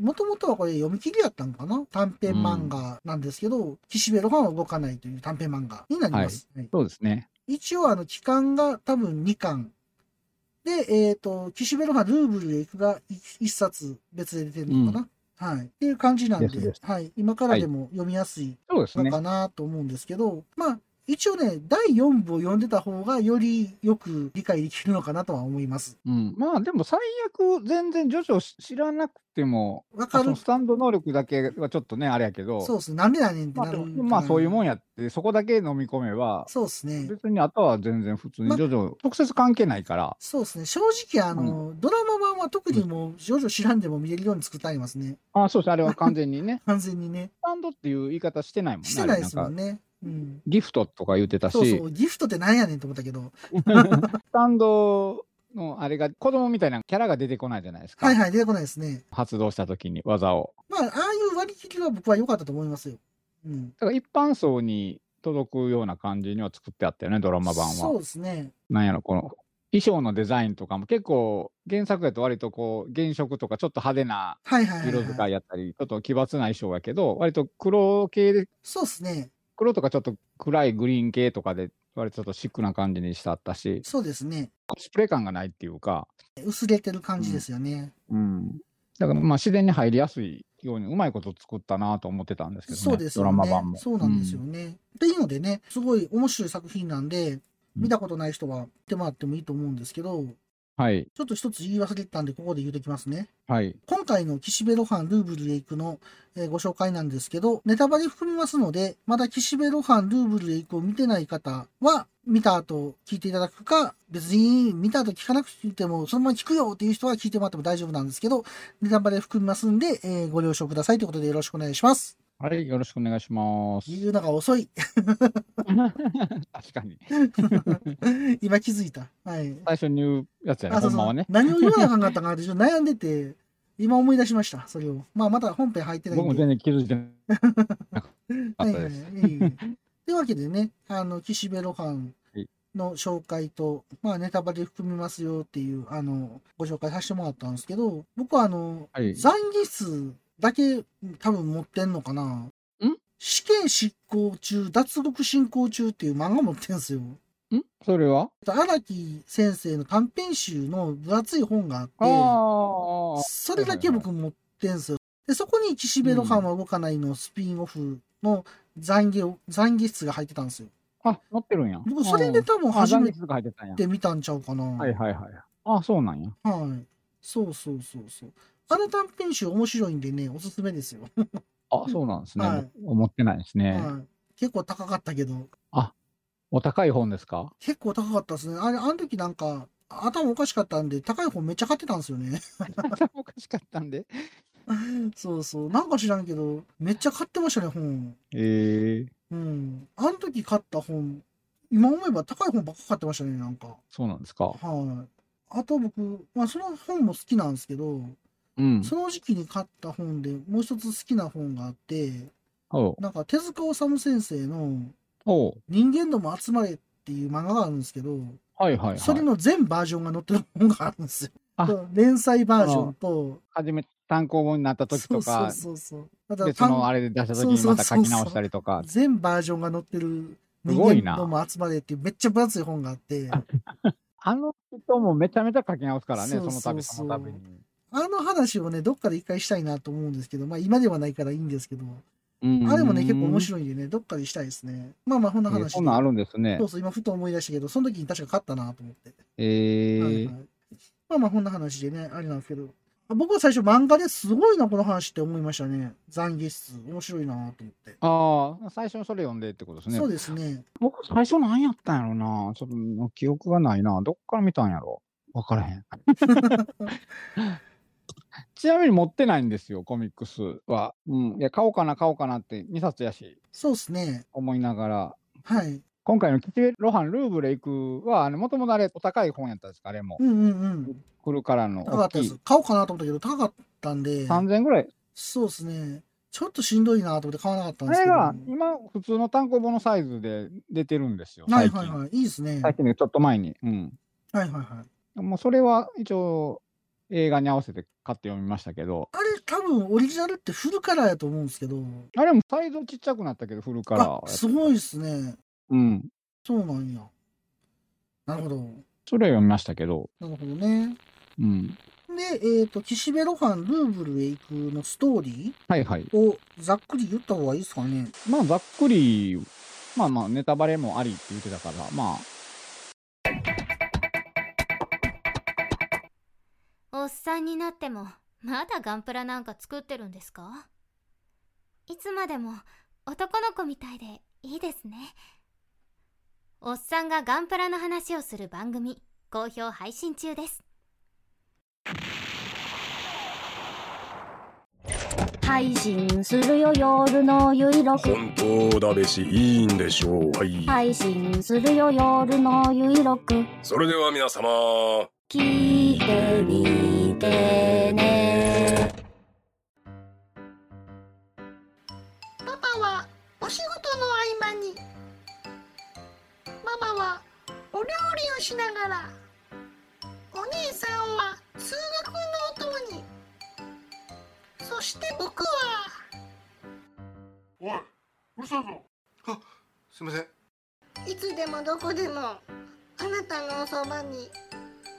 [SPEAKER 1] もともとはこれ読み切りやったんかな短編漫画なんですけど、岸辺露伴は動かないという短編漫画になります。はい
[SPEAKER 2] そうですね。
[SPEAKER 1] 一応あの期間が多分2巻で、えっと岸辺露伴ルーブルへ行くが1冊別で出てるのかな、はい、っていう感じなんで
[SPEAKER 2] ですです
[SPEAKER 1] はい、今からでも読みやすい
[SPEAKER 2] そうです
[SPEAKER 1] の
[SPEAKER 2] ね。
[SPEAKER 1] かなと思うんですけど、まあ一応ね第4部を読んでた方がよりよく理解できるのかなとは思います。
[SPEAKER 2] うん、まあでも最悪全然ジョジョし知らなくても
[SPEAKER 1] わ
[SPEAKER 2] ま
[SPEAKER 1] か
[SPEAKER 2] あそ
[SPEAKER 1] る
[SPEAKER 2] のスタンド能力だけはちょっとねあれやけど
[SPEAKER 1] そうっすなんでやねんって
[SPEAKER 2] ま
[SPEAKER 1] な
[SPEAKER 2] あ
[SPEAKER 1] る
[SPEAKER 2] で
[SPEAKER 1] か
[SPEAKER 2] も
[SPEAKER 1] な
[SPEAKER 2] まあそういうもんやってそこだけ飲み込めば
[SPEAKER 1] そうですね。
[SPEAKER 2] 別にあとは全然普通に
[SPEAKER 1] まあ
[SPEAKER 2] ジョジョ直接関係ないから
[SPEAKER 1] そうですね正直あの、ドラマ版は特にもう徐々知らんでも見れるように作ってありますね
[SPEAKER 2] あそうですあれは完全にね
[SPEAKER 1] 完全にね
[SPEAKER 2] スタンドっていう言い方してないもんね
[SPEAKER 1] してないですもんね。うん。
[SPEAKER 2] ギフトとか言ってたし、
[SPEAKER 1] そうそう、ギフトってなんやねんと思ったけど、
[SPEAKER 2] スタンドのあれが子供みたいなキャラが出てこないじゃないですか、
[SPEAKER 1] はいはい、出てこないですね。
[SPEAKER 2] 発動した時に技を。
[SPEAKER 1] まあ、ああいう割り切りは僕は良かったと思いますよ。うん。
[SPEAKER 2] だから一般層に届くような感じには作ってあったよね、ドラマ版
[SPEAKER 1] そ
[SPEAKER 2] は
[SPEAKER 1] う。ですね。
[SPEAKER 2] なんやろ、この衣装のデザインとかも結構原作やと割とこう原色とかちょっと派手な
[SPEAKER 1] はいはいはい、
[SPEAKER 2] 色使
[SPEAKER 1] はい。
[SPEAKER 2] いやったり、ちょっと奇抜な衣装やけど、割と黒系で、
[SPEAKER 1] そうですね。
[SPEAKER 2] 黒とかちょっと暗いグリーン系とかで、割とちょっとシックな感じにしてあったし、
[SPEAKER 1] そうですね。
[SPEAKER 2] コスプレ感がないっていうか、
[SPEAKER 1] 薄れてる感じですよね。
[SPEAKER 2] うん、だからまあ自然に入りやすいようにうまいこと作ったなと思ってたんですけど、ね、
[SPEAKER 1] そうです
[SPEAKER 2] ド
[SPEAKER 1] よ
[SPEAKER 2] ラ
[SPEAKER 1] ね
[SPEAKER 2] マ版も。
[SPEAKER 1] そうなんですよね。っていうのでね、すごい面白い作品なんで、見たことない人は見てもらってもいいと思うんですけど、
[SPEAKER 2] うんはい、
[SPEAKER 1] ちょっと一つ言い忘れてたんで、ここで言うときますね。
[SPEAKER 2] はい、
[SPEAKER 1] 今回の岸辺露伴ルーブルへ行くの、えーご紹介なんですけど、ネタバレ含みますので、まだ岸辺露伴ルーブルへ行くを見てない方は、見た後聞いていただくか、別に見た後聞かなくても、そのまま聞くよっていう人は聞いてもらっても大丈夫なんですけど、ネタバレ含みますんで、えーご了承くださいということでよろしくお願いします。
[SPEAKER 2] はい、よろしくお願いします。
[SPEAKER 1] 言うのが遅い。
[SPEAKER 2] 確かに。
[SPEAKER 1] 今気づいた。はい。
[SPEAKER 2] 最初に言うやつやね、ほんまはね。
[SPEAKER 1] 何を言わなあかんかったかなってちょっと悩んでて、今思い出しました、それを。まあ、また本編入ってないん
[SPEAKER 2] 僕
[SPEAKER 1] で。
[SPEAKER 2] も全然気づいてな
[SPEAKER 1] は
[SPEAKER 2] かっ
[SPEAKER 1] い
[SPEAKER 2] た
[SPEAKER 1] はいは
[SPEAKER 2] で
[SPEAKER 1] い
[SPEAKER 2] す。
[SPEAKER 1] ええ。 というわけでね、あの、岸辺露伴の紹介と、まあ、ネタバレ含みますよっていう、あの、ご紹介させてもらったんですけど、僕はあの、
[SPEAKER 2] はい。
[SPEAKER 1] 残儀数だけ多分持ってんのかな。死刑執行中、脱獄進行中っていう漫画持ってんすよ。
[SPEAKER 2] んそれは
[SPEAKER 1] 荒木先生の短編集の分厚い本が
[SPEAKER 2] あ
[SPEAKER 1] あって、
[SPEAKER 2] あ。
[SPEAKER 1] それだけ僕持ってんすよ。で、そこに岸辺露伴は動かないのスピンオフの残儀を、残儀室が入ってたんですよ。
[SPEAKER 2] あ、乗ってるんや。
[SPEAKER 1] 僕、それで多分
[SPEAKER 2] うんあ、
[SPEAKER 1] 初
[SPEAKER 2] 残
[SPEAKER 1] め
[SPEAKER 2] 月とか入ってたんや。
[SPEAKER 1] て見たんちゃうかな。
[SPEAKER 2] はいはいはい。あ、そうなんや。
[SPEAKER 1] はいそうそうそうそう。あの短編集面白いんでね、おすすめですよ。
[SPEAKER 2] あ、そうなんですね。
[SPEAKER 1] はい
[SPEAKER 2] 思ってないですね。
[SPEAKER 1] はい結構高かったけど、
[SPEAKER 2] お高い本ですか
[SPEAKER 1] 結構高かったですね。あれ、あの時なんか、頭おかしかったんで、高い本めっちゃ買ってたんですよね。
[SPEAKER 2] おかしかったんで。
[SPEAKER 1] そうそう。なんか知らんけど、めっちゃ買ってましたね、本。
[SPEAKER 2] ええ
[SPEAKER 1] うん。あの時買った本、今思えば高い本ばっか買ってましたね、なんか。
[SPEAKER 2] そうなんですか。
[SPEAKER 1] はい。あと僕、まあその本も好きなんですけど、
[SPEAKER 2] うん。
[SPEAKER 1] その時期に買った本でもう一つ好きな本があって、
[SPEAKER 2] おう
[SPEAKER 1] なんか手塚治虫先生の
[SPEAKER 2] おう
[SPEAKER 1] 「人間ども集まれ」っていう漫画があるんですけど、
[SPEAKER 2] はいはいはい。
[SPEAKER 1] それの全バージョンが載ってる本があるんですよ
[SPEAKER 2] あ。
[SPEAKER 1] 連載バージョンと、
[SPEAKER 2] 初め単行本になった時
[SPEAKER 1] そ
[SPEAKER 2] と
[SPEAKER 1] うそ
[SPEAKER 2] か
[SPEAKER 1] う、そうそう。だから
[SPEAKER 2] 別のあれで出した時にまた書き直したりと
[SPEAKER 1] 単
[SPEAKER 2] か。
[SPEAKER 1] 全バージョンが載ってる「
[SPEAKER 2] す
[SPEAKER 1] 人
[SPEAKER 2] ごい
[SPEAKER 1] 間
[SPEAKER 2] な
[SPEAKER 1] ども集まれ」っていうめっちゃ分厚い本があって、
[SPEAKER 2] ああの人もめちゃめちゃ書き直すからね、
[SPEAKER 1] そう
[SPEAKER 2] その度
[SPEAKER 1] そ
[SPEAKER 2] そう
[SPEAKER 1] そう
[SPEAKER 2] の度に。
[SPEAKER 1] あの話をね、どっかで一回したいなと思うんですけど、まあ今ではないからいいんですけど、
[SPEAKER 2] うん
[SPEAKER 1] あれもね、結構面白いんでね、どっかでしたいですね。まあまあ、こんな
[SPEAKER 2] えー
[SPEAKER 1] 話で。
[SPEAKER 2] そんなんあるんですね
[SPEAKER 1] そう。そう、今ふと思い出したけど、その時に確か勝ったなと思って。
[SPEAKER 2] ええ
[SPEAKER 1] はいはい、まあまあ、こんな話でね、あれなんですけど。あ僕は最初漫画ですごいな、この話って思いましたね。残儀室。面白いなと思って。
[SPEAKER 2] ああ、最初にそれ読んでってことですね
[SPEAKER 1] そう。ですね。
[SPEAKER 2] 僕、最初何やったんやろな。ちょっと記憶がないな。どっから見たんやろ。わからへん。ちなみに持ってないんですよ、コミックスは。うん。いや、買おうかな、買おうかなって2冊やし、
[SPEAKER 1] そうですね。
[SPEAKER 2] 思いながら。
[SPEAKER 1] はい。
[SPEAKER 2] 今回のキチベロハン・ルーブレイクは、あの、もともとあれ、お高い本やったんですか、あれも
[SPEAKER 1] う。んうんうん。
[SPEAKER 2] 来るからの
[SPEAKER 1] 高か
[SPEAKER 2] 大
[SPEAKER 1] った
[SPEAKER 2] き
[SPEAKER 1] です
[SPEAKER 2] い。。
[SPEAKER 1] 買おうかなと思ったけど、高かったんで、
[SPEAKER 2] 3000ぐらい。
[SPEAKER 1] そうですね。ちょっとしんどいなと思って買わなかったん
[SPEAKER 2] あ
[SPEAKER 1] です
[SPEAKER 2] れ
[SPEAKER 1] けど。
[SPEAKER 2] が、今、普通の単行本のサイズで出てるんですよ、
[SPEAKER 1] はい
[SPEAKER 2] 最
[SPEAKER 1] はい
[SPEAKER 2] 近。
[SPEAKER 1] はい。いいですね。は
[SPEAKER 2] 最
[SPEAKER 1] い
[SPEAKER 2] 近ね、ちょっと前に。うん。
[SPEAKER 1] はいはい。
[SPEAKER 2] もうそれは一応映画に合わせて買って読みましたけど、
[SPEAKER 1] あれ多分オリジナルってフルカラーやと思うんですけど。
[SPEAKER 2] あれもサイズちっちゃくなったけど、フルカラーやっ
[SPEAKER 1] あ
[SPEAKER 2] た。
[SPEAKER 1] すごいですね。
[SPEAKER 2] うん。
[SPEAKER 1] そうなんや。なるほど。
[SPEAKER 2] それは読みましたけど、
[SPEAKER 1] なるほどね。
[SPEAKER 2] うん。
[SPEAKER 1] で、えっ、と、岸辺露伴ルーブルへ行くのストーリ
[SPEAKER 2] はいはい。
[SPEAKER 1] ーをざっくり言った方がいいですかね。
[SPEAKER 2] まあ、ざっくり、まあまあ、ネタバレもありって言ってたから、まあ、
[SPEAKER 3] おっさんになってもまだガンプラなんか作ってるんですかいつまでも男の子みたいでいいですねおっさんがガンプラの話をする番組好評配信中です
[SPEAKER 4] 配信するよ夜のゆいろく
[SPEAKER 5] 本当だべしいいんでしょうはい、
[SPEAKER 4] 配信するよ夜のゆいろく
[SPEAKER 5] それでは皆様
[SPEAKER 4] 聞いてみてね
[SPEAKER 6] パパはお仕事の合間にママはお料理をしながらお姉さんは通学のお供にそして僕は
[SPEAKER 7] おい、うるさいぞ。あ、すみません。
[SPEAKER 6] いつでもどこでもあなたのおそばに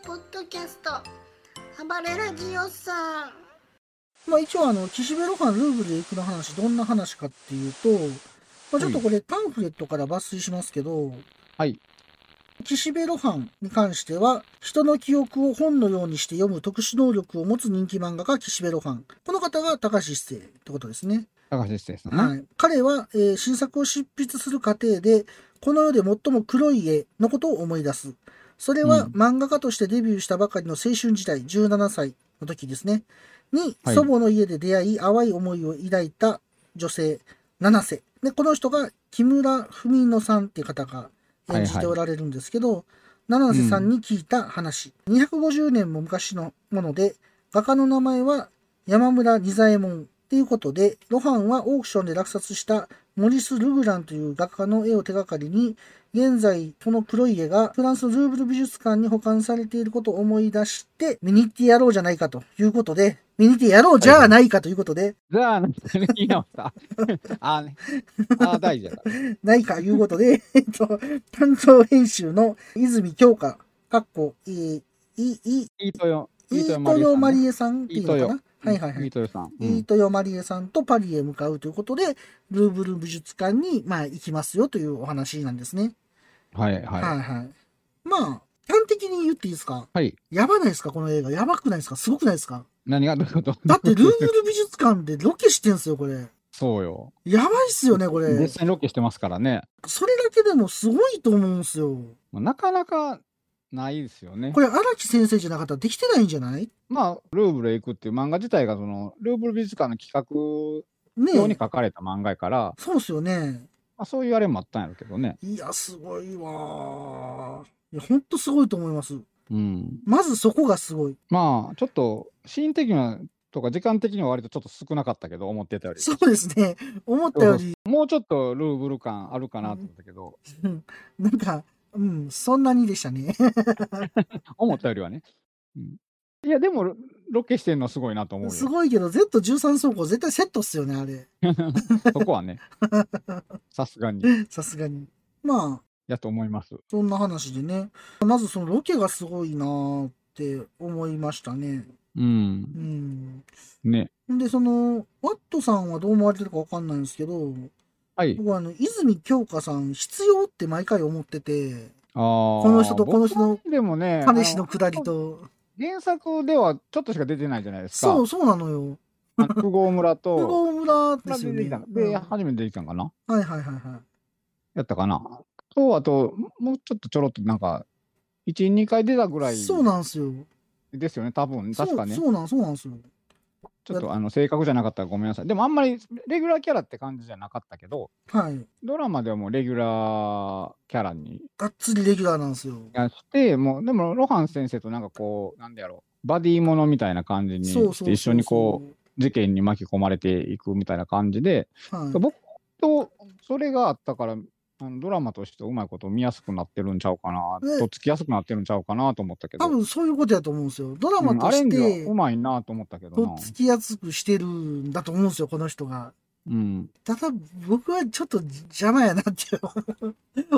[SPEAKER 6] ポッドキャスト暴れラジオさん
[SPEAKER 1] まあ一応あの、岸辺露伴ルーブルで行くの話、どんな話かっていうと、まあちょっとこれパンフレットから抜粋しますけど、
[SPEAKER 2] はい。
[SPEAKER 1] 岸辺露伴に関しては、人の記憶を本のようにして読む特殊能力を持つ人気漫画家、岸辺露伴。この方が高橋一生ってことですね。
[SPEAKER 2] 高橋一生さんね。
[SPEAKER 1] はい、彼は、えー新作を執筆する過程でこの世で最も黒い絵のことを思い出すそれは、
[SPEAKER 2] うん
[SPEAKER 1] 漫画家としてデビューしたばかりの青春時代17歳の時ですねに、
[SPEAKER 2] はい
[SPEAKER 1] 祖母の家で出会い淡い思いを抱いた女性七瀬でこの人が木村文乃さんっていう方が演じておられるんですけど、七瀬さんに聞いた話、250年も昔のもので画家の名前は山村仁左衛門っていうことで露伴はオークションで落札したモリス・ルグランという画家の絵を手がかりに現在この黒い絵がフランスのルーブル美術館に保管されていることを思い出して見に行ってやろうじゃないかということで見に行ってやろうじゃないかということで、
[SPEAKER 2] じゃあ、なんかね、言い直した。 あーね。あー、大事だ。
[SPEAKER 1] ないかいうことで、えっと、担当編集の泉京香、かっこ、えー、い、い、
[SPEAKER 2] いいとよ。
[SPEAKER 1] い
[SPEAKER 2] いいとよ
[SPEAKER 1] とよ
[SPEAKER 2] マ
[SPEAKER 1] まり
[SPEAKER 2] リ
[SPEAKER 1] えさんって
[SPEAKER 2] い
[SPEAKER 1] い
[SPEAKER 2] いう
[SPEAKER 1] の
[SPEAKER 2] と
[SPEAKER 1] か
[SPEAKER 2] よ
[SPEAKER 1] な。はいはいはい
[SPEAKER 2] いい。とよさん。う
[SPEAKER 1] 飯
[SPEAKER 2] ん
[SPEAKER 1] 豊まりえさんとパリへ向かうということで、ルーブル美術館に、まあ、行きますよというお話なんですね。
[SPEAKER 2] はい、
[SPEAKER 1] はい、
[SPEAKER 2] は
[SPEAKER 1] はい、まあ、端的に言っていいですか
[SPEAKER 2] い。はい。
[SPEAKER 1] やばないですかこの映画。やばくないですかすごくないですか
[SPEAKER 2] 何がどういうこと
[SPEAKER 1] だって、ルーブル美術館でロケしてんすよ、これ。
[SPEAKER 2] そうよ。
[SPEAKER 1] やばいっすよね、これ
[SPEAKER 2] 実。際にロケしてますからね。
[SPEAKER 1] それだけでもすごいと思うんすよ。
[SPEAKER 2] まあなかなかないですよね
[SPEAKER 1] こ。れ、荒木先生じゃなかったらできてないんじゃない
[SPEAKER 2] まあ、ルーブルへ行くっていう漫画自体が、その、ルーブル美術館の企画
[SPEAKER 1] ね
[SPEAKER 2] 用に
[SPEAKER 1] え。
[SPEAKER 2] 書かれた漫画やから、
[SPEAKER 1] そうっすよね。
[SPEAKER 2] まあ、そういうあれもあったんやろうけどね。
[SPEAKER 1] いや、すごいわー。いや、ほんとすごいと思います。
[SPEAKER 2] うん。
[SPEAKER 1] まずそこがすごい。
[SPEAKER 2] まあ、ちょっと、シーン的なとか、時間的には割とちょっと少なかったけど、思ってたより。
[SPEAKER 1] そうですね。思ったより、
[SPEAKER 2] もうちょっとルーブル感あるかなと思ったけど、
[SPEAKER 1] なんか、うん、そんなにでしたね。
[SPEAKER 2] 思ったよりはね。うんいや、でもロ、ロケしてんのすごいなと思うよ。
[SPEAKER 1] すごいけど、Z13 走行絶対セットっすよね、あれ。
[SPEAKER 2] そこ はね。さすがに。
[SPEAKER 1] さすがに。まあ、
[SPEAKER 2] やと思います。
[SPEAKER 1] そんな話でね。まずそのロケがすごいなーって思いましたね。
[SPEAKER 2] うん
[SPEAKER 1] う。ん。
[SPEAKER 2] ね。
[SPEAKER 1] で、その、ワットさんはどう思われてるかわかんないんですけど、
[SPEAKER 2] はい。
[SPEAKER 1] 僕はあの、泉京香さん必要って毎回思ってて、
[SPEAKER 2] こ
[SPEAKER 1] この人とこの人の
[SPEAKER 2] でもね、
[SPEAKER 1] 彼氏の
[SPEAKER 2] あ
[SPEAKER 1] 下りと、
[SPEAKER 2] 原作ではちょっとしか出てないじゃないですか。
[SPEAKER 1] そう、そうなのよ。
[SPEAKER 2] あの富豪村と。
[SPEAKER 1] 富豪村で
[SPEAKER 2] 村
[SPEAKER 1] すよ
[SPEAKER 2] で
[SPEAKER 1] ね。う
[SPEAKER 2] 出てきたの
[SPEAKER 1] ん
[SPEAKER 2] で、
[SPEAKER 1] はい
[SPEAKER 2] 初めて出てきたんかな
[SPEAKER 1] はいはいはい。
[SPEAKER 2] やったかなと、あと、もうちょっとちょろっとなんか、1、2回出たぐらい
[SPEAKER 1] そうなんですよ。
[SPEAKER 2] ですよね、多分
[SPEAKER 1] そう
[SPEAKER 2] 確かね。
[SPEAKER 1] そうなんそうなんですよ。
[SPEAKER 2] ちょっとあの正確じゃなかったらごめんなさい。でもあんまりレギュラーキャラって感じじゃなかったけど、
[SPEAKER 1] はい。
[SPEAKER 2] ドラマではもうレギュラーキャラに
[SPEAKER 1] がっつりレギュラーなんですよ。
[SPEAKER 2] して、もう、でもロハン先生となんかこう、なんでやろう、バディものみたいな感じに
[SPEAKER 1] そうそう
[SPEAKER 2] して、一緒にこう、事件に巻き込まれていくみたいな感じで、
[SPEAKER 1] う。はい、
[SPEAKER 2] 僕とそれがあったから、あのドラマとしてうまいこと見やすくなってるんちゃうかな、
[SPEAKER 1] ね
[SPEAKER 2] とっつきやすくなってるんちゃうかなと思ったけど、
[SPEAKER 1] 多分そういうことやと思うんですよ。ドラ
[SPEAKER 2] う
[SPEAKER 1] マ
[SPEAKER 2] ん
[SPEAKER 1] と
[SPEAKER 2] アレ
[SPEAKER 1] し
[SPEAKER 2] ンジは
[SPEAKER 1] て
[SPEAKER 2] う、まいなと思ったけど
[SPEAKER 1] と
[SPEAKER 2] な
[SPEAKER 1] っ。つきやすくしてるんだと思うんですよ、この人が。
[SPEAKER 2] うん、
[SPEAKER 1] ただ、僕はちょっと邪魔やなって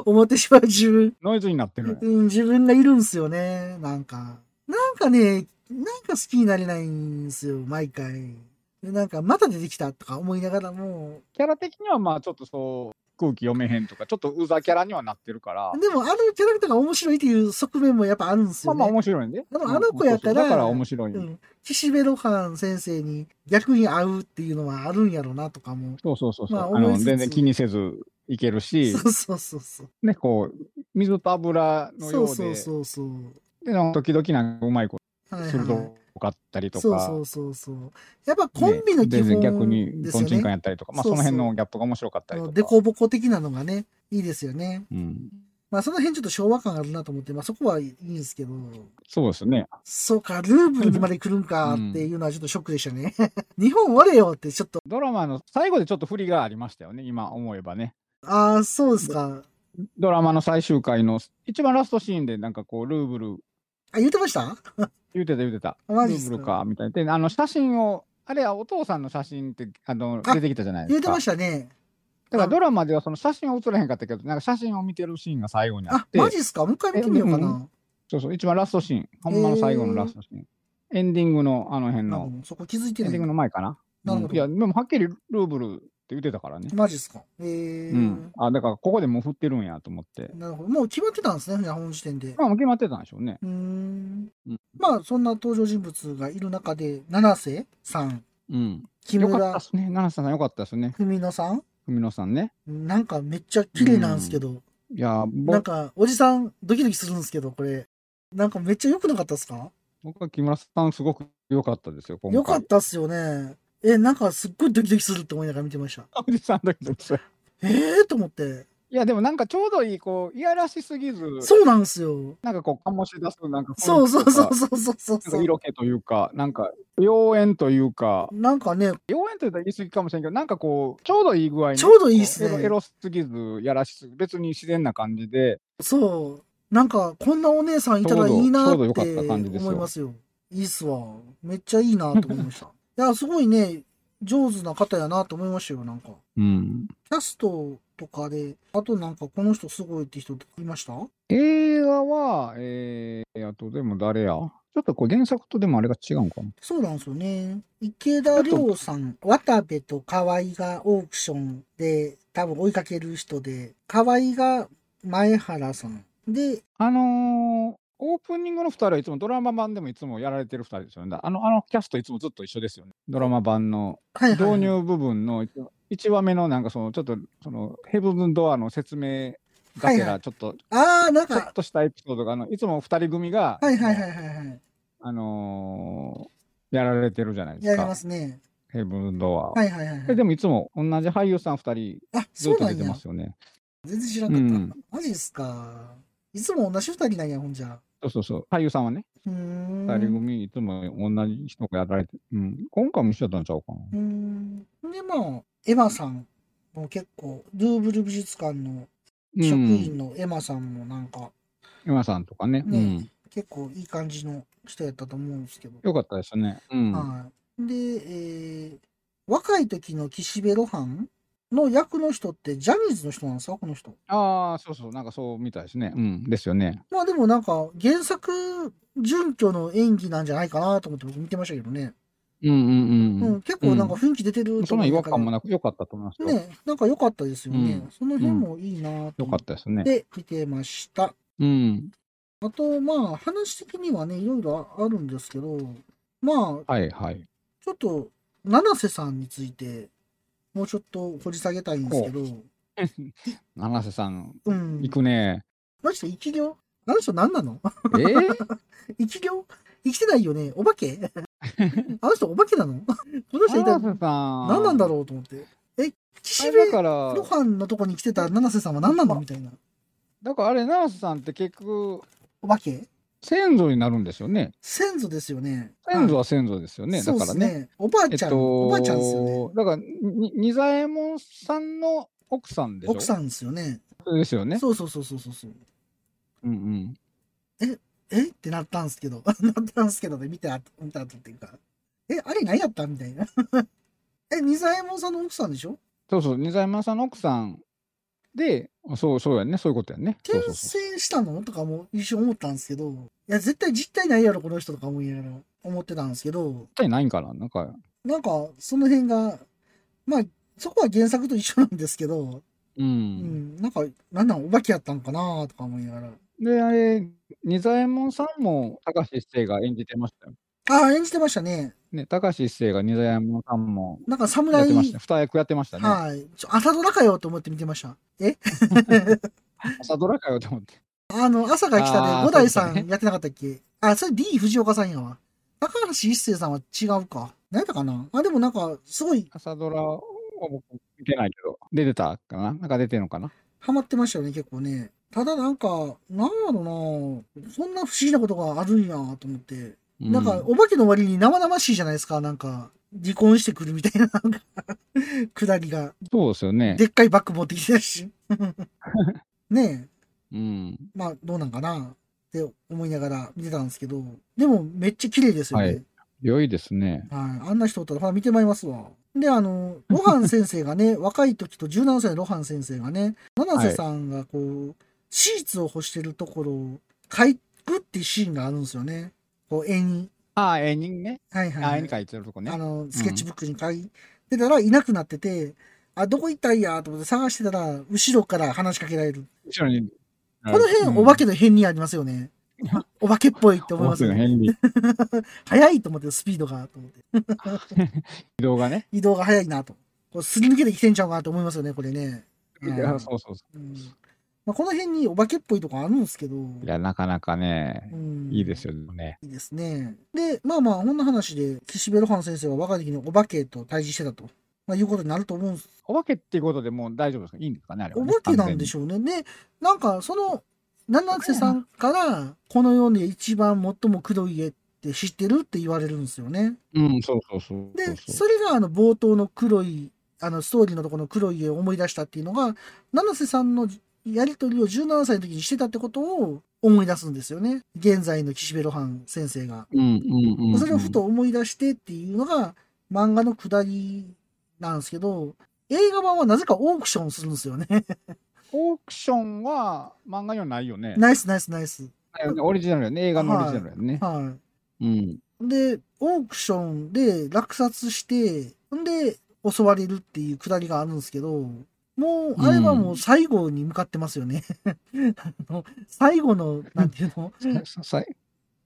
[SPEAKER 1] 思ってしまう 自分、
[SPEAKER 2] ノイズになってる。
[SPEAKER 1] うん、自分がいるんですよね、なんか。なんかね、なんか好きになれないんですよ、毎回。でなんか、また出てきたとか思いながらも、
[SPEAKER 2] キャラ的にはまあちょっとそう空気読めへんとかちょっとうざキャラにはなってるから、
[SPEAKER 1] でも、あのキャラクターが面白いっていう側面もやっぱあるんです
[SPEAKER 2] ま
[SPEAKER 1] よ
[SPEAKER 2] あ
[SPEAKER 1] ね。
[SPEAKER 2] まあ面白いんで。
[SPEAKER 1] でも
[SPEAKER 2] うん
[SPEAKER 1] あの子やから
[SPEAKER 2] そうそうだから面白い、
[SPEAKER 1] うん、岸辺露伴先生に逆に会うっていうのはあるんやろなとかも。
[SPEAKER 2] そうそうそうそう、
[SPEAKER 1] まあ
[SPEAKER 2] あ、
[SPEAKER 1] 思い
[SPEAKER 2] の
[SPEAKER 1] つつ
[SPEAKER 2] 全然気にせずいけるし
[SPEAKER 1] そ、うそうそうそう。
[SPEAKER 2] ね、こう水と油の
[SPEAKER 1] そ
[SPEAKER 2] よう
[SPEAKER 1] う
[SPEAKER 2] で
[SPEAKER 1] そうそうそう。
[SPEAKER 2] でなんか時々なんかうまいこと
[SPEAKER 1] はい
[SPEAKER 2] する
[SPEAKER 1] は
[SPEAKER 2] とかったりとか、
[SPEAKER 1] そうそうそうそう。やっぱコンビの基
[SPEAKER 2] ね
[SPEAKER 1] 本
[SPEAKER 2] で逆
[SPEAKER 1] で
[SPEAKER 2] に
[SPEAKER 1] す
[SPEAKER 2] とん
[SPEAKER 1] よ
[SPEAKER 2] ちんかん
[SPEAKER 1] ね。
[SPEAKER 2] やったりとか、まあ、
[SPEAKER 1] そう
[SPEAKER 2] そ
[SPEAKER 1] そう
[SPEAKER 2] の辺のギャップが面白かった
[SPEAKER 1] あ
[SPEAKER 2] り
[SPEAKER 1] の
[SPEAKER 2] と
[SPEAKER 1] デ
[SPEAKER 2] か。
[SPEAKER 1] コボコ的なのがね、いいですよね。
[SPEAKER 2] うん、
[SPEAKER 1] まあその辺ちょっと昭和感あるなと思って、まあそこはいいんですけど、
[SPEAKER 2] そうですね。
[SPEAKER 1] そうか、ルーブルにまで来るんかっていうのはちょっとショックでしたね。 日本我よってちょっと、
[SPEAKER 2] ドラマの最後でちょっと振りがありましたよね、今思えばね。
[SPEAKER 1] ああ、そうですか。
[SPEAKER 2] ドラマの最終回の一番ラストシーンで、なんかこう、ルーブル、
[SPEAKER 1] あ、言ってました
[SPEAKER 2] 言うてた言うてた、ル
[SPEAKER 1] マジっす
[SPEAKER 2] ー
[SPEAKER 1] か
[SPEAKER 2] ブルか、みたいな。で、あの、写真を、あれはお父さんの写真ってあの
[SPEAKER 1] あ
[SPEAKER 2] 出てきたじゃないで
[SPEAKER 1] 言
[SPEAKER 2] す
[SPEAKER 1] っ
[SPEAKER 2] か。
[SPEAKER 1] てましたね。
[SPEAKER 2] だからドラマではその写真は映らへんかったけど、なんか写真を見てるシーンが最後にあ
[SPEAKER 1] あ
[SPEAKER 2] っ、て、
[SPEAKER 1] マジっすかもう一回見てみようか
[SPEAKER 2] えう
[SPEAKER 1] な。
[SPEAKER 2] そうそう、一番ラストシーン、ほんまの最後のラストシーン。エンディングのあの辺
[SPEAKER 1] なるほ
[SPEAKER 2] の、
[SPEAKER 1] どそこ気づいて
[SPEAKER 2] エン
[SPEAKER 1] な
[SPEAKER 2] ディング
[SPEAKER 1] い。
[SPEAKER 2] の前かな。
[SPEAKER 1] なるほ
[SPEAKER 2] う
[SPEAKER 1] ど
[SPEAKER 2] んいや、でもはっきりルーブルって言ってたからね。
[SPEAKER 1] マジっすかえー
[SPEAKER 2] うん。あ、だからここでもう振ってるんやと思って。
[SPEAKER 1] なるほど。もう決まってたんですね、本時点で。
[SPEAKER 2] まあ、もう決まってたんでしょうね。
[SPEAKER 1] うーん
[SPEAKER 2] うん
[SPEAKER 1] まあそんな登場人物がいる中で七瀬さん
[SPEAKER 2] うん。
[SPEAKER 1] 木
[SPEAKER 2] よかった
[SPEAKER 1] 村
[SPEAKER 2] っすね。七瀬さんよかったですね。
[SPEAKER 1] 文乃さん
[SPEAKER 2] 文野さんね。
[SPEAKER 1] なんかめっちゃ綺麗なんですけど、
[SPEAKER 2] いや、ぼ
[SPEAKER 1] なんかおじさんドキドキするんですけどこれなんかめっちゃ良くなかったですか
[SPEAKER 2] 僕は木村さんすごく良かったですよ、今回。
[SPEAKER 1] 良かったっすよねえなんかすっごいドキドキするって思いながら見てました
[SPEAKER 2] た。おじさんだけど。い
[SPEAKER 1] ええー、と思って
[SPEAKER 2] や、でもなんかちょうどいい、こう、いやらしすぎず、
[SPEAKER 1] そうなんですよ
[SPEAKER 2] なんかこう、醸し出す、なんか、
[SPEAKER 1] そうそうそうそうそうそう
[SPEAKER 2] なんか色気というか、なんか、妖艶というか、
[SPEAKER 1] なんかね
[SPEAKER 2] 妖艶というと言い過ぎかもしれんけど、なんかこう、ちょうどいい具合に。
[SPEAKER 1] ちょうどいいっすね
[SPEAKER 2] こうエロエロすぎず、やらしすぎず、別に自然な感じで、
[SPEAKER 1] そうなんかこんなお姉さんいたらいいな
[SPEAKER 2] ちょうど
[SPEAKER 1] っ
[SPEAKER 2] よかってた感じですよ
[SPEAKER 1] 思いますよいいっすわめっちゃいいなと思いま したいやすごいね上手な方やなと思いましたよなんか
[SPEAKER 2] うん。
[SPEAKER 1] キャストとかであとなんかこの人すごいって人いました
[SPEAKER 2] 映画は、えー、あとでも誰やちょっとこう原作とでもあれが違うんかな。
[SPEAKER 1] そうなんですよね池田亮さん渡部と河合がオークションで多分追いかける人で河合が前原さんで
[SPEAKER 2] あのーオープニングの2人はいつもドラマ版でもいつもやられてる2人ですよね。あの、あのキャストいつもずっと一緒ですよね。ドラマ版の
[SPEAKER 1] はいはい
[SPEAKER 2] 導入部分の1話目のなんかそのちょっとそのヘブンドアの説明がて
[SPEAKER 1] はいは
[SPEAKER 2] ら
[SPEAKER 1] い
[SPEAKER 2] ちょっと
[SPEAKER 1] ああなん
[SPEAKER 2] ちょっ
[SPEAKER 1] か
[SPEAKER 2] としたエピソードがあのいつも2人組が、
[SPEAKER 1] はいはいはいはいはい
[SPEAKER 2] あのーやられてるじゃないで
[SPEAKER 1] や
[SPEAKER 2] す
[SPEAKER 1] り
[SPEAKER 2] か
[SPEAKER 1] ますね
[SPEAKER 2] ヘブンドアを、
[SPEAKER 1] はいはいはいはい
[SPEAKER 2] ででもいつも同じ俳優さん2人
[SPEAKER 1] あ、
[SPEAKER 2] ず
[SPEAKER 1] そ
[SPEAKER 2] っ
[SPEAKER 1] う
[SPEAKER 2] と
[SPEAKER 1] な
[SPEAKER 2] 出
[SPEAKER 1] ん
[SPEAKER 2] て
[SPEAKER 1] や
[SPEAKER 2] ま。すよね。
[SPEAKER 1] 全然知らんかった。
[SPEAKER 2] うん
[SPEAKER 1] マジっすか。いつも同じ二人なんや、ほんじゃ。
[SPEAKER 2] そうそうそう俳優さんはね
[SPEAKER 1] うーん。
[SPEAKER 2] 2人組いつも同じ人がやられて、うん、今回も一緒だったんちゃうかな。
[SPEAKER 1] うーん。で、まあ、エマさんも結構、ルーブル美術館の
[SPEAKER 2] う
[SPEAKER 1] 職
[SPEAKER 2] ん、
[SPEAKER 1] 員のエマさんもなんか、
[SPEAKER 2] 今さんとかね
[SPEAKER 1] ね
[SPEAKER 2] うん、
[SPEAKER 1] 結構いい感じの人やったと思うんですけど。
[SPEAKER 2] よかったですね。うん、
[SPEAKER 1] はい。で、えー若い時の岸辺露伴の役の人ってジャニーズの人なんですかこの人。
[SPEAKER 2] ああそうそうなんかそうみたいですね。うん、ですよね。
[SPEAKER 1] まあでもなんか原作準拠の演技なんじゃないかなと思って僕見てましたけどね。
[SPEAKER 2] うんうんうん
[SPEAKER 1] うん、結構なんか雰囲気出てると
[SPEAKER 2] そん
[SPEAKER 1] 思
[SPEAKER 2] な
[SPEAKER 1] う
[SPEAKER 2] 違
[SPEAKER 1] んだ
[SPEAKER 2] 和
[SPEAKER 1] から
[SPEAKER 2] 感もなく良かったと思いますよ。
[SPEAKER 1] ね、なんか良かったですよね。
[SPEAKER 2] うん
[SPEAKER 1] その辺もいいなと
[SPEAKER 2] 良か
[SPEAKER 1] 思
[SPEAKER 2] っ
[SPEAKER 1] った
[SPEAKER 2] ですね。
[SPEAKER 1] て見てました。
[SPEAKER 2] うん。
[SPEAKER 1] あと、まあ、話的にはね、いろいろあるんですけど、まあ、
[SPEAKER 2] はいはい。
[SPEAKER 1] ちょっと、七瀬さんについて、もうちょっと掘り下げたいんですけど、
[SPEAKER 2] 七瀬さん、
[SPEAKER 1] うん
[SPEAKER 2] 行。くね。
[SPEAKER 1] マジで生き量あの人何なの
[SPEAKER 2] えー、
[SPEAKER 1] 生き量生きてないよねお化け あの人お化けなのこの人一体
[SPEAKER 2] 七瀬さん。
[SPEAKER 1] 何なんだ
[SPEAKER 2] う。
[SPEAKER 1] ろうと思って。え、岸
[SPEAKER 2] あれ
[SPEAKER 1] 辺
[SPEAKER 2] だか
[SPEAKER 1] 露
[SPEAKER 2] ら、
[SPEAKER 1] 伴のとこに来てた七瀬さんは何なのみたいな。
[SPEAKER 2] だからあれ、七瀬さんって結局、
[SPEAKER 1] お化け
[SPEAKER 2] 先祖になるんですよね。
[SPEAKER 1] 先祖ですよね。
[SPEAKER 2] 先祖は先祖ですよね。
[SPEAKER 1] そ
[SPEAKER 2] だ
[SPEAKER 1] う
[SPEAKER 2] か
[SPEAKER 1] で
[SPEAKER 2] ら
[SPEAKER 1] す
[SPEAKER 2] ね。
[SPEAKER 1] おばあ
[SPEAKER 2] えっ
[SPEAKER 1] ちゃん、
[SPEAKER 2] と、
[SPEAKER 1] おばあちゃんですよね。
[SPEAKER 2] だから、に仁左衛門さんの奥さんでしょ
[SPEAKER 1] 奥さんですよね。
[SPEAKER 2] ん。ですよね。
[SPEAKER 1] そうそうそうそうそうそう。
[SPEAKER 2] うんうん。
[SPEAKER 1] えってなったんですけど、 なったんですけどね、見た後、見た後っていうか。え、あれ何やったみたいな。 え、仁左衛門さんの奥さんでしょ
[SPEAKER 2] そうそう、仁左衛門さんの奥さんで、そうそうやね。そういうことやね。そうそ
[SPEAKER 1] 転
[SPEAKER 2] うそう。
[SPEAKER 1] 生したのとかも一瞬思ったんですけど、いや、絶対実体ないやろ、この人とか思いながら思ってたんですけど、
[SPEAKER 2] 絶対ないんかななんか、
[SPEAKER 1] なんか、その辺が、まあ、そこは原作と一緒なんですけど、
[SPEAKER 2] う。
[SPEAKER 1] うんん、なんか、なんなん、お化けやったんかなとか思いながら。
[SPEAKER 2] で、あれ、仁左衛門さんも高橋一生が演じてましたよ。
[SPEAKER 1] ああ、演じてましたね。
[SPEAKER 2] ね、高橋一生が仁左衛門さんも
[SPEAKER 1] なんか
[SPEAKER 2] やっ
[SPEAKER 1] 侍、
[SPEAKER 2] てました。二役やってましたね。
[SPEAKER 1] はい。ちょ朝ドラかよと思って見てました。え
[SPEAKER 2] 朝ドラかよと思って。
[SPEAKER 1] あの、朝が来た
[SPEAKER 2] あ
[SPEAKER 1] で、
[SPEAKER 2] ー
[SPEAKER 1] 五代さ
[SPEAKER 2] そうです
[SPEAKER 1] んやってなかったっけあ、それ D 藤岡さんやわ。高橋一生さんは違うか。何やったかなあ、でもなんか、すごい
[SPEAKER 2] 朝ドラを僕見てないけど、出てたかななんか出てるのかな
[SPEAKER 1] ハマってましたよね、結構ね。ただなんか、なんやろなそんな不思議なことがあるんやと思って。なんか、
[SPEAKER 2] う
[SPEAKER 1] お化けの割に生々しいじゃないですか。なんか、離婚してくるみたいな、なんか、 くだりが。
[SPEAKER 2] そうですよね。
[SPEAKER 1] でっかいバッグ持ってきてた し。ねえ、
[SPEAKER 2] うん。
[SPEAKER 1] まあ、どうなんかなって思いながら見てたんですけど、でも、めっちゃ綺麗ですよね。
[SPEAKER 2] は
[SPEAKER 1] はいい。
[SPEAKER 2] 良いですね。
[SPEAKER 1] あんな人おったら、ほら、見てまいりますわ。で、あの、露伴先生がね、 若い時と17歳の露伴先生がね、七瀬さんがこう、シーツを干してるところを、かいくっていうシーンがあるんですよね。こう、絵に。
[SPEAKER 2] ああ、絵にね。
[SPEAKER 1] はいはい、
[SPEAKER 2] あ
[SPEAKER 1] は
[SPEAKER 2] あ、
[SPEAKER 1] い
[SPEAKER 2] 絵に。描いてるとこね
[SPEAKER 1] あ。の、スケッチブックに書いてたらいなくなってて、あ、どこ行ったんやと思って探してたら、後ろから話しかけられる。
[SPEAKER 2] 後ろに。こ
[SPEAKER 1] この辺、お化けの辺にありますよ ね。お化けっぽいって思い
[SPEAKER 2] 思いま
[SPEAKER 1] ます
[SPEAKER 2] す
[SPEAKER 1] よ
[SPEAKER 2] よ、
[SPEAKER 1] ね。
[SPEAKER 2] ヘンリー。
[SPEAKER 1] 速いと思って、スピードが、と思って。
[SPEAKER 2] 移動がね。
[SPEAKER 1] 移動が速いなと。こうすり抜けてきてんちゃうかなと思いますよね、これね。
[SPEAKER 2] い
[SPEAKER 1] うん
[SPEAKER 2] や、そうそうそ
[SPEAKER 1] うんまあ、この辺にお化けっぽいとこあるんですけど。
[SPEAKER 2] う。いや、なかなかね、いいです
[SPEAKER 1] よ。
[SPEAKER 2] よね。
[SPEAKER 1] いいですね。で、まあまあ、こんな話で、岸辺露伴先生は若い時にお化けと対峙してたと、まあ、いうことになると思うんです
[SPEAKER 2] お化けっていうことでもう大丈夫ですかいいんですかねあれは
[SPEAKER 1] お
[SPEAKER 2] ね、
[SPEAKER 1] 化けなんでしょうね。で、なんかその、七瀬さんから、この世で一番最も黒い絵って知ってるって言われるんですよね。
[SPEAKER 2] 完全にうん、そうそうそう。
[SPEAKER 1] で、
[SPEAKER 2] そう
[SPEAKER 1] それがあの冒頭の黒い、あのストーリーのところの黒い絵を思い出したっていうのが、七瀬さんのやりとりを17歳の時にしてたってことを思い出すんですよね。現在の岸辺露伴先生が。
[SPEAKER 2] うんうんうん。
[SPEAKER 1] それをふと。思い出してっていうのが漫画のくだりなんですけど、映画版はなぜかオークションするんですよね。
[SPEAKER 2] オークションは漫画にはないよね。
[SPEAKER 1] ナイスナイスナイス。
[SPEAKER 2] オリジナルよね。映画のオリジナルよね。
[SPEAKER 1] はい。
[SPEAKER 2] うん。
[SPEAKER 1] で、オークションで落札して、んで、襲われるっていうくだりがあるんですけど、もう、あれはもう最後に向かってますよね。 あの最後の、なんていうの、
[SPEAKER 2] ささい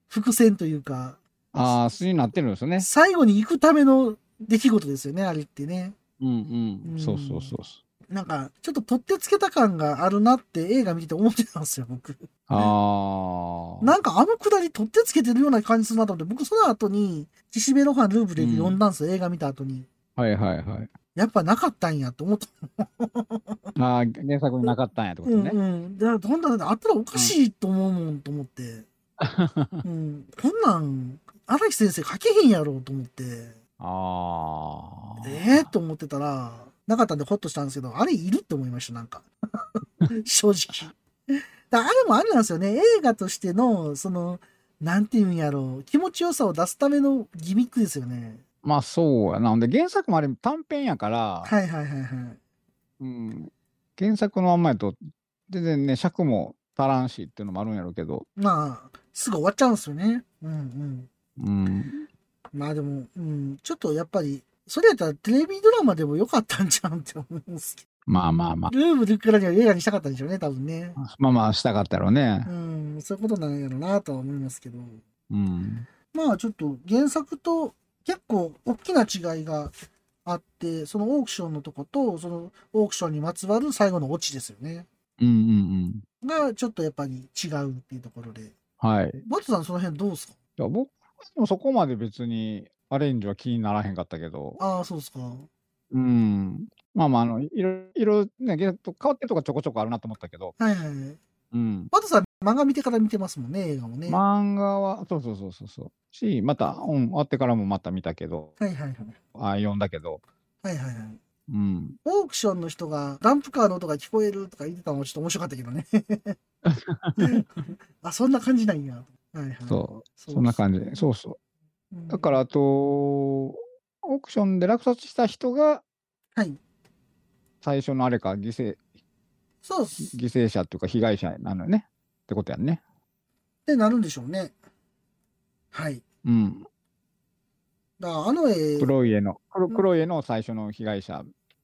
[SPEAKER 1] 伏線というか、
[SPEAKER 2] ああ、素になってるんですよね。
[SPEAKER 1] 最後に行くための出来事ですよね、あれってね。
[SPEAKER 2] うん
[SPEAKER 1] う
[SPEAKER 2] うんん。そうそうそうそう。
[SPEAKER 1] なんか、ちょっと取ってつけた感があるなって映画見てて思ってたんですよ、僕。
[SPEAKER 2] ああ。
[SPEAKER 1] なんかあのくだり取ってつけてるような感じするなと思って、僕その後に、岸辺露伴ルーブレで読んだんですよ、映画見た後に。
[SPEAKER 2] はいはいはい。
[SPEAKER 1] やっぱなかったんやと思った
[SPEAKER 2] ああ、原作になかったんやってことね
[SPEAKER 1] う。んうん。だからどんだんだってあったらおかしいと思うもんと思って。うん。こんなん、荒木先生書けへんやろうと思って。
[SPEAKER 2] ああ。
[SPEAKER 1] ええと思ってたら、なかったんでほっとしたんですけど、あれいるって思いました、なんか。 正直。だからあれもあれなんですよね。映画としての、その、なんていうんやろう。気持ちよさを出すためのギミックですよね。
[SPEAKER 2] まあそうやな。ほんで原作もあれ短編やから、
[SPEAKER 1] はいはいはいはい。
[SPEAKER 2] うん、原作のまんまやと全然ね尺も足らんしっていうのもあるんやろうけど、
[SPEAKER 1] まあ、すぐ終わっちゃうんですよね。うんうん。
[SPEAKER 2] うん、
[SPEAKER 1] まあでも、うん、ちょっとやっぱり、それやったらテレビドラマでもよかったんじゃうんって思うんですけ
[SPEAKER 2] まあまあま
[SPEAKER 1] ど、ルームルックラには映画にしたかったんでしょうね、多分ね。
[SPEAKER 2] あまあまあしたかったやろうね
[SPEAKER 1] う。ん、そういうことなんやろうなとは思いますけど。
[SPEAKER 2] うん、
[SPEAKER 1] まあちょっと原作と結構大きな違いがあって、そのオークションのとこと、そのオークションにまつわる最後のオチですよね。
[SPEAKER 2] うん、うんうん
[SPEAKER 1] が、ちょっとやっぱり違うっていうところで。
[SPEAKER 2] はい。い
[SPEAKER 1] バトさんその辺どうですか
[SPEAKER 2] や僕もそこまで別にアレンジは気にならへんかったけど、
[SPEAKER 1] ああ、そうですか。
[SPEAKER 2] うん、まあまああのいろいろね原作と変わってるとかちょこちょこあるなと思ったけど、
[SPEAKER 1] はいはいはい。
[SPEAKER 2] うん、
[SPEAKER 1] バトさん漫画見てから見てますもんね、映画もね。は
[SPEAKER 2] 漫画はそうそうそうそうそうしまた、うん、終わってからもまた見たけど
[SPEAKER 1] いはいはい。
[SPEAKER 2] ああ読んだけど。
[SPEAKER 1] はいはいはい。
[SPEAKER 2] うん、
[SPEAKER 1] オークションの人がダンプカーの音が聞こえるとか言ってたのもちょっと面白かったけど ね。あ、そんな感じなんや。はいはい、
[SPEAKER 2] そうそんな感じ。そうそう。
[SPEAKER 1] うん
[SPEAKER 2] だから、あと、オークションで落札した人が、
[SPEAKER 1] はい。
[SPEAKER 2] 最初のあれか、犠牲、
[SPEAKER 1] そうっすっ
[SPEAKER 2] 犠牲者っていうか、被害者なのよね。ってことやんね。
[SPEAKER 1] てなるんでしょうね。はい。
[SPEAKER 2] うん。
[SPEAKER 1] だからあの絵、
[SPEAKER 2] 黒い絵の、黒
[SPEAKER 1] うん
[SPEAKER 2] 黒い絵の最初の被害者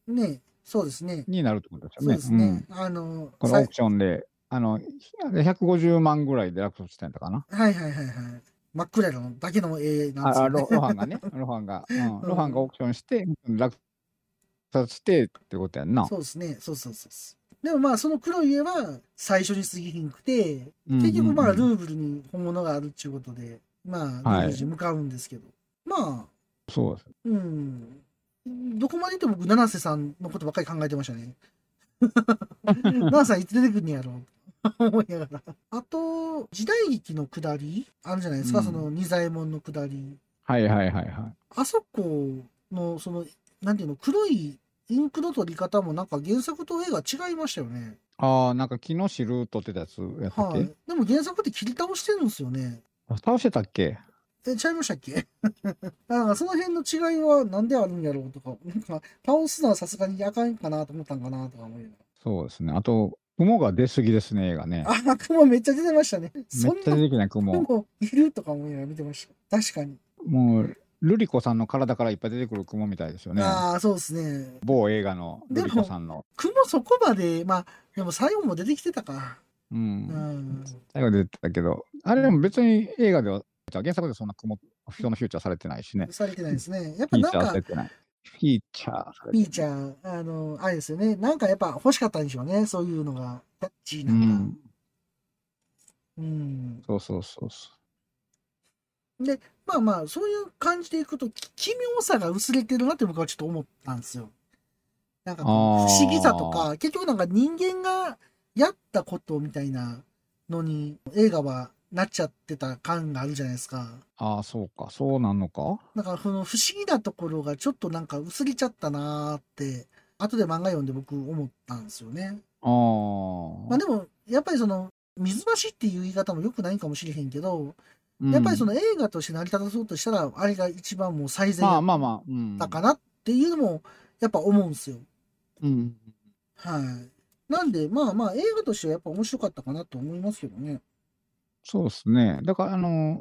[SPEAKER 1] ね、そうですね。
[SPEAKER 2] になるってことで
[SPEAKER 1] そ
[SPEAKER 2] す
[SPEAKER 1] う
[SPEAKER 2] よね。
[SPEAKER 1] ですね。
[SPEAKER 2] うん
[SPEAKER 1] あの、
[SPEAKER 2] このオークションで、あの、150万ぐらいで落札したんだかな。
[SPEAKER 1] さいはいはいはいはい。真っ暗のだけの絵なんです
[SPEAKER 2] ああ
[SPEAKER 1] よ
[SPEAKER 2] ロ
[SPEAKER 1] ね。
[SPEAKER 2] ロハンがね、 ロハンが、うん、
[SPEAKER 1] うん
[SPEAKER 2] ロハンがオークションして、落札してってことやんな。
[SPEAKER 1] そうですね。そうそうそうそう。でもまあ、その黒い絵は最初に過ぎひんくて、
[SPEAKER 2] うんうんうん
[SPEAKER 1] 結局まあルーブルに本物があるっちゅうことで、ま
[SPEAKER 2] は
[SPEAKER 1] あ、
[SPEAKER 2] い
[SPEAKER 1] ルージュ向かうんですけど、まあ、
[SPEAKER 2] そうです。
[SPEAKER 1] うん、どこまで行っても僕、七瀬さんのことばっかり考えてました ね。七瀬さんいつ出てくるんやろう思いながら。あと、時代劇の下りあるじゃないですか、
[SPEAKER 2] うん
[SPEAKER 1] その二左衛門の下り。
[SPEAKER 2] はいはいはいは
[SPEAKER 1] あそこの、その、なんていうの、黒いインクの取り方もなんか原作と映画違いましたよね。
[SPEAKER 2] い。ああ、なんか木の汁取ってたやつやったっ
[SPEAKER 1] は
[SPEAKER 2] け、
[SPEAKER 1] い。でも原作って切り倒してるんですよね。
[SPEAKER 2] 倒してたっけ
[SPEAKER 1] え、ちゃいましたっけ なんかその辺の違いはなんであるんやろうとか、なんか倒すのはさすがにあかんかなと思ったんかなとか思いなが
[SPEAKER 2] そうですね。あと、雲が出すぎですね、映画ね。
[SPEAKER 1] ら。あ、雲めっちゃ出てましたね。
[SPEAKER 2] め
[SPEAKER 1] そ
[SPEAKER 2] っ
[SPEAKER 1] ん
[SPEAKER 2] ちゃ
[SPEAKER 1] な
[SPEAKER 2] 出てきない 雲。
[SPEAKER 1] 雲いるとか思いながら見てました。確かに。
[SPEAKER 2] もう、ルリコさんの体からいっぱい出てくる雲みたいですよね。
[SPEAKER 1] ああ、そうですね。
[SPEAKER 2] 某映画のルリコさんの。
[SPEAKER 1] 雲そこまで、まあ、でも最後も出てきてたか。
[SPEAKER 2] う。
[SPEAKER 1] うんん。
[SPEAKER 2] 最後出てたけど、あれでも別に映画では、原作でそんな雲、人のフューチャーされてないしね。
[SPEAKER 1] されてないですね。やっ
[SPEAKER 2] フ
[SPEAKER 1] ぱ
[SPEAKER 2] ィ
[SPEAKER 1] なん
[SPEAKER 2] ーチャーさ
[SPEAKER 1] か
[SPEAKER 2] れ、てない。フィーチャーされて
[SPEAKER 1] ピー
[SPEAKER 2] ない。
[SPEAKER 1] ちゃん、あの、あれですよね。なんかやっぱ欲しかったんでしょうね。そういうのが。キャッチー
[SPEAKER 2] う
[SPEAKER 1] な。
[SPEAKER 2] ん。
[SPEAKER 1] うん。
[SPEAKER 2] そうそうそうそう。
[SPEAKER 1] まあまあ、そういう感じでいくと、き奇妙さが薄れてるなって僕はちょっと思ったんですよ。なんかこう
[SPEAKER 2] あー
[SPEAKER 1] 不思議さとか、結局なんか人間がやったことみたいなのに映画はなっちゃってた感があるじゃないですか。
[SPEAKER 2] ああ、そうか、そうなんのか
[SPEAKER 1] なんかその不思議なところがちょっとなんか薄れちゃったなーって、後で漫画読んで僕思ったんですよね。
[SPEAKER 2] あ
[SPEAKER 1] まあ
[SPEAKER 2] あ。
[SPEAKER 1] でも、やっぱりその、水橋っていう言い方も良くないかもしれへんけど、やっぱりそ
[SPEAKER 2] の、
[SPEAKER 1] の映画として成り立たそうとしたら、あれが一番もう最善
[SPEAKER 2] ま
[SPEAKER 1] だ
[SPEAKER 2] あ
[SPEAKER 1] っ
[SPEAKER 2] まあまあ、うん。
[SPEAKER 1] たかなっていうのも、やっぱ思うんですよ。
[SPEAKER 2] うん。
[SPEAKER 1] はい。なんで、まあまあ、映画としてはやっぱ面白かったかなと思いますけどね。
[SPEAKER 2] そうですね。だから、あの、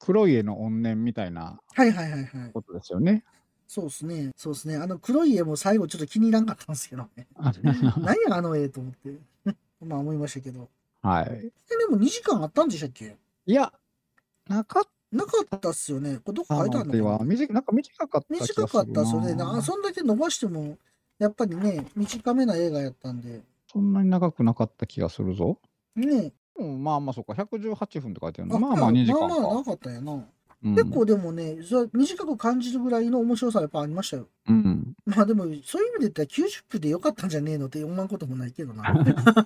[SPEAKER 2] 黒い絵の怨念みたいな
[SPEAKER 1] はいはいはいはい。
[SPEAKER 2] ことですよね。
[SPEAKER 1] そうですね。そうですね。あの黒い絵も最後ちょっと気に入らんかったんですけど ね。何やあの絵と思って。 まあ思いましたけど。
[SPEAKER 2] はい。
[SPEAKER 1] えでも2時間あったんでしたっけ
[SPEAKER 2] いや、なかっ
[SPEAKER 1] なかったっすよね。これどったか書いてあ
[SPEAKER 2] の
[SPEAKER 1] る
[SPEAKER 2] で
[SPEAKER 1] のか
[SPEAKER 2] は、
[SPEAKER 1] な
[SPEAKER 2] 短なんか短かった気がする
[SPEAKER 1] 短
[SPEAKER 2] な
[SPEAKER 1] かったっすよね。なそんだけ伸ばしても、やっぱりね、短めな映画やったんで。
[SPEAKER 2] そんなに長くなかった気がするぞ。
[SPEAKER 1] ね
[SPEAKER 2] うんまあまあ、そうか、118分って書いてるの。まあまあ、2時間か。
[SPEAKER 1] まあまあなかったよな。
[SPEAKER 2] うん
[SPEAKER 1] 結構でもね、それ短く感じるぐらいの面白さはやっぱありましたよ。
[SPEAKER 2] うん。
[SPEAKER 1] まあでも、そういう意味で言ったら90分でよかったんじゃねえのって思わんこともないけどな。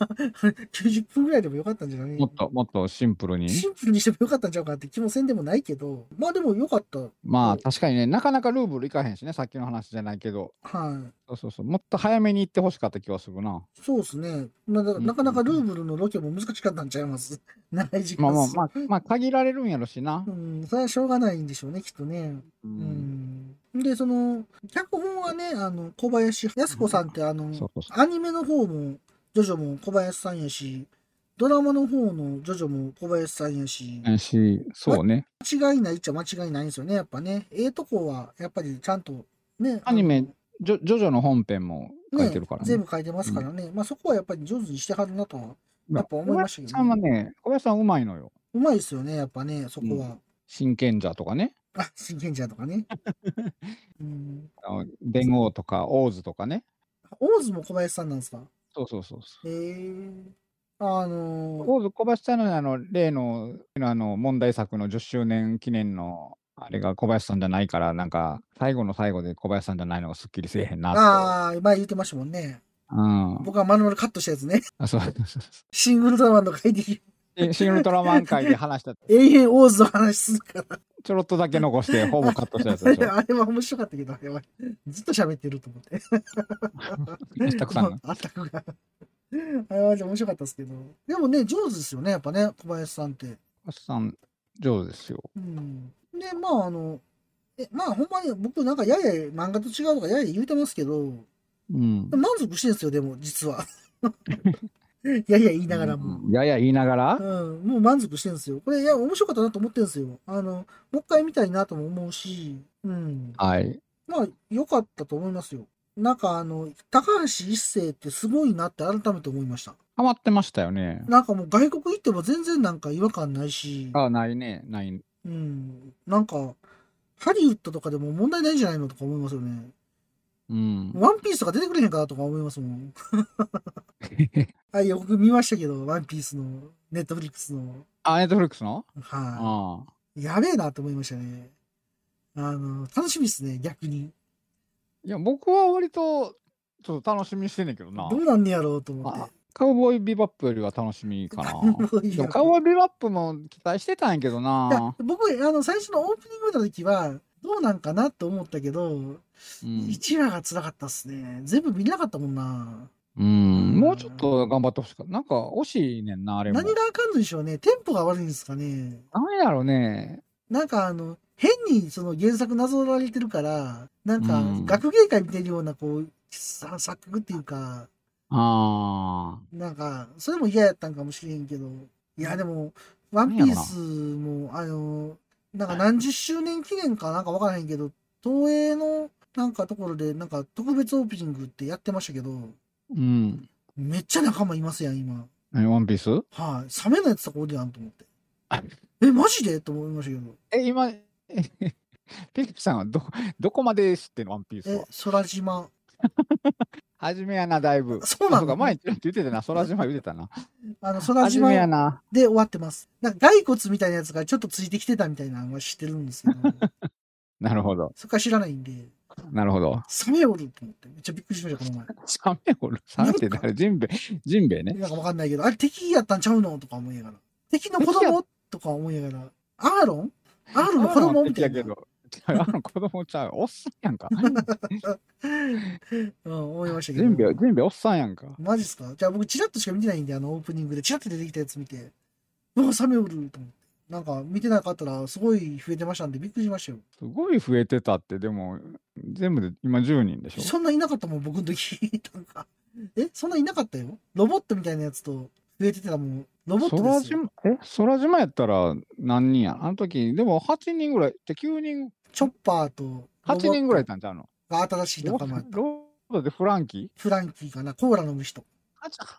[SPEAKER 1] 90分ぐらいでもよかったんじゃない
[SPEAKER 2] もっと、もっとシンプルに。
[SPEAKER 1] シンプルにしてもよかったんちゃうかって気もせんでもないけど、まあでもよかった。
[SPEAKER 2] ま
[SPEAKER 1] う
[SPEAKER 2] あ、
[SPEAKER 1] ん
[SPEAKER 2] 確かにね、なかなかルーブルいかへんしね、さっきの話じゃないけど。
[SPEAKER 1] は
[SPEAKER 2] そうそうそう。もっと早めに行ってほしかった気がするな。
[SPEAKER 1] い。そうですね。まあだから
[SPEAKER 2] うん
[SPEAKER 1] なかなかルーブルのロケも難しかったんちゃいます。 長い時間
[SPEAKER 2] まあまあまあ、まあ、限られるんやろしな
[SPEAKER 1] う。ん、それはしょうがないんでしょうね、きっとね。う
[SPEAKER 2] う。
[SPEAKER 1] んん。で、その、脚本はね、あの、小林靖子さんって、あの、
[SPEAKER 2] そうそうそ
[SPEAKER 1] アニメの方も、ジョジョも小林さんやし、ドラマの方のジョジョも小林さんやし、
[SPEAKER 2] う。し、そうね。
[SPEAKER 1] 間違いないっちゃ間違いないんですよね、やっぱね。ええとこは、やっぱりちゃんと、ね。
[SPEAKER 2] アニメ
[SPEAKER 1] あの
[SPEAKER 2] ジョジョジョの本編も書いてるからね。
[SPEAKER 1] 全部書いてますからね。まあそこはやっぱり上手にしてはるなとは。やっぱ思いましたけどね
[SPEAKER 2] 小林さんはね、小林さんうまいのよ。
[SPEAKER 1] うまいですよね、やっぱね、そこは。
[SPEAKER 2] 真剣者とかね、
[SPEAKER 1] あ、真剣者とかね。 うん。
[SPEAKER 2] あの電王とか王子とかね。
[SPEAKER 1] 大津も小林さんなんですか
[SPEAKER 2] そうそうそうそ
[SPEAKER 1] へえあの
[SPEAKER 2] う。
[SPEAKER 1] ー
[SPEAKER 2] 王子小林さんのあの例のあの問題作の10周年記念のあれが小林さんじゃないから、なんか最後の最後で小林さんじゃないのがすっきりせえへんなって。
[SPEAKER 1] ああ、前言ってましたもんね。
[SPEAKER 2] うん
[SPEAKER 1] 僕はまるまるカットしたやつね。
[SPEAKER 2] あそうそうそうそ
[SPEAKER 1] シングルドラマンの会で
[SPEAKER 2] うでシン・ウルトラマン会で話した
[SPEAKER 1] 永遠大津の話するから。
[SPEAKER 2] ちょろっとだけ残して、ほぼカットしたやつでしょ。
[SPEAKER 1] あれは面白かったけど、あれは。ずっと喋ってると思って。
[SPEAKER 2] たくさんが。
[SPEAKER 1] あったくが。あれは面白かったですけど。でもね、上手ですよね、やっぱね、小林さんって。
[SPEAKER 2] おっさん、上手ですよ。
[SPEAKER 1] うん。で、まあ、あの、えまあ、ほんまに僕なんかやや漫画と違うとかやや言うてますけど、
[SPEAKER 2] うん。
[SPEAKER 1] 満足してるんですよ、でも、実は。 やや言いながらも。
[SPEAKER 2] うんやや言いながら、
[SPEAKER 1] うん、もう満足してるんですよ。これ、いや、面白かったなと思ってるんですよ。あの、もう一回見たいなとも思うし、うん。
[SPEAKER 2] はい。
[SPEAKER 1] まあ、良かったと思いますよ。なんか、あの、高橋一生ってすごいなって改めて思いました。
[SPEAKER 2] ハマってましたよね。
[SPEAKER 1] なんかもう外国行っても全然なんか違和感ないし、
[SPEAKER 2] あ、ないね。ない。
[SPEAKER 1] うん。なんか、ハリウッドとかでも問題ないんじゃないのとか思いますよね。
[SPEAKER 2] うん。
[SPEAKER 1] ワンピースとか出てくれへんかなとか思いますも ん。あ、いや、僕見ましたけど、ワンピースの、ネットフリックスの。
[SPEAKER 2] あ、ネットフリックスの
[SPEAKER 1] はい、
[SPEAKER 2] ああ。
[SPEAKER 1] やべえなと思いましたね。あの、楽しみですね、逆に。
[SPEAKER 2] いや、僕は割と、ちょっと楽しみにしてんねんけどな
[SPEAKER 1] ど。うなんねやろうと思って。
[SPEAKER 2] カウボーイビバップよりは楽しみかな。
[SPEAKER 1] そう い
[SPEAKER 2] で
[SPEAKER 1] や
[SPEAKER 2] もカウボーイビバップも期待してたんやけど
[SPEAKER 1] いや
[SPEAKER 2] な。
[SPEAKER 1] 僕、あの、最初のオープニング見た時は、どうなんかなと思ったけど、
[SPEAKER 2] うん
[SPEAKER 1] 一話が辛かったっすね。全部見れなかったもんな。
[SPEAKER 2] うん、もうちょっと頑張ってほしかった。なんか惜しいねんな、あれも。
[SPEAKER 1] 何があかんのでしょうね。テンポが悪いんですかね。
[SPEAKER 2] 何やろうね。
[SPEAKER 1] なんかあの、変にその原作なぞられてるから、なんか
[SPEAKER 2] うん
[SPEAKER 1] 学芸会見てるような、こう、さ錯覚っていうか、
[SPEAKER 2] ああ。
[SPEAKER 1] なんか、それも嫌やったんかもしれんけど。いや、でも、ワンピースも、あの、なんか何十周年記念かなんかわからへんけど、東映のなんかところで、なんか特別オープニングってやってましたけど、
[SPEAKER 2] うん。
[SPEAKER 1] めっちゃ仲間いますやん、今。
[SPEAKER 2] えワンピース
[SPEAKER 1] はい、サメのやつとかおるやんと思って。え、マジでと思いましたけど。
[SPEAKER 2] え、今、 えピリピさんはど、どこまで知ってんのワンピース
[SPEAKER 1] え
[SPEAKER 2] は。、
[SPEAKER 1] 空島。
[SPEAKER 2] 初めやな、だいぶ。
[SPEAKER 1] そうな
[SPEAKER 2] あ
[SPEAKER 1] の
[SPEAKER 2] か前ちらっと言ってたな、空島言ってたな。
[SPEAKER 1] あの、空
[SPEAKER 2] 初
[SPEAKER 1] 島
[SPEAKER 2] めや
[SPEAKER 1] で
[SPEAKER 2] な。
[SPEAKER 1] 終わってます。なんか骸骨みたいなやつがちょっとついてきてたみたいなのは知ってるんですけど、
[SPEAKER 2] なるほど、
[SPEAKER 1] そっから知らないんで、
[SPEAKER 2] なるほど。
[SPEAKER 1] サメおると思って、めっちゃびっくりしました、この
[SPEAKER 2] サメおる、サメって誰ジンベエ、ジンベエ
[SPEAKER 1] 前。
[SPEAKER 2] ね。
[SPEAKER 1] なんかわかんないけど、あれ敵やったんちゃうのとか思いながら。敵の子
[SPEAKER 2] 敵や
[SPEAKER 1] 供とか思いながら。アーロンアーロンの子供みたい
[SPEAKER 2] あの敵やけ
[SPEAKER 1] な。
[SPEAKER 2] ど。 あの子供ちゃう、おっさんやんか。
[SPEAKER 1] うん、思いましたけ
[SPEAKER 2] ジ
[SPEAKER 1] ど。
[SPEAKER 2] ンベエ、ジンベエおっさんやんか。
[SPEAKER 1] マジっすかじゃあ僕チラッとしか見てないんで、あのオープニングでチラッと出てきたやつ見て、うわ、サメおると思って。なんか見てなかったらすごい増えてましたんでびっくりしましたよ。
[SPEAKER 2] すごい増えてたって、でも、全部で今10人でしょ。
[SPEAKER 1] そんないなかったもん、僕の時。なんかえ、そんないなかったよ。ロボットみたいなやつと増えてたもん。ロボット
[SPEAKER 2] 空
[SPEAKER 1] ですよ。
[SPEAKER 2] 島、え、空島やったら何人やあの時、でも8人ぐらい、で9人、
[SPEAKER 1] チョッパーと
[SPEAKER 2] 8人ぐらいい
[SPEAKER 1] ロ
[SPEAKER 2] たんちゃうの
[SPEAKER 1] ボットが新しい
[SPEAKER 2] ロ
[SPEAKER 1] 仲間やった
[SPEAKER 2] ロードでフランキ
[SPEAKER 1] フランキーかな、コーラ飲む人。
[SPEAKER 2] ー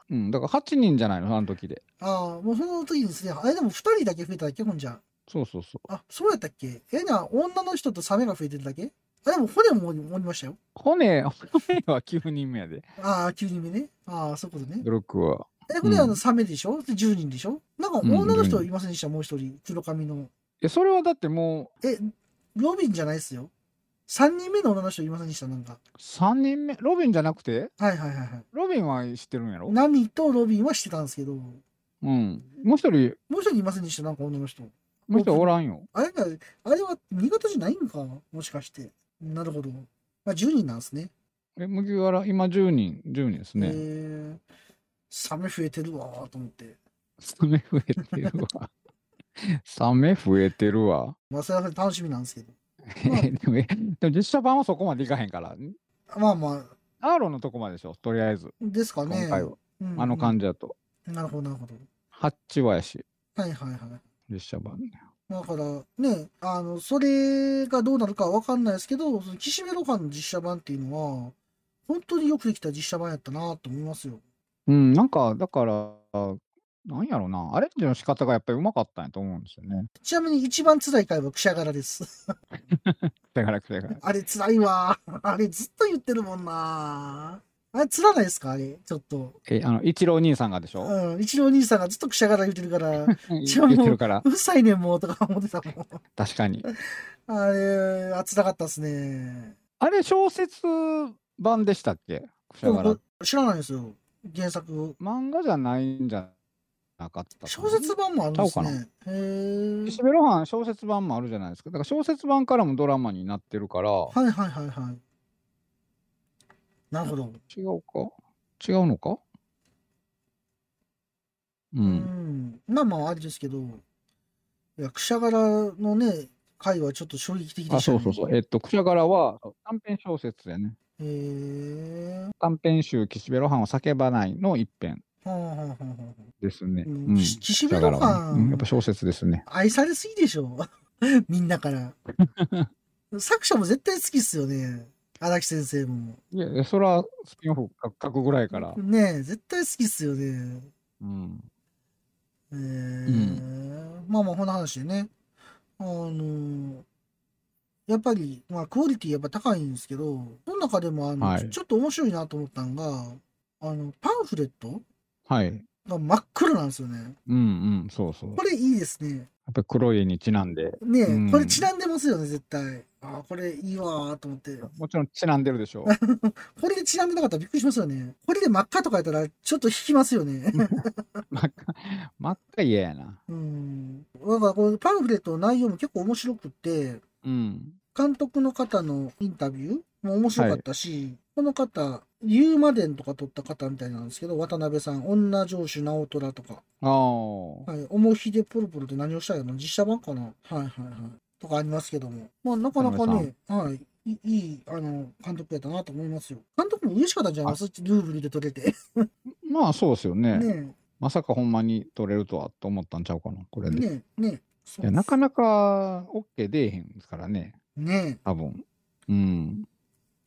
[SPEAKER 2] うん、だから8人じゃないの、あの時で。
[SPEAKER 1] ああ、もうその時ですね。あれでも2人だけ増えただけ、ほんじゃ。
[SPEAKER 2] そうそうそう。
[SPEAKER 1] あ、そうやったっけえな、女の人とサメが増えてるだけあ、でも骨もおりおりましたよ。
[SPEAKER 2] 骨、骨は9人目やで。
[SPEAKER 1] ああ、9人目ね。ああ、そういうことね。
[SPEAKER 2] ドロックは。
[SPEAKER 1] え、これ
[SPEAKER 2] うん
[SPEAKER 1] あの、サメでしょで ?10 人でしょなんか
[SPEAKER 2] うん
[SPEAKER 1] 女の人
[SPEAKER 2] うん
[SPEAKER 1] いませんでした、もう一人。黒髪の。
[SPEAKER 2] え、それはだっても
[SPEAKER 1] え、ロビンじゃないっすよ。3人目の女の人いませんでした、なんか。
[SPEAKER 2] う3人目、ロビンじゃなくて
[SPEAKER 1] はいはいはいはい。
[SPEAKER 2] ロビンは知ってるんやろ
[SPEAKER 1] ナミとロビンはしてたんですけど、も
[SPEAKER 2] うん。もう一人、
[SPEAKER 1] う一人いませんでした、なんか女の人。
[SPEAKER 2] もう一人おらんよ。
[SPEAKER 1] あれか、あれは新潟じゃないんかもしかして。なるほど。まあ、10人なんですね。
[SPEAKER 2] え、麦わら、今10人、10人です
[SPEAKER 1] え
[SPEAKER 2] ね。
[SPEAKER 1] ー、サメ増えてるわーと思って。
[SPEAKER 2] サメ増えてる わ。サメ増えてるわ。
[SPEAKER 1] まあ、それはそれで楽しみなんですけど。まあ
[SPEAKER 2] え でも、えでも実写版はそこまでいかへんから。
[SPEAKER 1] まあまあ、
[SPEAKER 2] アーロンのとこまででしょ、とりあえず。
[SPEAKER 1] ですか
[SPEAKER 2] 今
[SPEAKER 1] ね。
[SPEAKER 2] 回は。
[SPEAKER 1] うん
[SPEAKER 2] あの感じだと。
[SPEAKER 1] じ。なるほど、なるほど。
[SPEAKER 2] 8話やし、
[SPEAKER 1] はいはいはい。
[SPEAKER 2] 実写版ね。
[SPEAKER 1] だからね、あの、それがどうなるかわかんないですけど、その岸辺露伴の実写版っていうのは、本当によくできた実写版やったなと思いますよ。
[SPEAKER 2] うん、なんか、だから、なんやろな、アレンジの仕方がやっぱりうまかったんやと思うんですよね。
[SPEAKER 1] ちなみに一番辛い回はくしゃがらです。
[SPEAKER 2] だから、だから。
[SPEAKER 1] あれ辛いわ。 あれずっと言ってるもんな。あれ辛ないですかあれ、ちょっと。
[SPEAKER 2] え、あの、一郎兄さんがでしょ
[SPEAKER 1] うん。一郎兄さんがずっとくしゃがら言ってるから、
[SPEAKER 2] 言
[SPEAKER 1] 一応もう
[SPEAKER 2] ってるから
[SPEAKER 1] う、るさいねんもうとか思ってたもん。
[SPEAKER 2] 確かに。
[SPEAKER 1] あれ、あ辛かったっすね。
[SPEAKER 2] あれ、小説版でしたっけくしゃがら。
[SPEAKER 1] 知らないですよ。原作。
[SPEAKER 2] 漫画じゃないんじゃなかったかな
[SPEAKER 1] 小説版もあるんですね。へー
[SPEAKER 2] 岸辺露伴小説版もあるじゃないですか。だから小説版からもドラマになってるから、
[SPEAKER 1] はいはいはいはい。なるほど。
[SPEAKER 2] 違うか違うのか
[SPEAKER 1] う
[SPEAKER 2] う。
[SPEAKER 1] んん。まあまあ、あれですけど、いや、くしゃがらのね、回はちょっと衝撃的で
[SPEAKER 2] あ、
[SPEAKER 1] した
[SPEAKER 2] そ
[SPEAKER 1] ね。
[SPEAKER 2] うそうそう。えっと、クシャガラは短編小説やね。
[SPEAKER 1] へえ
[SPEAKER 2] 短編集、岸辺露伴を叫ばないの一編
[SPEAKER 1] はあはあはあはあ
[SPEAKER 2] ですね。
[SPEAKER 1] うん
[SPEAKER 2] うん
[SPEAKER 1] 岸岸辺露伴
[SPEAKER 2] クシャガラはねうんやっぱ小説ですね。
[SPEAKER 1] 愛されすぎでしょ。 みんな から。作者も絶対好きっすよね。荒木先生も。
[SPEAKER 2] いや、いやそれはスピンオフ書くぐらいから。
[SPEAKER 1] ねえ、絶対好きっすよね。
[SPEAKER 2] うん。
[SPEAKER 1] えーまあまあこんな話でね、あのーやっぱり、まあ、クオリティやっぱ高いんですけど、その中でもあの、
[SPEAKER 2] はい
[SPEAKER 1] ちょっと面白いなと思ったのが、あのパンフレット
[SPEAKER 2] はい。
[SPEAKER 1] あ真っ黒なんですよね。
[SPEAKER 2] うんうん、そうそう。や
[SPEAKER 1] これいいですね。
[SPEAKER 2] っぱり黒いにちなんで、
[SPEAKER 1] ねえ、
[SPEAKER 2] うん
[SPEAKER 1] これちなんでますよね、絶対。ああ、これいいわーと思って。
[SPEAKER 2] もちろんちなんでるで しょ
[SPEAKER 1] これでちなんでなかったらびっくりしますよね。これで真っ赤とかやったら、ちょっと引きますよね。
[SPEAKER 2] う。真っ赤、真っ赤嫌やな。
[SPEAKER 1] うん。なんかこれパンフレットの内容も結構面白くって、
[SPEAKER 2] うん。
[SPEAKER 1] 監督の方のインタビューも面白かったし、この方、ユーマデンとか撮った方みたいなんですけど、渡辺さん、女城主直虎とか、
[SPEAKER 2] ああ。
[SPEAKER 1] はい、重ひでポロポロって何をしたいの実写版かなはいはいはい。とかありますけども。まあ、なかなかね、はい。いいい、あの、監督やったなと思いますよ。監督も嬉しかったんじゃないですかルーブルで撮れて。
[SPEAKER 2] まあそうですよ ね。
[SPEAKER 1] ね
[SPEAKER 2] まさかほんまに取れるとはと思ったんちゃうかな、こ
[SPEAKER 1] え、
[SPEAKER 2] れで。
[SPEAKER 1] ねえ、ねえ。
[SPEAKER 2] いやなかなか OK 出えへんですからね、
[SPEAKER 1] ねえ。
[SPEAKER 2] 多分。うん。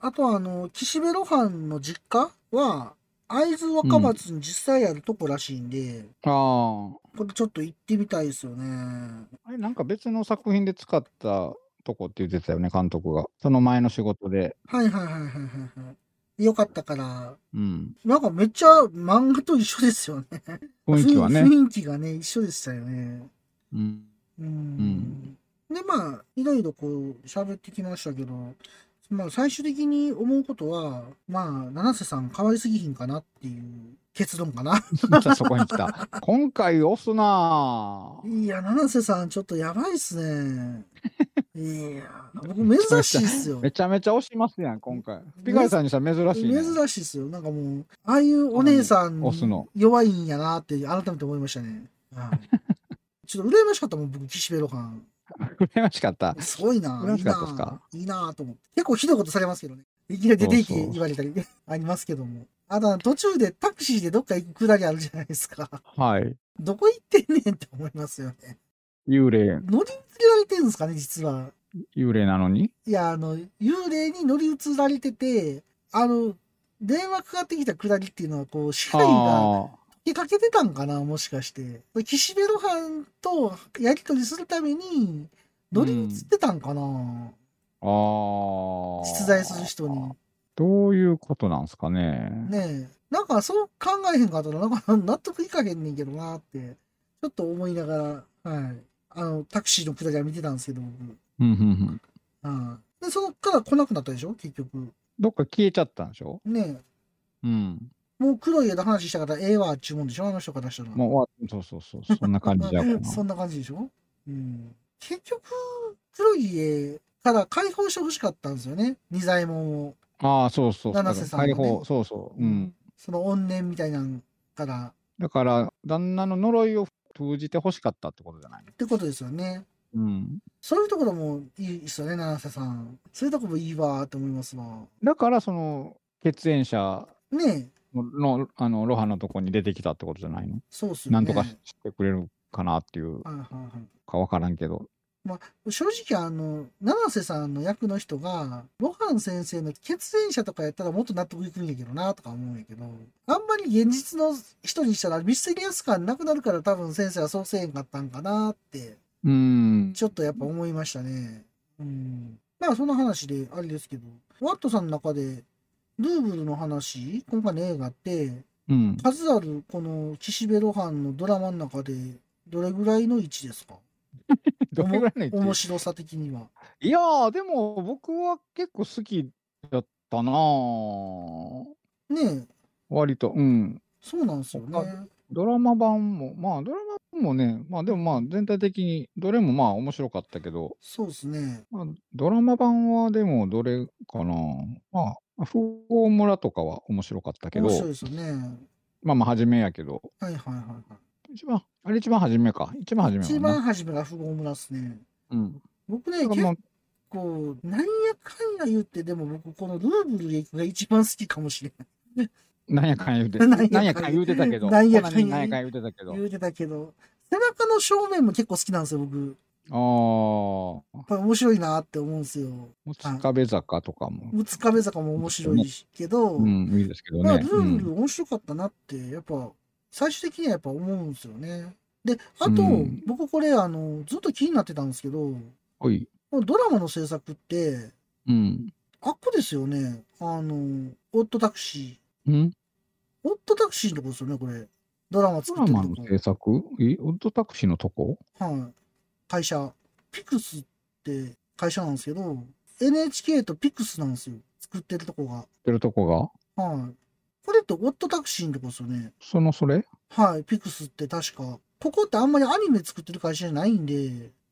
[SPEAKER 1] あとはあの、岸辺露伴の実家は、会津若松に実際あるとこらしいんで、
[SPEAKER 2] あ
[SPEAKER 1] これちょっと行ってみたいですよね。
[SPEAKER 2] あ。あれ、なんか別の作品で使ったとこって言ってたよね、監督が。その前の仕事で。
[SPEAKER 1] はいはいはいはいはいはい。よかったから、
[SPEAKER 2] うん。
[SPEAKER 1] なんかめっちゃ漫画と一緒ですよね。
[SPEAKER 2] 雰囲気はね。
[SPEAKER 1] 雰囲気がね、一緒でしたよね。
[SPEAKER 2] うん。
[SPEAKER 1] うん。で、まあ、いろいろこう、喋ってきましたけど、まあ、最終的に思うことは、まあ、七瀬さん可愛すぎひんかなっていう結論か な。
[SPEAKER 2] じゃあそこに来た。今回押すなぁ。
[SPEAKER 1] いや、七瀬さん、ちょっとやばいっすね。いや、 僕、珍しいっすよ。
[SPEAKER 2] めちゃめちゃ押しますやん、今回。ピカリさんにしたら珍しい、ね。
[SPEAKER 1] 珍しいっすよ。なんかもう、ああいうお姉さん
[SPEAKER 2] あの押すの、
[SPEAKER 1] 弱いんやなって、改めて思いましたね。はい ちょっと羨ましかったもん、僕、岸辺露伴。
[SPEAKER 2] 羨ましかった。
[SPEAKER 1] すごいな。
[SPEAKER 2] 羨ま
[SPEAKER 1] いい
[SPEAKER 2] しかったっすか
[SPEAKER 1] な。いいなと思って。結構ひどいことされますけどね。いきなり出ていけ
[SPEAKER 2] そうそう
[SPEAKER 1] 言われたり、 ありますけども。あとは、途中でタクシーでどっか行くくだりあるじゃないですか。
[SPEAKER 2] はい。
[SPEAKER 1] どこ行ってんねんって思いますよね。
[SPEAKER 2] 幽霊、
[SPEAKER 1] 乗りつけられてるんですかね、実は。
[SPEAKER 2] 幽霊なのに
[SPEAKER 1] いや、あの、幽霊に乗り移られてて、あの、電話かかってきたくだりっていうのは、こう、支配が
[SPEAKER 2] ああ。
[SPEAKER 1] 出かけてたんかな、もしかして。岸辺露伴とやりとりするために、乗り移ってたんかな、
[SPEAKER 2] ああ。
[SPEAKER 1] 実在する人に。
[SPEAKER 2] どういうことなんですかね。
[SPEAKER 1] ねえ。なんか、そう考えへんかったら、なんか 納得いかへんねんけどなって、ちょっと思いながら、はい。あの、タクシーのくだりは見てたんですけど、僕。
[SPEAKER 2] うんうんうん。
[SPEAKER 1] うん。で、そこから来なくなったでしょ、結局。
[SPEAKER 2] どっか消えちゃったんでしょ
[SPEAKER 1] ねえ。
[SPEAKER 2] うん。
[SPEAKER 1] もう黒い枝話したからええわっちゅうもんでしょあの人からしたら。
[SPEAKER 2] もう終わっそうそうそう。そんな感じだよな。
[SPEAKER 1] そんな感じでしょうん。結局、黒い家から解放してほしかったんですよね。二左衛門を。
[SPEAKER 2] ああ、そうそう。
[SPEAKER 1] 七瀬さんがね
[SPEAKER 2] 解放、そうそう。うん。
[SPEAKER 1] その怨念みたいなんから。
[SPEAKER 2] だから、旦那の呪いを封じて欲しかったってことじゃない
[SPEAKER 1] ってことですよね。
[SPEAKER 2] うん。
[SPEAKER 1] そういうところもいいですよね、七瀬さん。そういうとこもいいわーって思いますわ。
[SPEAKER 2] だから、その、血縁者
[SPEAKER 1] ねえ、
[SPEAKER 2] の、のあの、ロハのとこに出てきたってことじゃないの、
[SPEAKER 1] そうっすよね。
[SPEAKER 2] なんとかしてくれるかなっていう
[SPEAKER 1] はいはいはい。
[SPEAKER 2] かわからんけど。
[SPEAKER 1] 正直あの七瀬さんの役の人が露伴先生の血縁者とかやったらもっと納得いくんやけどなとか思うんやけどあんまり現実の人にしたらミステリアス感なくなるから多分先生はそうせえへんかったんかなって
[SPEAKER 2] うん。
[SPEAKER 1] ちょっとやっぱ思いましたねうんまあその話であれですけどワットさんの中でルーブルの話今回の映画って
[SPEAKER 2] うん。
[SPEAKER 1] 数あるこの岸辺露伴のドラマの中でどれぐらいの位置ですか
[SPEAKER 2] どれぐらいの位置
[SPEAKER 1] 面白さ的には。
[SPEAKER 2] いやー、でも僕は結構好きだったなぁ
[SPEAKER 1] ねえ
[SPEAKER 2] 割と。うん。
[SPEAKER 1] そうなんですよね。
[SPEAKER 2] ドラマ版も、まあドラマ版もね、まあでもまあ全体的にどれもまあ面白かったけど、
[SPEAKER 1] そうですね。
[SPEAKER 2] まあ、ドラマ版はでもどれかなまあ、富豪村とかは面白かったけど
[SPEAKER 1] 面、白いですよね。
[SPEAKER 2] まあまあ初めやけど、
[SPEAKER 1] はいはいはい
[SPEAKER 2] 一番、あれ一番初めか。一番
[SPEAKER 1] は
[SPEAKER 2] 初
[SPEAKER 1] い。
[SPEAKER 2] め
[SPEAKER 1] 一
[SPEAKER 2] かな。
[SPEAKER 1] 番初めが富豪村っすね。
[SPEAKER 2] うん。
[SPEAKER 1] 僕ね、
[SPEAKER 2] だから
[SPEAKER 1] 結
[SPEAKER 2] まあ
[SPEAKER 1] 構、なんやかんや言って、でも僕、このルーブルが一番好きかもしれない。
[SPEAKER 2] なんやかん言うて、
[SPEAKER 1] なんやかん
[SPEAKER 2] なんやかん言うてたけど、
[SPEAKER 1] なんやかん
[SPEAKER 2] コナンになんやかん言うてたけど、あ
[SPEAKER 1] 言うてたけど、背中の正面も結構好きなんですよ、僕。
[SPEAKER 2] あー、も
[SPEAKER 1] これ面白いなって思うんですよ。
[SPEAKER 2] う塚部坂とかも、
[SPEAKER 1] 六壁坂も面白いしけど、
[SPEAKER 2] うん、いいですけど
[SPEAKER 1] まあ、
[SPEAKER 2] ね。
[SPEAKER 1] ル
[SPEAKER 2] う
[SPEAKER 1] ーブル
[SPEAKER 2] ん
[SPEAKER 1] 面白かったなって、やっぱ、最終的にはやっぱ思うんですよね。で、あと、
[SPEAKER 2] うん
[SPEAKER 1] 僕これ、あの、ずっと気になってたんですけど、
[SPEAKER 2] おい。
[SPEAKER 1] ドラマの制作って、
[SPEAKER 2] うん。
[SPEAKER 1] あっこですよね。あの、オットタクシー。
[SPEAKER 2] うん
[SPEAKER 1] オットタクシーのとこですよね、これ。ドラマ
[SPEAKER 2] ド
[SPEAKER 1] 作
[SPEAKER 2] ラ
[SPEAKER 1] ってる
[SPEAKER 2] マ
[SPEAKER 1] と
[SPEAKER 2] の
[SPEAKER 1] こ
[SPEAKER 2] 制作えオッドタクシーのとこ
[SPEAKER 1] はい、会社、ピクスって会社なんですけど、NHK とピクスなんですよ、作ってるとこが。
[SPEAKER 2] ってるとこが
[SPEAKER 1] はい。これってオットタクシーのとこですよね。
[SPEAKER 2] そのそれ
[SPEAKER 1] はい、ピクスって確か。ここってあんまりアニメ作ってる会社じゃないんで、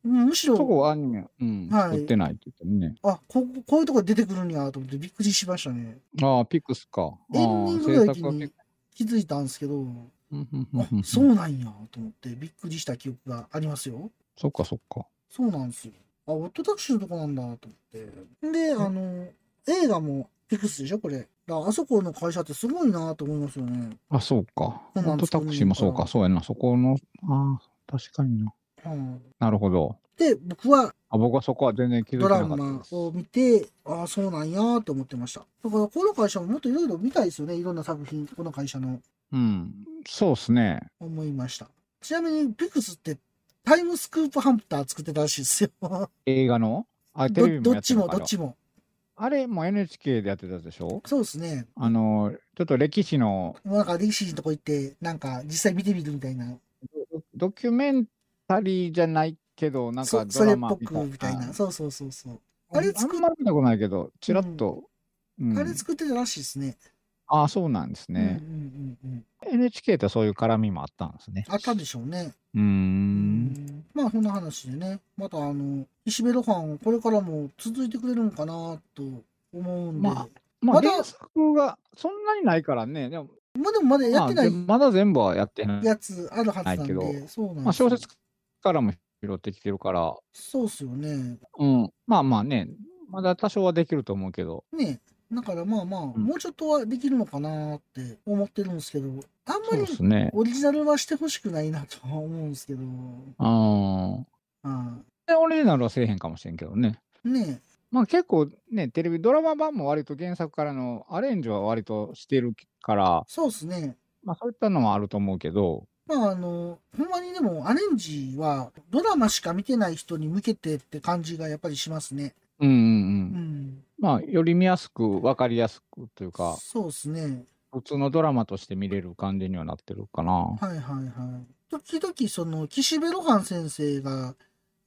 [SPEAKER 1] うんむし
[SPEAKER 2] そ
[SPEAKER 1] ろ、
[SPEAKER 2] こはアニメ、うん、
[SPEAKER 1] はい
[SPEAKER 2] 売ってないって言ってるね。
[SPEAKER 1] あこここういうとこ出てくるんやと思ってびっくりしましたね。
[SPEAKER 2] ああ、ピクスか。ああ
[SPEAKER 1] エンディング
[SPEAKER 2] 制
[SPEAKER 1] ぐらい
[SPEAKER 2] 作は
[SPEAKER 1] に
[SPEAKER 2] 結
[SPEAKER 1] 気づいたんですけど、
[SPEAKER 2] 構うんうんうん
[SPEAKER 1] あ
[SPEAKER 2] うん
[SPEAKER 1] そうなんやと思ってびっくりした記憶がありますよ。
[SPEAKER 2] そっかそっか。
[SPEAKER 1] そうなんですよ。あ、オットタクシーのとこなんだと思って。で、あの、映画もピクスでしょ、これ。だからあそこの会社ってすごいなと思いますよね。
[SPEAKER 2] あ、そうか。
[SPEAKER 1] そうな
[SPEAKER 2] オ
[SPEAKER 1] んで
[SPEAKER 2] ッド
[SPEAKER 1] すよ
[SPEAKER 2] タクシーもそう
[SPEAKER 1] う
[SPEAKER 2] か、
[SPEAKER 1] ん
[SPEAKER 2] そうやな。そこの、ああ、確かにな。
[SPEAKER 1] はい
[SPEAKER 2] なるほど。
[SPEAKER 1] で、僕は
[SPEAKER 2] あ僕はそこは全然気づ
[SPEAKER 1] ド
[SPEAKER 2] いて
[SPEAKER 1] ラ
[SPEAKER 2] なかった
[SPEAKER 1] マ
[SPEAKER 2] です。
[SPEAKER 1] を見て、ああ、そうなんやと思ってました。だから、この会社ももっといろいろ見たいですよね。いろんな作品、この会社の
[SPEAKER 2] うん。そうっすね。
[SPEAKER 1] 思いました。ちなみに、ピクスってタイムスクープハンター作ってたらしいですよ。
[SPEAKER 2] 映画のあ、テレ
[SPEAKER 1] ど
[SPEAKER 2] ビも
[SPEAKER 1] ど
[SPEAKER 2] や
[SPEAKER 1] っ
[SPEAKER 2] って
[SPEAKER 1] ち
[SPEAKER 2] る
[SPEAKER 1] も
[SPEAKER 2] のか
[SPEAKER 1] どっちも。
[SPEAKER 2] あれも NHK でやってたでしょ
[SPEAKER 1] そうですね。
[SPEAKER 2] あの、ちょっと歴史の
[SPEAKER 1] もうなんか、歴史のとこ行って、なんか、実際見てみるみたいな。
[SPEAKER 2] ドキュメンタリーじゃないけど、なんか
[SPEAKER 1] そ
[SPEAKER 2] ド
[SPEAKER 1] それ
[SPEAKER 2] ラ
[SPEAKER 1] っ
[SPEAKER 2] マ
[SPEAKER 1] ぽ
[SPEAKER 2] み
[SPEAKER 1] くみた
[SPEAKER 2] たい
[SPEAKER 1] い
[SPEAKER 2] な
[SPEAKER 1] な。。そうそうそうそう。
[SPEAKER 2] あ
[SPEAKER 1] あ
[SPEAKER 2] れ
[SPEAKER 1] れ
[SPEAKER 2] あ
[SPEAKER 1] 作
[SPEAKER 2] ん
[SPEAKER 1] っ
[SPEAKER 2] まり見たことないけど、ちらっと。うん
[SPEAKER 1] あれ作ってたらしいですね。
[SPEAKER 2] ああ、そうなんですね
[SPEAKER 1] う、んうんうんうん。
[SPEAKER 2] NHK ってそういう絡みもあったんですね。
[SPEAKER 1] あったんでしょうね。
[SPEAKER 2] うーん。
[SPEAKER 1] まあそんな話でね、またあの、石ベ露伴、これからも続いてくれるのかなと思うんで、ま
[SPEAKER 2] ままあ、
[SPEAKER 1] まだ
[SPEAKER 2] 原作がそんなにないからね、でも、
[SPEAKER 1] あでもまだや
[SPEAKER 2] ま
[SPEAKER 1] っ
[SPEAKER 2] あ、
[SPEAKER 1] てない
[SPEAKER 2] ぜまだ全部はやってない。
[SPEAKER 1] やつあるはずなんで、
[SPEAKER 2] ないけど
[SPEAKER 1] そうなんですよ
[SPEAKER 2] まあ、小説からも拾ってきてるから、
[SPEAKER 1] そうっすよね。
[SPEAKER 2] うん。まあまあね、まだ多少はできると思うけど、
[SPEAKER 1] ねだからまあまあ、
[SPEAKER 2] ん
[SPEAKER 1] もうちょっとはできるのかなって思ってるんですけど、あんま
[SPEAKER 2] そう
[SPEAKER 1] り
[SPEAKER 2] ですね。
[SPEAKER 1] オリジナルはしてほしくないなとは思うんですけど、
[SPEAKER 2] うん。
[SPEAKER 1] あ
[SPEAKER 2] で、オリジナルはせえへんかもしれんけどね。
[SPEAKER 1] ね
[SPEAKER 2] まあ結構ね、テレビ、ドラマ版も割と原作からのアレンジは割としてるから、
[SPEAKER 1] そうですね。
[SPEAKER 2] まあそういったのはあると思うけど、
[SPEAKER 1] まああの、ほんまにでもアレンジはドラマしか見てない人に向けてって感じがやっぱりしますね。
[SPEAKER 2] うんうん
[SPEAKER 1] う
[SPEAKER 2] うん。
[SPEAKER 1] ん。
[SPEAKER 2] まあより見やすく、わかりやすくというか、
[SPEAKER 1] そうですね。
[SPEAKER 2] 普通のドラマとして見れる感じにはなってるかな。
[SPEAKER 1] はいはいはい。時々その岸辺露伴先生が、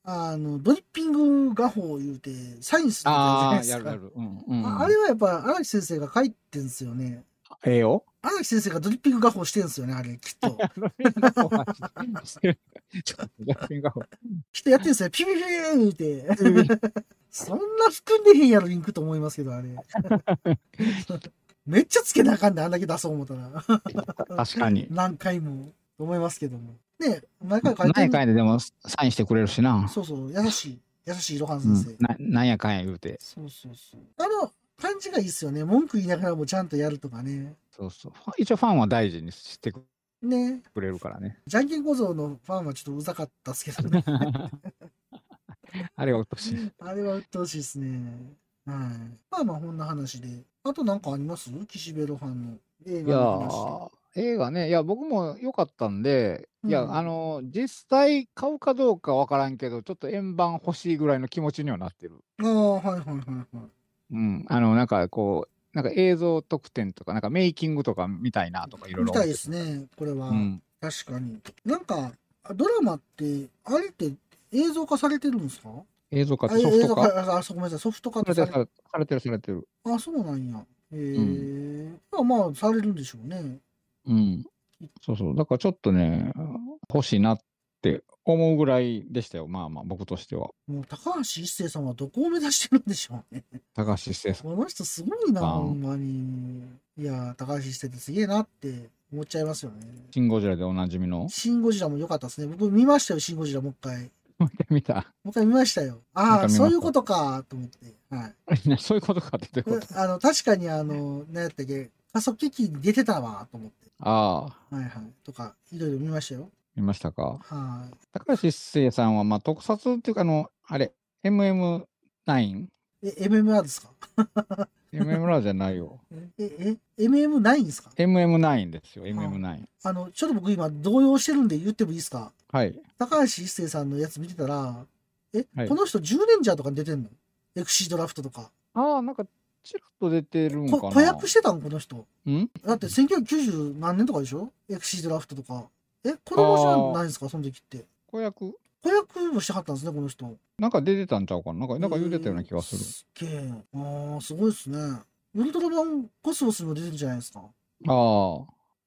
[SPEAKER 1] あの、ドリッピング画法言うて、サインするみたいなじゃない
[SPEAKER 2] ああ、
[SPEAKER 1] です
[SPEAKER 2] やる
[SPEAKER 1] か。
[SPEAKER 2] やる。うんうんうん、
[SPEAKER 1] ああれはやっぱ荒木先生が書いてんすよね。
[SPEAKER 2] ええよ。
[SPEAKER 1] 荒木先生がドリッピング画法してんすよね、あれ、きっと。
[SPEAKER 2] ドリンガホはしてるちょっとドリンガホ
[SPEAKER 1] きっとやってんすよ。ピピピー言うて。そんな含んでへんやろ、リンクと思いますけど、あれ。めっちゃつけなあかんで、あんだけ出そう思ったら。
[SPEAKER 2] 確かに。
[SPEAKER 1] 何回も、と思いますけども。ね毎回書いて
[SPEAKER 2] 何
[SPEAKER 1] る
[SPEAKER 2] やかんやででもサインしてくれるしな。
[SPEAKER 1] そうそう、優しい、優しいいろはん
[SPEAKER 2] う
[SPEAKER 1] 先生。
[SPEAKER 2] ん、ななんやかんや言うて。
[SPEAKER 1] そうそうそう。あの、感じがいいっすよね。文句言いながらもちゃんとやるとかね。
[SPEAKER 2] そうそう。一応ファンは大事にしてく
[SPEAKER 1] ね。
[SPEAKER 2] れるか らね。
[SPEAKER 1] じゃんけん小僧のファンはちょっとうざかったっすけどね。
[SPEAKER 2] あれがうっとしい。
[SPEAKER 1] あれは鬱陶しいっすね。はい。まあまあ、こんな話で。あとなんかあります岸辺露伴の映
[SPEAKER 2] いや
[SPEAKER 1] 画の話。
[SPEAKER 2] ー、映画ね、いや、僕も良かったんで、いうや、
[SPEAKER 1] ん
[SPEAKER 2] あの、実際買うかどうかわからんけど、ちょっと円盤欲しいぐらいの気持ちにはなってる。
[SPEAKER 1] ああ、はいはいはいはい。
[SPEAKER 2] うん。あの、なんかこう、なんか映像特典とか、なんかメイキングとか見たいなとかいろいろ。
[SPEAKER 1] 見たいです。ね、これは。
[SPEAKER 2] うん。
[SPEAKER 1] 確かに。なんか、ドラマって、あれって映像化されてるんですか
[SPEAKER 2] 映像化
[SPEAKER 1] あ
[SPEAKER 2] ソフ
[SPEAKER 1] 映
[SPEAKER 2] ト
[SPEAKER 1] 像
[SPEAKER 2] 化
[SPEAKER 1] 化、あ、そうごめんなさい、ソフト化っ
[SPEAKER 2] さ
[SPEAKER 1] て
[SPEAKER 2] れ
[SPEAKER 1] さ
[SPEAKER 2] て
[SPEAKER 1] れ
[SPEAKER 2] る、されされてる、されてる。
[SPEAKER 1] あ、そうなんや。へえまあまあ、されるんでしょうね。
[SPEAKER 2] うん。そうそう。だからちょっとね、欲しいなって思うぐらいでしたよ。まあまあ、僕としては。
[SPEAKER 1] もう、高橋一生さんはどこを目指してるんでしょうね。
[SPEAKER 2] 高橋一生さ
[SPEAKER 1] こ
[SPEAKER 2] ん。
[SPEAKER 1] の人すごいな、
[SPEAKER 2] あー
[SPEAKER 1] ほんまに。いやー、高橋一生ってすげえなって思っちゃいますよね。
[SPEAKER 2] シン・ゴジラでおなじみの。
[SPEAKER 1] シン・ゴジラも良かったですね。僕見ましたよ、シン・ゴジラもう一回。も
[SPEAKER 2] 見た見た。
[SPEAKER 1] う一回見ましたよ。
[SPEAKER 2] ま
[SPEAKER 1] あ
[SPEAKER 2] た
[SPEAKER 1] あ、
[SPEAKER 2] 見ました
[SPEAKER 1] そういうことか、と思って。はい。
[SPEAKER 2] ねそういうことかってどういうこと
[SPEAKER 1] あの、確かにあの、何やったっけ、加速機器に出てたわ、と思って。
[SPEAKER 2] ああ、
[SPEAKER 1] はいはい。とか、いろいろ見ましたよ。
[SPEAKER 2] 見ましたか。
[SPEAKER 1] はい。
[SPEAKER 2] 高橋一生さんは、まあ、特撮っていうか、あの、あれ、MM9?
[SPEAKER 1] え、MMR ですか
[SPEAKER 2] MMR じゃない よ。
[SPEAKER 1] え、え、MM ないんですか
[SPEAKER 2] MM9 ですよ、MM9。
[SPEAKER 1] あの、ちょっと僕今動揺してるんで言ってもいいですか
[SPEAKER 2] はい。
[SPEAKER 1] 高橋一生さんのやつ見てたら、え、
[SPEAKER 2] はい
[SPEAKER 1] この人10年じゃとかに出てんのエクシードラフトとか。
[SPEAKER 2] ああ、なんかちらっと出てるんか
[SPEAKER 1] こ
[SPEAKER 2] な。
[SPEAKER 1] 子役してたんこの人。
[SPEAKER 2] ん
[SPEAKER 1] だって1990何年とかでしょ ?XC ドラフトとか。え、子供じゃないんですかその時って。
[SPEAKER 2] 子役
[SPEAKER 1] 子役もしてはったんですね、この人。
[SPEAKER 2] なんか出てたんちゃうかななんかなんか言うてたような気がする。
[SPEAKER 1] えーすっげえ。ああ、すごいですね。ウルトラマンコスモスにも出てるんじゃないですか。
[SPEAKER 2] ああ、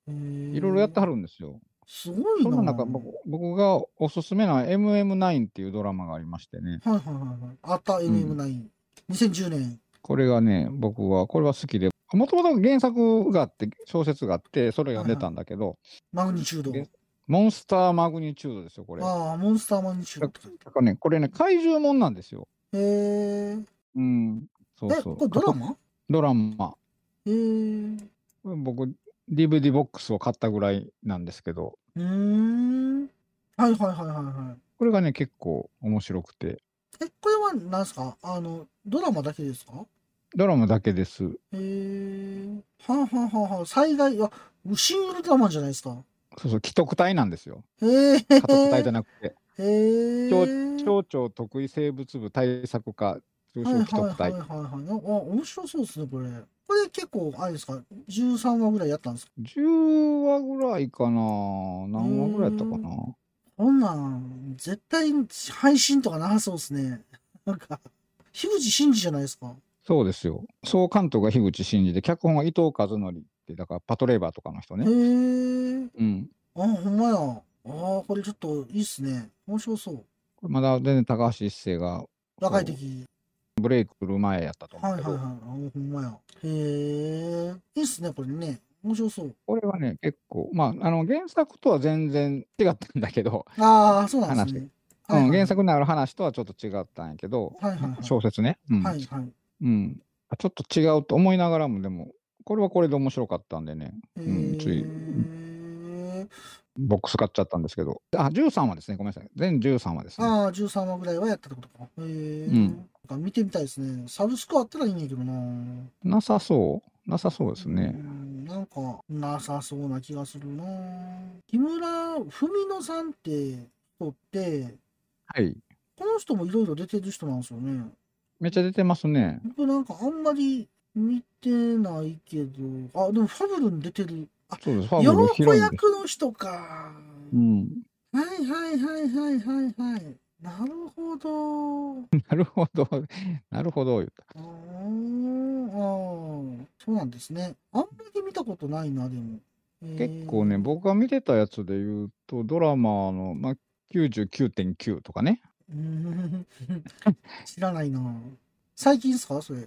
[SPEAKER 1] い
[SPEAKER 2] いろいろやっては
[SPEAKER 1] る。
[SPEAKER 2] るんですよ。
[SPEAKER 1] すごい
[SPEAKER 2] そん
[SPEAKER 1] な。
[SPEAKER 2] な中、僕僕がおすすめな MM9 っていうドラマがありましてね。
[SPEAKER 1] はいはいはいはい。あった MM9。2010年。
[SPEAKER 2] これがね、僕は、これは好きで、もともと原作があって、小説があって、それ読んでたんだけど、
[SPEAKER 1] マグニチュード。
[SPEAKER 2] でモンスターマグニチュードですよ、これ。
[SPEAKER 1] ああ、モンスターマグニチュードって書いて
[SPEAKER 2] だからね、これね、怪獣もんなんですよ。
[SPEAKER 1] ある。へえ。
[SPEAKER 2] うん。そう
[SPEAKER 1] え、
[SPEAKER 2] そう。
[SPEAKER 1] これドラマ
[SPEAKER 2] ドラマ。
[SPEAKER 1] へえ。う
[SPEAKER 2] 僕、DVD ボックスを買ったぐらいなんですけど、
[SPEAKER 1] ーん。はいはいはいはいは
[SPEAKER 2] これがね、結構面白くて、
[SPEAKER 1] い。え、これは何ですかあの、ドラマだけですか
[SPEAKER 2] ドラマだけです。
[SPEAKER 1] へえ。はあ、はあはあはあ、災害、あ、シングルドラマンじゃないですか。
[SPEAKER 2] そうそう、既得体なんですよ。
[SPEAKER 1] へえ。
[SPEAKER 2] 家督体じゃなくて、
[SPEAKER 1] へえ。
[SPEAKER 2] 町長特異生物部対策課、通
[SPEAKER 1] はい
[SPEAKER 2] 称
[SPEAKER 1] はい
[SPEAKER 2] 既得
[SPEAKER 1] はいは
[SPEAKER 2] 体
[SPEAKER 1] い。はい。なんかあ、面白そうですね、これ。これ結構、あれですか、13話ぐらいやったんですか
[SPEAKER 2] 10話ぐらいかな何話ぐらいやったかな
[SPEAKER 1] こんなん、絶対配信とかなさそうですね。なんか、樋口真嗣じゃないですか。
[SPEAKER 2] そうですよ。総監督が樋口真嗣で、脚本は伊藤和則って、だからパトレーバーとかの人
[SPEAKER 1] へ
[SPEAKER 2] ね。
[SPEAKER 1] え。
[SPEAKER 2] うん。
[SPEAKER 1] あ、ほんまや。ああ、これちょっといいっすね。面白そう。
[SPEAKER 2] これまだ全然高橋一生が
[SPEAKER 1] 若い時。
[SPEAKER 2] ブレイクする前やったと
[SPEAKER 1] はい
[SPEAKER 2] 思
[SPEAKER 1] うはい
[SPEAKER 2] け
[SPEAKER 1] はい。
[SPEAKER 2] ど、
[SPEAKER 1] あほんまや。へえ。いいっすね、これね。面白そう。
[SPEAKER 2] これはね、結構、まあ、あの原作とは全然違ったんだけど、
[SPEAKER 1] ああ、そうなんですね。はい
[SPEAKER 2] うん、
[SPEAKER 1] はい
[SPEAKER 2] 原作にある話とはちょっと違ったんやけど、
[SPEAKER 1] はいはいはい
[SPEAKER 2] 小説ね、うん
[SPEAKER 1] はいはい。
[SPEAKER 2] うんあちょっと違うと思いながらも、でも、これはこれで面白かったんでね、うんつい
[SPEAKER 1] へえ。
[SPEAKER 2] ボックス買っちゃったんですけど、あ、13話ですね、ごめんなさい、全13話ですね。
[SPEAKER 1] ああ、13話ぐらいはやったってことか。へえ。
[SPEAKER 2] ん
[SPEAKER 1] なんか見てみたいですね。サブスクあったらいいんやけどな。
[SPEAKER 2] なさそう、なさそうです
[SPEAKER 1] う
[SPEAKER 2] ね。
[SPEAKER 1] んなんか、なさそうな気がするな。木村文乃さんって人って、
[SPEAKER 2] はい。
[SPEAKER 1] この人もいろいろ出てる人なんですよね。
[SPEAKER 2] めっちゃ出てますね。
[SPEAKER 1] 僕なんかあんまり見てないけど、あ、でもファブルに出てる。あ、
[SPEAKER 2] そうです、ファ
[SPEAKER 1] 洋
[SPEAKER 2] ブル
[SPEAKER 1] 子
[SPEAKER 2] 広いんです。
[SPEAKER 1] 役の人か。
[SPEAKER 2] うん、
[SPEAKER 1] はいはいはいはいはいはい。なるほど。
[SPEAKER 2] なるほど、 なるほど、言うた
[SPEAKER 1] あーあー、そうなんですね。あんまり見たことないな、でも。
[SPEAKER 2] 結構ね、
[SPEAKER 1] えー
[SPEAKER 2] 僕が見てたやつで言うと、ドラマの、まあ、99.9とかね、
[SPEAKER 1] うん 知らないな。最近ですかそれ。
[SPEAKER 2] い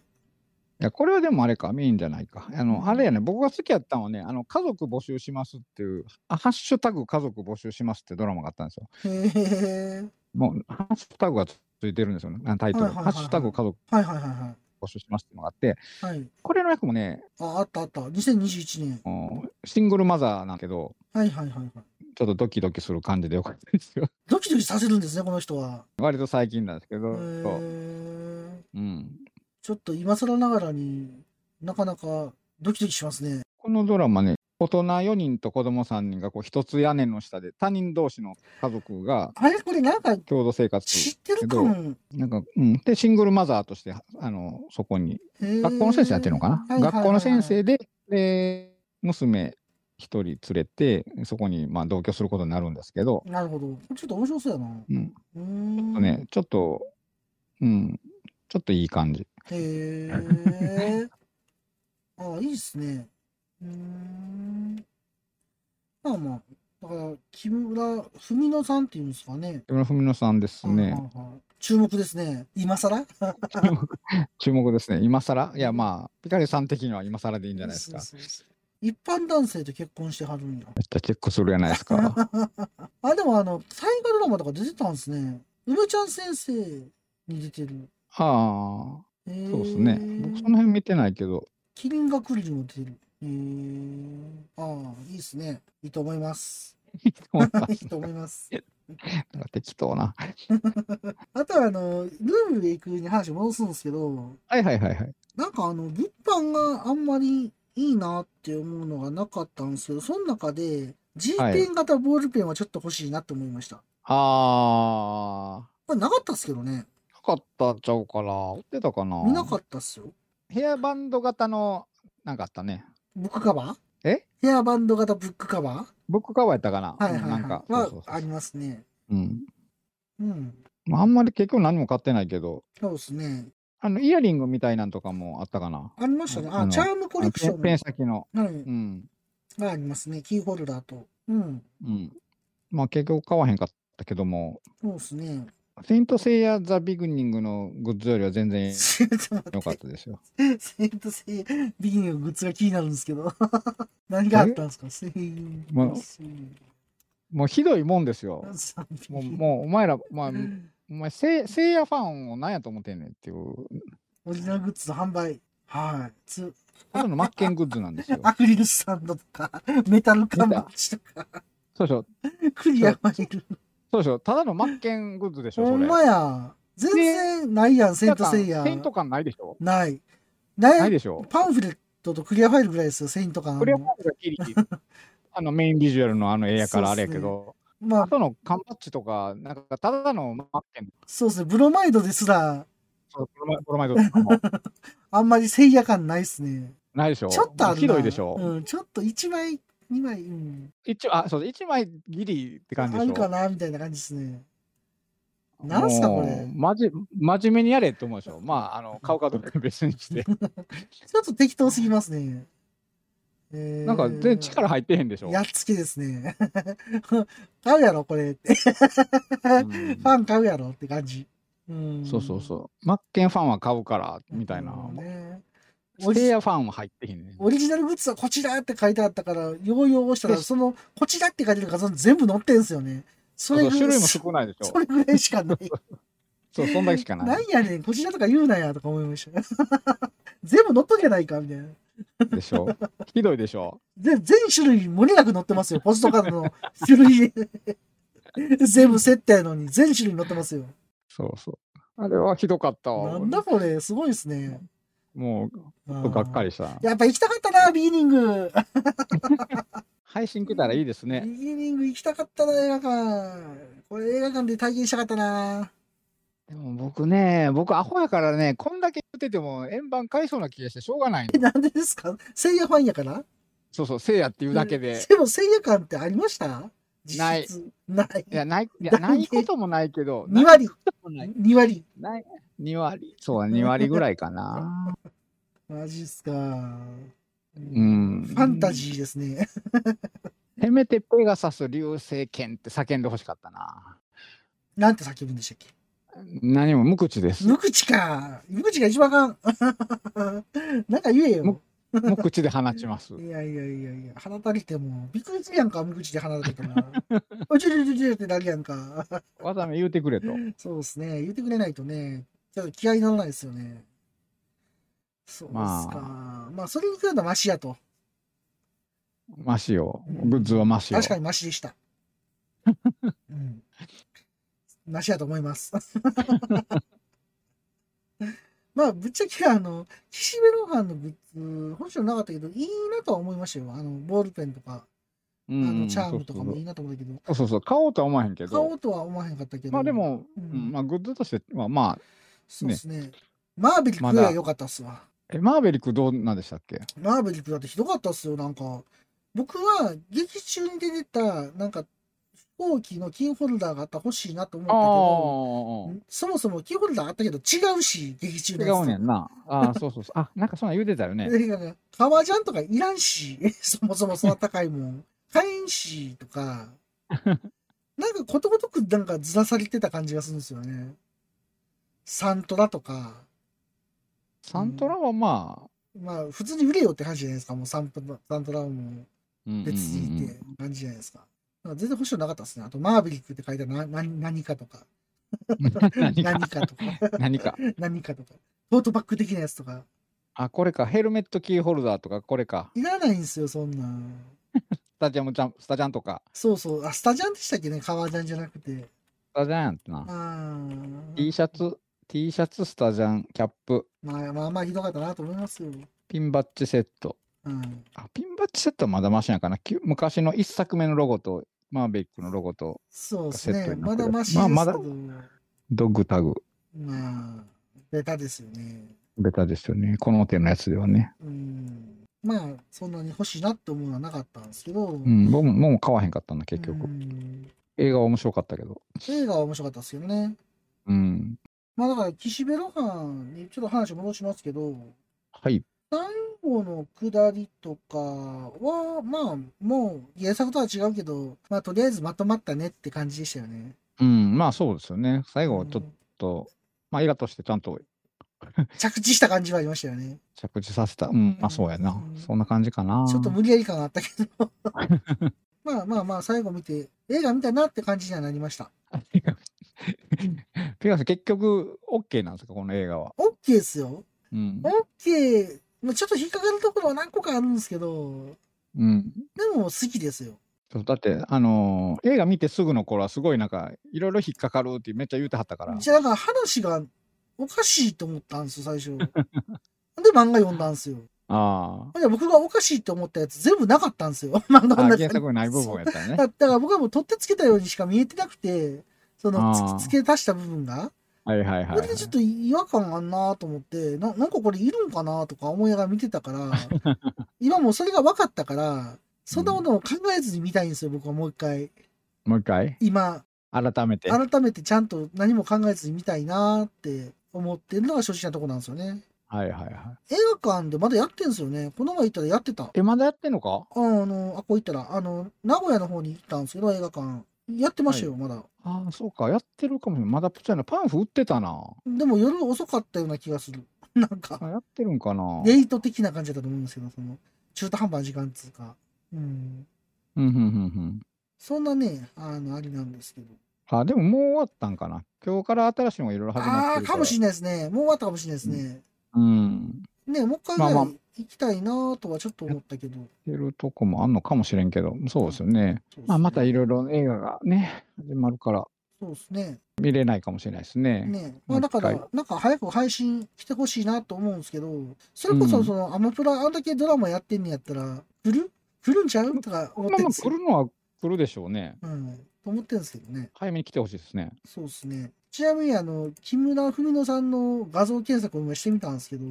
[SPEAKER 2] や、これはでもあれか、メインじゃないか。あ
[SPEAKER 1] うん
[SPEAKER 2] の、あれやね、僕が好きやったのはね、あの、家族募集しますっていう、あハッシュタグ家族募集しますってドラマがあったんですよ。
[SPEAKER 1] へえ。
[SPEAKER 2] もう、ハッシュタグがついてるんですよね、あタイトル。
[SPEAKER 1] はいはいはい
[SPEAKER 2] ハ
[SPEAKER 1] はい
[SPEAKER 2] ッシュタグ家族
[SPEAKER 1] はいはいは
[SPEAKER 2] 募集しますっていうのがあって、
[SPEAKER 1] いはい。はい。
[SPEAKER 2] これの役もね、
[SPEAKER 1] あ、あったあった。2021年。
[SPEAKER 2] うんシングルマザーなんだけど、
[SPEAKER 1] はいはいはいはい。
[SPEAKER 2] ちょっとドキドキする感じでよかったですよ。
[SPEAKER 1] ドキドキさせるんですね、この人は。
[SPEAKER 2] 割と最近なんですけど、
[SPEAKER 1] へ
[SPEAKER 2] そう
[SPEAKER 1] ー
[SPEAKER 2] うん。
[SPEAKER 1] ちょっと今更ながらになかなかドキドキしますね。
[SPEAKER 2] このドラマね、大人4人と子供3人がこう一つ屋根の下で、他人同士の家族が
[SPEAKER 1] あれこれなんか
[SPEAKER 2] 共同生活す
[SPEAKER 1] 知
[SPEAKER 2] る。
[SPEAKER 1] ってるかも。
[SPEAKER 2] なんか、うん。で、シングルマザーとして、あの、そこに、学
[SPEAKER 1] 学
[SPEAKER 2] 校の先生やってるのかな、学校の先生で、で、娘一人連れて、そこに、まあ、同居することになるんですけど、
[SPEAKER 1] なるほど。これちょっと面白そうやな。
[SPEAKER 2] うん。
[SPEAKER 1] うーん。
[SPEAKER 2] ね、ちょっと、うん、ちょっといい感じ。
[SPEAKER 1] へ え。ああ、いいっすね。うーん。まあまあ、だから、木村文乃さんっていうんですかね。
[SPEAKER 2] 山村文乃さんです
[SPEAKER 1] は
[SPEAKER 2] ね。
[SPEAKER 1] いはいはい注目ですね。今更
[SPEAKER 2] 注目ですね。今更いや、まあ、ピカリさん的には今更でいいんじゃないですか。
[SPEAKER 1] そうそうそう一般男性と結婚してはるんや。
[SPEAKER 2] めっちゃチェックするじゃないで すか。
[SPEAKER 1] あ、でもあの、大河ドラマとか出てたんですね。うるちゃん先生に出てる。
[SPEAKER 2] ああ、
[SPEAKER 1] そ
[SPEAKER 2] そうですね。僕、その辺見てないけど、
[SPEAKER 1] キリンがクリルも出てる。へーああ、いいですね。いいと思い ます。
[SPEAKER 2] なんか
[SPEAKER 1] いいと思います。
[SPEAKER 2] 適当な。
[SPEAKER 1] あとは、あの、ルームで行くに話戻すんですけど、
[SPEAKER 2] はいはいはいはい。
[SPEAKER 1] なんかあの、物販があんまりいいなって思うのがなかったんですけど、その中で、G
[SPEAKER 2] はい
[SPEAKER 1] ペン型ボールペンはちょっと欲しいなって思いました。
[SPEAKER 2] ああ。
[SPEAKER 1] これなかったっすけどね。
[SPEAKER 2] なかったんちゃうかな。売ってたかな。
[SPEAKER 1] 見なかったっすよ。
[SPEAKER 2] ヘアバンド型の、なんかあったね。
[SPEAKER 1] ブックカバー
[SPEAKER 2] え
[SPEAKER 1] ヘアバンド型ブックカバ
[SPEAKER 2] ブックカバーやったかな。
[SPEAKER 1] ーはい
[SPEAKER 2] うん
[SPEAKER 1] は
[SPEAKER 2] ないんか
[SPEAKER 1] は、い。
[SPEAKER 2] そう
[SPEAKER 1] は
[SPEAKER 2] そうそう
[SPEAKER 1] ありますね。
[SPEAKER 2] うん。
[SPEAKER 1] うん。
[SPEAKER 2] まああんまり結局何も買ってないけど、
[SPEAKER 1] そうですね。
[SPEAKER 2] あの、イヤリングみたいなんとかもあったかな。
[SPEAKER 1] ありましたね。
[SPEAKER 2] あ
[SPEAKER 1] あ、
[SPEAKER 2] の
[SPEAKER 1] チャームコレクショ
[SPEAKER 2] あのペンペン
[SPEAKER 1] ン
[SPEAKER 2] 先の。
[SPEAKER 1] のは
[SPEAKER 2] う
[SPEAKER 1] い
[SPEAKER 2] ん。
[SPEAKER 1] がありますね。キーホルダーと。うん。
[SPEAKER 2] うん。まあ結局買わへんかったけども、
[SPEAKER 1] そうですね。
[SPEAKER 2] セイントセイヤ・ザ・ビグニングのグッズよりは全然
[SPEAKER 1] ちょっと待
[SPEAKER 2] 良か
[SPEAKER 1] っ。
[SPEAKER 2] ってたですよ。
[SPEAKER 1] セイントセイヤビギニンググッズが気になるんですけど。 何があったんですかセイントセイ
[SPEAKER 2] もうひどいもんですよ
[SPEAKER 1] ヤ。ザビギ
[SPEAKER 2] もう、
[SPEAKER 1] ニング
[SPEAKER 2] もうお前ら、まあ、お前セイ、セイヤファンを何やと思ってんねんっていう、
[SPEAKER 1] オリジナルグッズの販売。はい。つ
[SPEAKER 2] ただのマッケングッズな んですよ。
[SPEAKER 1] アクリルスタンドとか、 メタルカバーとか、
[SPEAKER 2] そうでしょ、
[SPEAKER 1] クリアファイル。
[SPEAKER 2] そうでしょ、ただのマッケングッズでしょ、
[SPEAKER 1] ほ
[SPEAKER 2] それ。
[SPEAKER 1] んまや。全然ないやん、セイントセイヤ
[SPEAKER 2] セ。イント感ないでしょ
[SPEAKER 1] ない。
[SPEAKER 2] ない
[SPEAKER 1] ない。
[SPEAKER 2] でしょ
[SPEAKER 1] パンフレットとクリアファイルぐらいですよ、セイント感。
[SPEAKER 2] これはもうギリギリあのメインビジュアルのあの絵やからあれやけど、
[SPEAKER 1] ま
[SPEAKER 2] あ
[SPEAKER 1] あ、
[SPEAKER 2] との缶バッジとか、なんかただのマッケン、
[SPEAKER 1] そうですね、ブロマイドですら、
[SPEAKER 2] そうブロマイブロマイドとかも
[SPEAKER 1] あんまりセイヤ感ないっすね。
[SPEAKER 2] ないでしょ
[SPEAKER 1] ちょっとあるな
[SPEAKER 2] ひどいでしょ、
[SPEAKER 1] うん、ちょっと1枚、2枚、うん。
[SPEAKER 2] 一応あ、そう、一枚ギリって
[SPEAKER 1] あ
[SPEAKER 2] 感じでし
[SPEAKER 1] る
[SPEAKER 2] ょ
[SPEAKER 1] かな、みたいな感じですね。なんすか、これ
[SPEAKER 2] もう。まじ、真面目にやれって思うでしょまあ、あの、買うかどうか別に して。
[SPEAKER 1] ちょっと適当すぎますね。えー
[SPEAKER 2] なんか全然力入ってへんでしょ
[SPEAKER 1] やっつけですね。 買うやろ、これって。
[SPEAKER 2] うん
[SPEAKER 1] ファン買うやろって感じ。うん。
[SPEAKER 2] そうそうそう。マッケンファンは買うから、みたいな。
[SPEAKER 1] うんねオ
[SPEAKER 2] ステ
[SPEAKER 1] リ
[SPEAKER 2] イヤーファンは入ってへんね。
[SPEAKER 1] オリジナルグッズはこちらって書いてあったから、ようよう押したら、
[SPEAKER 2] で
[SPEAKER 1] その、こちらって書いてる画像全部載ってんすよね。そ
[SPEAKER 2] そう
[SPEAKER 1] れ
[SPEAKER 2] そう
[SPEAKER 1] ぐらい、
[SPEAKER 2] 種類も少ないでしょ
[SPEAKER 1] それぐらいしかない。
[SPEAKER 2] そう、そんだけしか
[SPEAKER 1] な
[SPEAKER 2] ない
[SPEAKER 1] んやねん、こちらとか言うなや、とか思いました。 全部載っとるやないか、みたいな。
[SPEAKER 2] でしょ。ひどいでしょ。
[SPEAKER 1] で全種類もれなく載ってますよ。ポストカードの種類。 全部セットやのに、全種類載ってますよ。
[SPEAKER 2] そうそう。あれはひどかった
[SPEAKER 1] な
[SPEAKER 2] わ。
[SPEAKER 1] んだこれ、すごいですね。
[SPEAKER 2] も
[SPEAKER 1] あ
[SPEAKER 2] う、
[SPEAKER 1] ー
[SPEAKER 2] がっかりした。
[SPEAKER 1] やっぱ行きたかったな、ビーニング。
[SPEAKER 2] 配信来たらいいです
[SPEAKER 1] ビ
[SPEAKER 2] ね。
[SPEAKER 1] ーニング行きたかったな、映画館。これ映画館で体験したかったな。
[SPEAKER 2] でも僕ね、僕アホやからね、こんだけ言ってても円盤買いそうな気がしてしょうがないの。
[SPEAKER 1] なんでですかせいやファンやから
[SPEAKER 2] そうそう、せいやっていうだけで。
[SPEAKER 1] でもせいや館ってありました
[SPEAKER 2] ない。
[SPEAKER 1] 実質ない。
[SPEAKER 2] いや、ない、いや、ないこともないけど、
[SPEAKER 1] 2割、
[SPEAKER 2] もない
[SPEAKER 1] 2割。
[SPEAKER 2] ない。2割。そう、2割ぐらい かな。
[SPEAKER 1] マジっすか。
[SPEAKER 2] うん。
[SPEAKER 1] ファンタジーですね。
[SPEAKER 2] せめてペガサス流星剣って叫んでほしかったな。
[SPEAKER 1] なんて叫ぶんでしたっけ
[SPEAKER 2] 何も無口です。
[SPEAKER 1] 無口か。無口が一番あかん。 なんか言えよ
[SPEAKER 2] む。無口で放ちます。
[SPEAKER 1] いやいやいやいや、鼻たれても、びっくりするやんか、無口で鼻たれても。 おちょちょちょちょってなるやんか。
[SPEAKER 2] わざめ言うてくれと。
[SPEAKER 1] そうですね。言ってくれないとね、ちょっと気合いにならないですよね。そうですか。まあ、それに比べたらマシやと。
[SPEAKER 2] マシよ。グッズはマシよ。
[SPEAKER 1] 確かにマシでした。うん。マシやと思います。 まあ、ぶっちゃけ、あの、岸辺露伴のグッズ、本社なかったけど、いいなとは思いましたよ。あの、ボールペンとか、あ
[SPEAKER 2] うん
[SPEAKER 1] の、チャームとかもいい
[SPEAKER 2] そう
[SPEAKER 1] なと思ったけど、
[SPEAKER 2] そうそうそうそう、買おうとは思わへんけ
[SPEAKER 1] 買お
[SPEAKER 2] ど。
[SPEAKER 1] うとは思わへんかったけど。
[SPEAKER 2] まあで、も、
[SPEAKER 1] うん
[SPEAKER 2] うんまあグッズとしては、まあ、
[SPEAKER 1] そうですね。マーベリックは良かったっすわ。
[SPEAKER 2] えマーベリックどうなんでしたっけ
[SPEAKER 1] マーベリックだってひどかったっすよ、なんか。僕は劇中に出てた、なんか、飛行機のキーホルダーがあったら欲しいなと思っ、
[SPEAKER 2] ああ
[SPEAKER 1] たけど、そもそもキーホルダーあったけど違うし、劇中の
[SPEAKER 2] 違
[SPEAKER 1] やつ
[SPEAKER 2] うねんな。ああ、そうそうそう。あ、なんかそんなん言うてたよね。
[SPEAKER 1] だから革ジャンとかいらんし、 そもそもそんな高いもん。買えんし、と か。なんかことごとくなんかずらされてた感じがするんですよね。サントラとか。
[SPEAKER 2] サントラはまあ、
[SPEAKER 1] まあ、普通に売れよって感じじゃないですか、もうサントラサントラはもう。
[SPEAKER 2] うんうんうん
[SPEAKER 1] 別にって感じじゃないですか。なんか全然保証なかったですね。あと、マーヴェリックって書いてあるな何何かとか、
[SPEAKER 2] 何
[SPEAKER 1] 何
[SPEAKER 2] か、
[SPEAKER 1] かとか、
[SPEAKER 2] 何か。
[SPEAKER 1] 何かとか、トートバッグ的なやつとか、
[SPEAKER 2] あ、これか。ヘルメットキーホルダーとか、これか。
[SPEAKER 1] いらないんですよ、そんなん。
[SPEAKER 2] スタジャムジャン、スタジャンとか。
[SPEAKER 1] そうそう、あ、スタジャンでしたっけね、革ジャンじゃなくて。
[SPEAKER 2] スタジャンってな。
[SPEAKER 1] あ
[SPEAKER 2] T
[SPEAKER 1] ー
[SPEAKER 2] シャツ、T シャツ、スタジャン、キャップ、
[SPEAKER 1] まあまあまあひどかったなと思いますよ。
[SPEAKER 2] ピンバッジセット。
[SPEAKER 1] うん、
[SPEAKER 2] あ、ピンバッジセットはまだマシなんかな。きゅ昔の一作目のロゴと、マーベリックのロゴと、
[SPEAKER 1] そうです
[SPEAKER 2] セット
[SPEAKER 1] ね。
[SPEAKER 2] に
[SPEAKER 1] ま
[SPEAKER 2] なって
[SPEAKER 1] だ
[SPEAKER 2] る
[SPEAKER 1] マシですけど、
[SPEAKER 2] まあ
[SPEAKER 1] ま
[SPEAKER 2] まだドッグタグ。
[SPEAKER 1] あ、ベタですよね。
[SPEAKER 2] ベタですよね。この手のやつではね。
[SPEAKER 1] うん、まあ、そんなに欲しいなって思うのはなかったんですけど、
[SPEAKER 2] うん、僕ももう買わへんかったな、結
[SPEAKER 1] う
[SPEAKER 2] 局。
[SPEAKER 1] ん
[SPEAKER 2] 映画は面白かったけど。
[SPEAKER 1] 映画は面白かったですよね。
[SPEAKER 2] うん。
[SPEAKER 1] まあだから、岸辺露伴にちょっと話戻しますけど、
[SPEAKER 2] はい。
[SPEAKER 1] 最後の下りとかは、まあ、もう原作とは違うけど、まあ、とりあえずまとまったねって感じでしたよね。
[SPEAKER 2] うん、まあそうですよね。最
[SPEAKER 1] う
[SPEAKER 2] 後、
[SPEAKER 1] ん
[SPEAKER 2] ちょっと、まあ映画としてちゃんと
[SPEAKER 1] 着地した感じはありましたよね。
[SPEAKER 2] 着地させた。うん、まあそうやな
[SPEAKER 1] う。ん
[SPEAKER 2] そんな感じかな。
[SPEAKER 1] ちょっと 無理やり感があったけど。まあまあまあ、最後見て、映画見たなって感じにはなりました。
[SPEAKER 2] ペガさん、結局、OK なんですか、この映画は。
[SPEAKER 1] OK ですよ。
[SPEAKER 2] うん。
[SPEAKER 1] OK、まあ、ちょっと引っかかるところは何個かあるんですけど、
[SPEAKER 2] うん。
[SPEAKER 1] でも好きですよ。
[SPEAKER 2] そうだって、あのー映画見てすぐの頃は、すごいなんか、いろいろ引っかかるってめっちゃ言うてはったから。
[SPEAKER 1] じゃあなんか話がおかしいと思ったんですよ、最初。で、漫画読んだんですよ。
[SPEAKER 2] あ
[SPEAKER 1] で僕がおかしいと思ったやつ全部なかったんですよ。 漫
[SPEAKER 2] あ。
[SPEAKER 1] 画
[SPEAKER 2] あ
[SPEAKER 1] の中
[SPEAKER 2] 原
[SPEAKER 1] に
[SPEAKER 2] 作にない部分やったね。
[SPEAKER 1] だだから僕はもう取ってつけたようにしか見えてなくて、そ
[SPEAKER 2] あ
[SPEAKER 1] の
[SPEAKER 2] ー
[SPEAKER 1] つ付け足した部分が。
[SPEAKER 2] はいはいはい、
[SPEAKER 1] こ
[SPEAKER 2] はい
[SPEAKER 1] れでちょっと違和感あんなと思ってな、なんかこれいるんかなとか思いながら見てたから、今もうそれが分かったから、そんなものを考えずに見たいんですよ、僕はもう一回。
[SPEAKER 2] もう一回、
[SPEAKER 1] 今、
[SPEAKER 2] 改めて。
[SPEAKER 1] 改めてちゃんと何も考えずに見たいなって思ってるのが正直なとこなんですよね。
[SPEAKER 2] はいはいはい。
[SPEAKER 1] 映画館でまだやってんですよね。この前行ったらやってた。
[SPEAKER 2] え、まだやってんのか
[SPEAKER 1] ああの、あ、こう行ったら、あの、名古屋の方に行ったんですけど、映画館。やってましたよ、まだ。
[SPEAKER 2] ああ、そうか、やってるかもしれない。まだプチャなパンフ売ってたな。
[SPEAKER 1] でも夜遅かったような気がする。 なんか、
[SPEAKER 2] あやってるんかな。
[SPEAKER 1] レイト的な感じだと思うんですけど、その、中途半端な時間っつうか。うん。
[SPEAKER 2] うんうんうん
[SPEAKER 1] そんなね、あの、ありなんですけど。
[SPEAKER 2] うん。あ、でももう終わったんかな。今日から新しいのがいろいろ始まっ
[SPEAKER 1] あ
[SPEAKER 2] て
[SPEAKER 1] あー、
[SPEAKER 2] る
[SPEAKER 1] かもしれ
[SPEAKER 2] な
[SPEAKER 1] な
[SPEAKER 2] い。
[SPEAKER 1] いですね。もう終わったかもしれないですね。
[SPEAKER 2] うん。
[SPEAKER 1] ね、もう一回ぐら
[SPEAKER 2] まあ
[SPEAKER 1] い
[SPEAKER 2] ま
[SPEAKER 1] 行きたいなとはちょっと思ったけど。
[SPEAKER 2] やってるとこもあんのかもしれんけど、そうですよね。
[SPEAKER 1] そうっすね
[SPEAKER 2] まあ、またいろいろ映画がね、始まるから、
[SPEAKER 1] そうですね。
[SPEAKER 2] 見れないかもしれないですね。
[SPEAKER 1] ねまあ、
[SPEAKER 2] もう一
[SPEAKER 1] だ
[SPEAKER 2] 回
[SPEAKER 1] から、なんか早く配信してほしいなと思うんですけど、それこそその、アマプラあんだけドラマやってんのやったら、来る来るんちゃうとか思っ
[SPEAKER 2] まあ
[SPEAKER 1] てる
[SPEAKER 2] ま
[SPEAKER 1] ん
[SPEAKER 2] あ、
[SPEAKER 1] です
[SPEAKER 2] 来
[SPEAKER 1] よ。
[SPEAKER 2] るのは来るでしょうね。
[SPEAKER 1] うん。と思ってるんですけどね。
[SPEAKER 2] 早めに来てほしいですね。
[SPEAKER 1] そうですね。ちなみに、あの、木村文乃さんの画像検索を今してみたんですけど、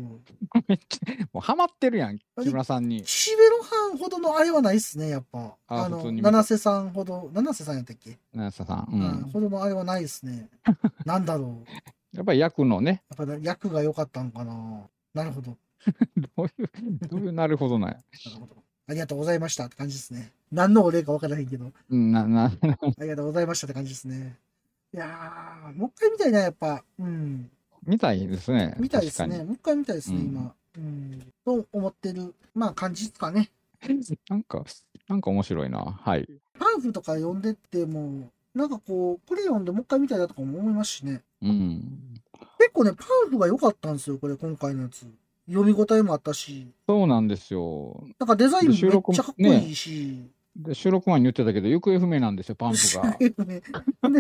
[SPEAKER 2] めっちゃもうハマってるやん、
[SPEAKER 1] あれ
[SPEAKER 2] 木村さんに。
[SPEAKER 1] 岸辺露伴ほどのあれはないっすね、やっぱ。
[SPEAKER 2] あ
[SPEAKER 1] あ
[SPEAKER 2] 普通
[SPEAKER 1] の、
[SPEAKER 2] に見た
[SPEAKER 1] 七瀬さんほど、七瀬さんやったっけ、
[SPEAKER 2] 七瀬さん。う
[SPEAKER 1] うん
[SPEAKER 2] ん。
[SPEAKER 1] ほどのあれはないっすね。 なんだろう。
[SPEAKER 2] やっぱり役のね、
[SPEAKER 1] やっぱり役が良かったのかな。なるほど。
[SPEAKER 2] どういう、どういうなるほどない。
[SPEAKER 1] なるほど。ありがとうございましたって感じですね。何のお礼か分からへんけど、
[SPEAKER 2] うんな、な、
[SPEAKER 1] ありがとうございましたって感じですね。いやー、もう一回見たいな、やっぱ。うん。
[SPEAKER 2] みたいですね。
[SPEAKER 1] 見たいですね。
[SPEAKER 2] 確
[SPEAKER 1] もう一回見たいですね、
[SPEAKER 2] うん
[SPEAKER 1] 今。うん。と思ってる、まあ、感じですかね。
[SPEAKER 2] かに。なんか、なんか面白いな。はい。
[SPEAKER 1] パンフとか読んでっても、なんかこう、これ読んでもう一回見たいなとかも思いますしね。
[SPEAKER 2] うん。
[SPEAKER 1] 結構ね、パンフが良かったんですよ、これ、今回のやつ。読み応えもあったし、
[SPEAKER 2] そうなんですよ。
[SPEAKER 1] なんかデザインもめ
[SPEAKER 2] 収
[SPEAKER 1] っ
[SPEAKER 2] 録も
[SPEAKER 1] ちゃかっこいいし、
[SPEAKER 2] で収録前に言ってたけど、行方不明なんですよ、パンプ が。
[SPEAKER 1] ね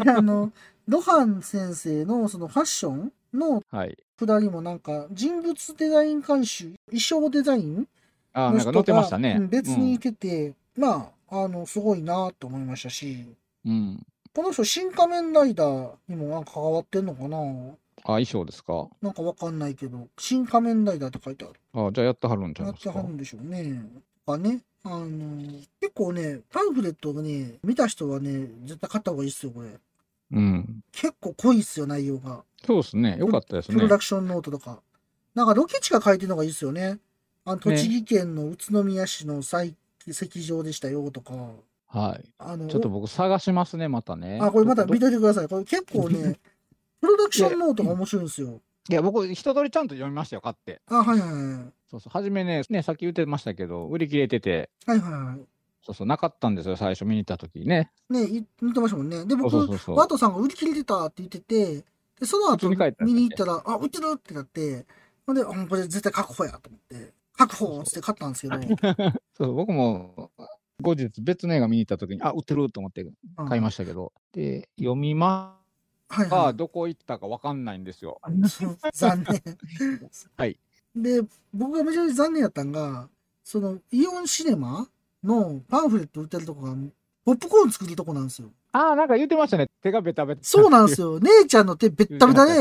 [SPEAKER 1] で、あの、ロハン先生のそのファッションの
[SPEAKER 2] はい。
[SPEAKER 1] くだりもなんか、人物デザイン監修、衣装デザイン
[SPEAKER 2] あー
[SPEAKER 1] の
[SPEAKER 2] なんか
[SPEAKER 1] 人
[SPEAKER 2] 載ってま
[SPEAKER 1] が
[SPEAKER 2] したね
[SPEAKER 1] う。ん別に
[SPEAKER 2] う
[SPEAKER 1] い
[SPEAKER 2] ん
[SPEAKER 1] てて、まあ、あの、すごいなと思いましたし、
[SPEAKER 2] うん。
[SPEAKER 1] この人、新仮面ライダーにもなんか関わってんのかな
[SPEAKER 2] あ、衣装ですか。
[SPEAKER 1] なんかわかんないけど、新仮面ライダーって書いてある。
[SPEAKER 2] あー、じゃあやってはるんじゃ
[SPEAKER 1] や
[SPEAKER 2] な
[SPEAKER 1] っ
[SPEAKER 2] い
[SPEAKER 1] て
[SPEAKER 2] です
[SPEAKER 1] は
[SPEAKER 2] か
[SPEAKER 1] る。んでしょうね。とかね、あのー結構ね、パンフレットをね、見た人はね、絶対買った方がいいっすよ、これ。
[SPEAKER 2] うん。
[SPEAKER 1] 結構濃いっすよ、内容が。
[SPEAKER 2] そうですね。よかったです
[SPEAKER 1] プ
[SPEAKER 2] ね
[SPEAKER 1] ロ。ダクションノートとか。なんかロケ地が書いてるのがいいっすよね。あの栃木県の宇都宮市の採石場でしたよとか。
[SPEAKER 2] はい。
[SPEAKER 1] あの
[SPEAKER 2] ちょっと僕探しますね、またね。
[SPEAKER 1] あ、これまた
[SPEAKER 2] ど
[SPEAKER 1] 見といてください。これ結構 ね、プロダクションノートが面白いんですよ。
[SPEAKER 2] いや、僕、一通りちゃんと読みましたよ、買って。
[SPEAKER 1] あ、はいはいはい。
[SPEAKER 2] そうそう。初めね、ね、さっき言ってましたけど、売り切れてて、
[SPEAKER 1] はいはいはい。そう
[SPEAKER 2] そうそう、なかったんですよ、最初見に行った時ね。
[SPEAKER 1] ね、い見てましたもんね。で、
[SPEAKER 2] そう
[SPEAKER 1] 僕、
[SPEAKER 2] そうそうそう。
[SPEAKER 1] ワトさんが売り切れてたって言ってて、でその後
[SPEAKER 2] 普通に帰ったん
[SPEAKER 1] 見に行ったら、あ、売ってるってなって、ほんで、あもうこれ絶対確保やと思って、確保っつって買ったんですけど、
[SPEAKER 2] そう僕も後日別の映画見に行った時にあ売ってると思って買いましたけど、で読みま
[SPEAKER 1] はい
[SPEAKER 2] が、
[SPEAKER 1] はい。
[SPEAKER 2] どこ行ったか分かんないんですよ。
[SPEAKER 1] 残念。
[SPEAKER 2] はい。
[SPEAKER 1] で、僕がめちゃめちゃ残念やったんが、その、イオンシネマのパンフレット売ってるとこが、ポップコーン作るとこなんですよ。
[SPEAKER 2] ああなんか言ってましたね手がベタベタ
[SPEAKER 1] そうなんで
[SPEAKER 2] です
[SPEAKER 1] よ。姉ちゃんの手べったべたで、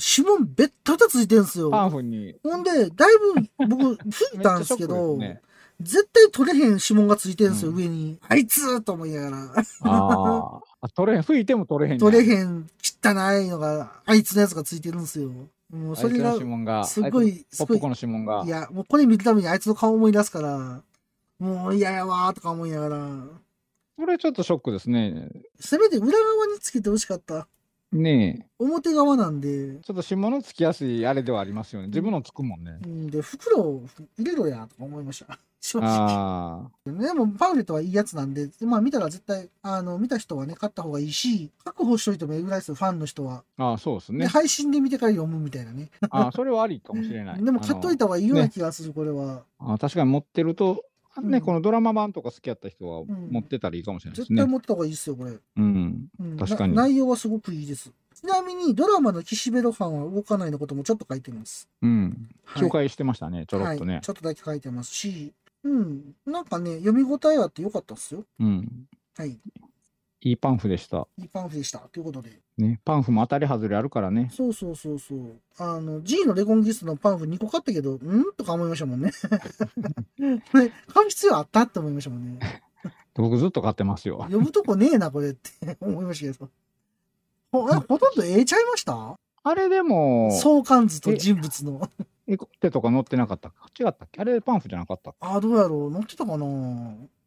[SPEAKER 1] 指紋べったべたついてんすよ。
[SPEAKER 2] パンフに。
[SPEAKER 1] ほんで、だいぶ僕、吹いたんですけど、
[SPEAKER 2] めっちゃショックで
[SPEAKER 1] 絶対取れへん指紋がついてんすよ、
[SPEAKER 2] うん
[SPEAKER 1] 上に。あいつと思いなが ら。
[SPEAKER 2] すね。あーあ。取れへん、吹いても取れへんね。
[SPEAKER 1] 取れへん、汚いのが、あいつのやつがついてるんですよ。もう
[SPEAKER 2] あ
[SPEAKER 1] そ
[SPEAKER 2] いつ
[SPEAKER 1] れ
[SPEAKER 2] の
[SPEAKER 1] が、
[SPEAKER 2] 指紋が、
[SPEAKER 1] すご
[SPEAKER 2] あ
[SPEAKER 1] い
[SPEAKER 2] いつのポップコーンの指紋が
[SPEAKER 1] い。や、もうこれ見るためにあいつの顔思い出すから、もう嫌やわーとか思いながら、
[SPEAKER 2] それちょっとショックですね。
[SPEAKER 1] せめて裏側につけてほしかった。
[SPEAKER 2] ねえ。
[SPEAKER 1] 表側なんで、
[SPEAKER 2] ちょっと指紋のつきやすいあれではありますよね。自分のつくもんね。
[SPEAKER 1] うんで、袋を入れろやとか思いました。正直。
[SPEAKER 2] あ
[SPEAKER 1] でも、パンフレットはいいやつなんで、まあ見たら絶対、あの、見た人はね、買った方がいいし、確保しといてもええぐらいですよ、ファンの人は。
[SPEAKER 2] ーあー、そうです
[SPEAKER 1] で、
[SPEAKER 2] ね。
[SPEAKER 1] 配信で見てから読むみたいなね。
[SPEAKER 2] あーそれはありかもしれない。
[SPEAKER 1] でも買っといた方がいいような気がする、これは。
[SPEAKER 2] あのあー確かに持ってると、あのね、
[SPEAKER 1] うん
[SPEAKER 2] このドラマ版とか好きやった人は
[SPEAKER 1] ん
[SPEAKER 2] 持ってたらいいかもしれないで
[SPEAKER 1] 絶
[SPEAKER 2] すね。
[SPEAKER 1] 対持った方がいいですよ、これ。
[SPEAKER 2] うん。
[SPEAKER 1] うん
[SPEAKER 2] 確かに
[SPEAKER 1] な内容はすごくいいです。ちなみに、ドラマの岸辺露伴は動かないのこともちょっと書いてます。
[SPEAKER 2] うん。
[SPEAKER 1] はい
[SPEAKER 2] 紹介してましたね、ちょろっと
[SPEAKER 1] は
[SPEAKER 2] ね
[SPEAKER 1] い。ちょっとだけ書いてますし、うん。なんかね、読み応えあってよかったっすよ。
[SPEAKER 2] うん。
[SPEAKER 1] はい。い
[SPEAKER 2] いいパンフでした。
[SPEAKER 1] いパンフでした。ということで。
[SPEAKER 2] ね、パンフも当たり外れあるからね。
[SPEAKER 1] そうそうそうそう。あの、G のレゴンギストのパンフ2個買ったけど、んとか思いましたもんね。 これ、買う必要あったって思いましたもんね。
[SPEAKER 2] 僕ずっと買ってますよ。
[SPEAKER 1] 呼ぶとこねえな、これって思いましたけど。ほあほとんどええちゃいました
[SPEAKER 2] あれでも、
[SPEAKER 1] 相関図と人物の。
[SPEAKER 2] エコテとか載ってなかったか違ったっけあれパンフじゃなかったっけ
[SPEAKER 1] あ、どうやろう載ってたかな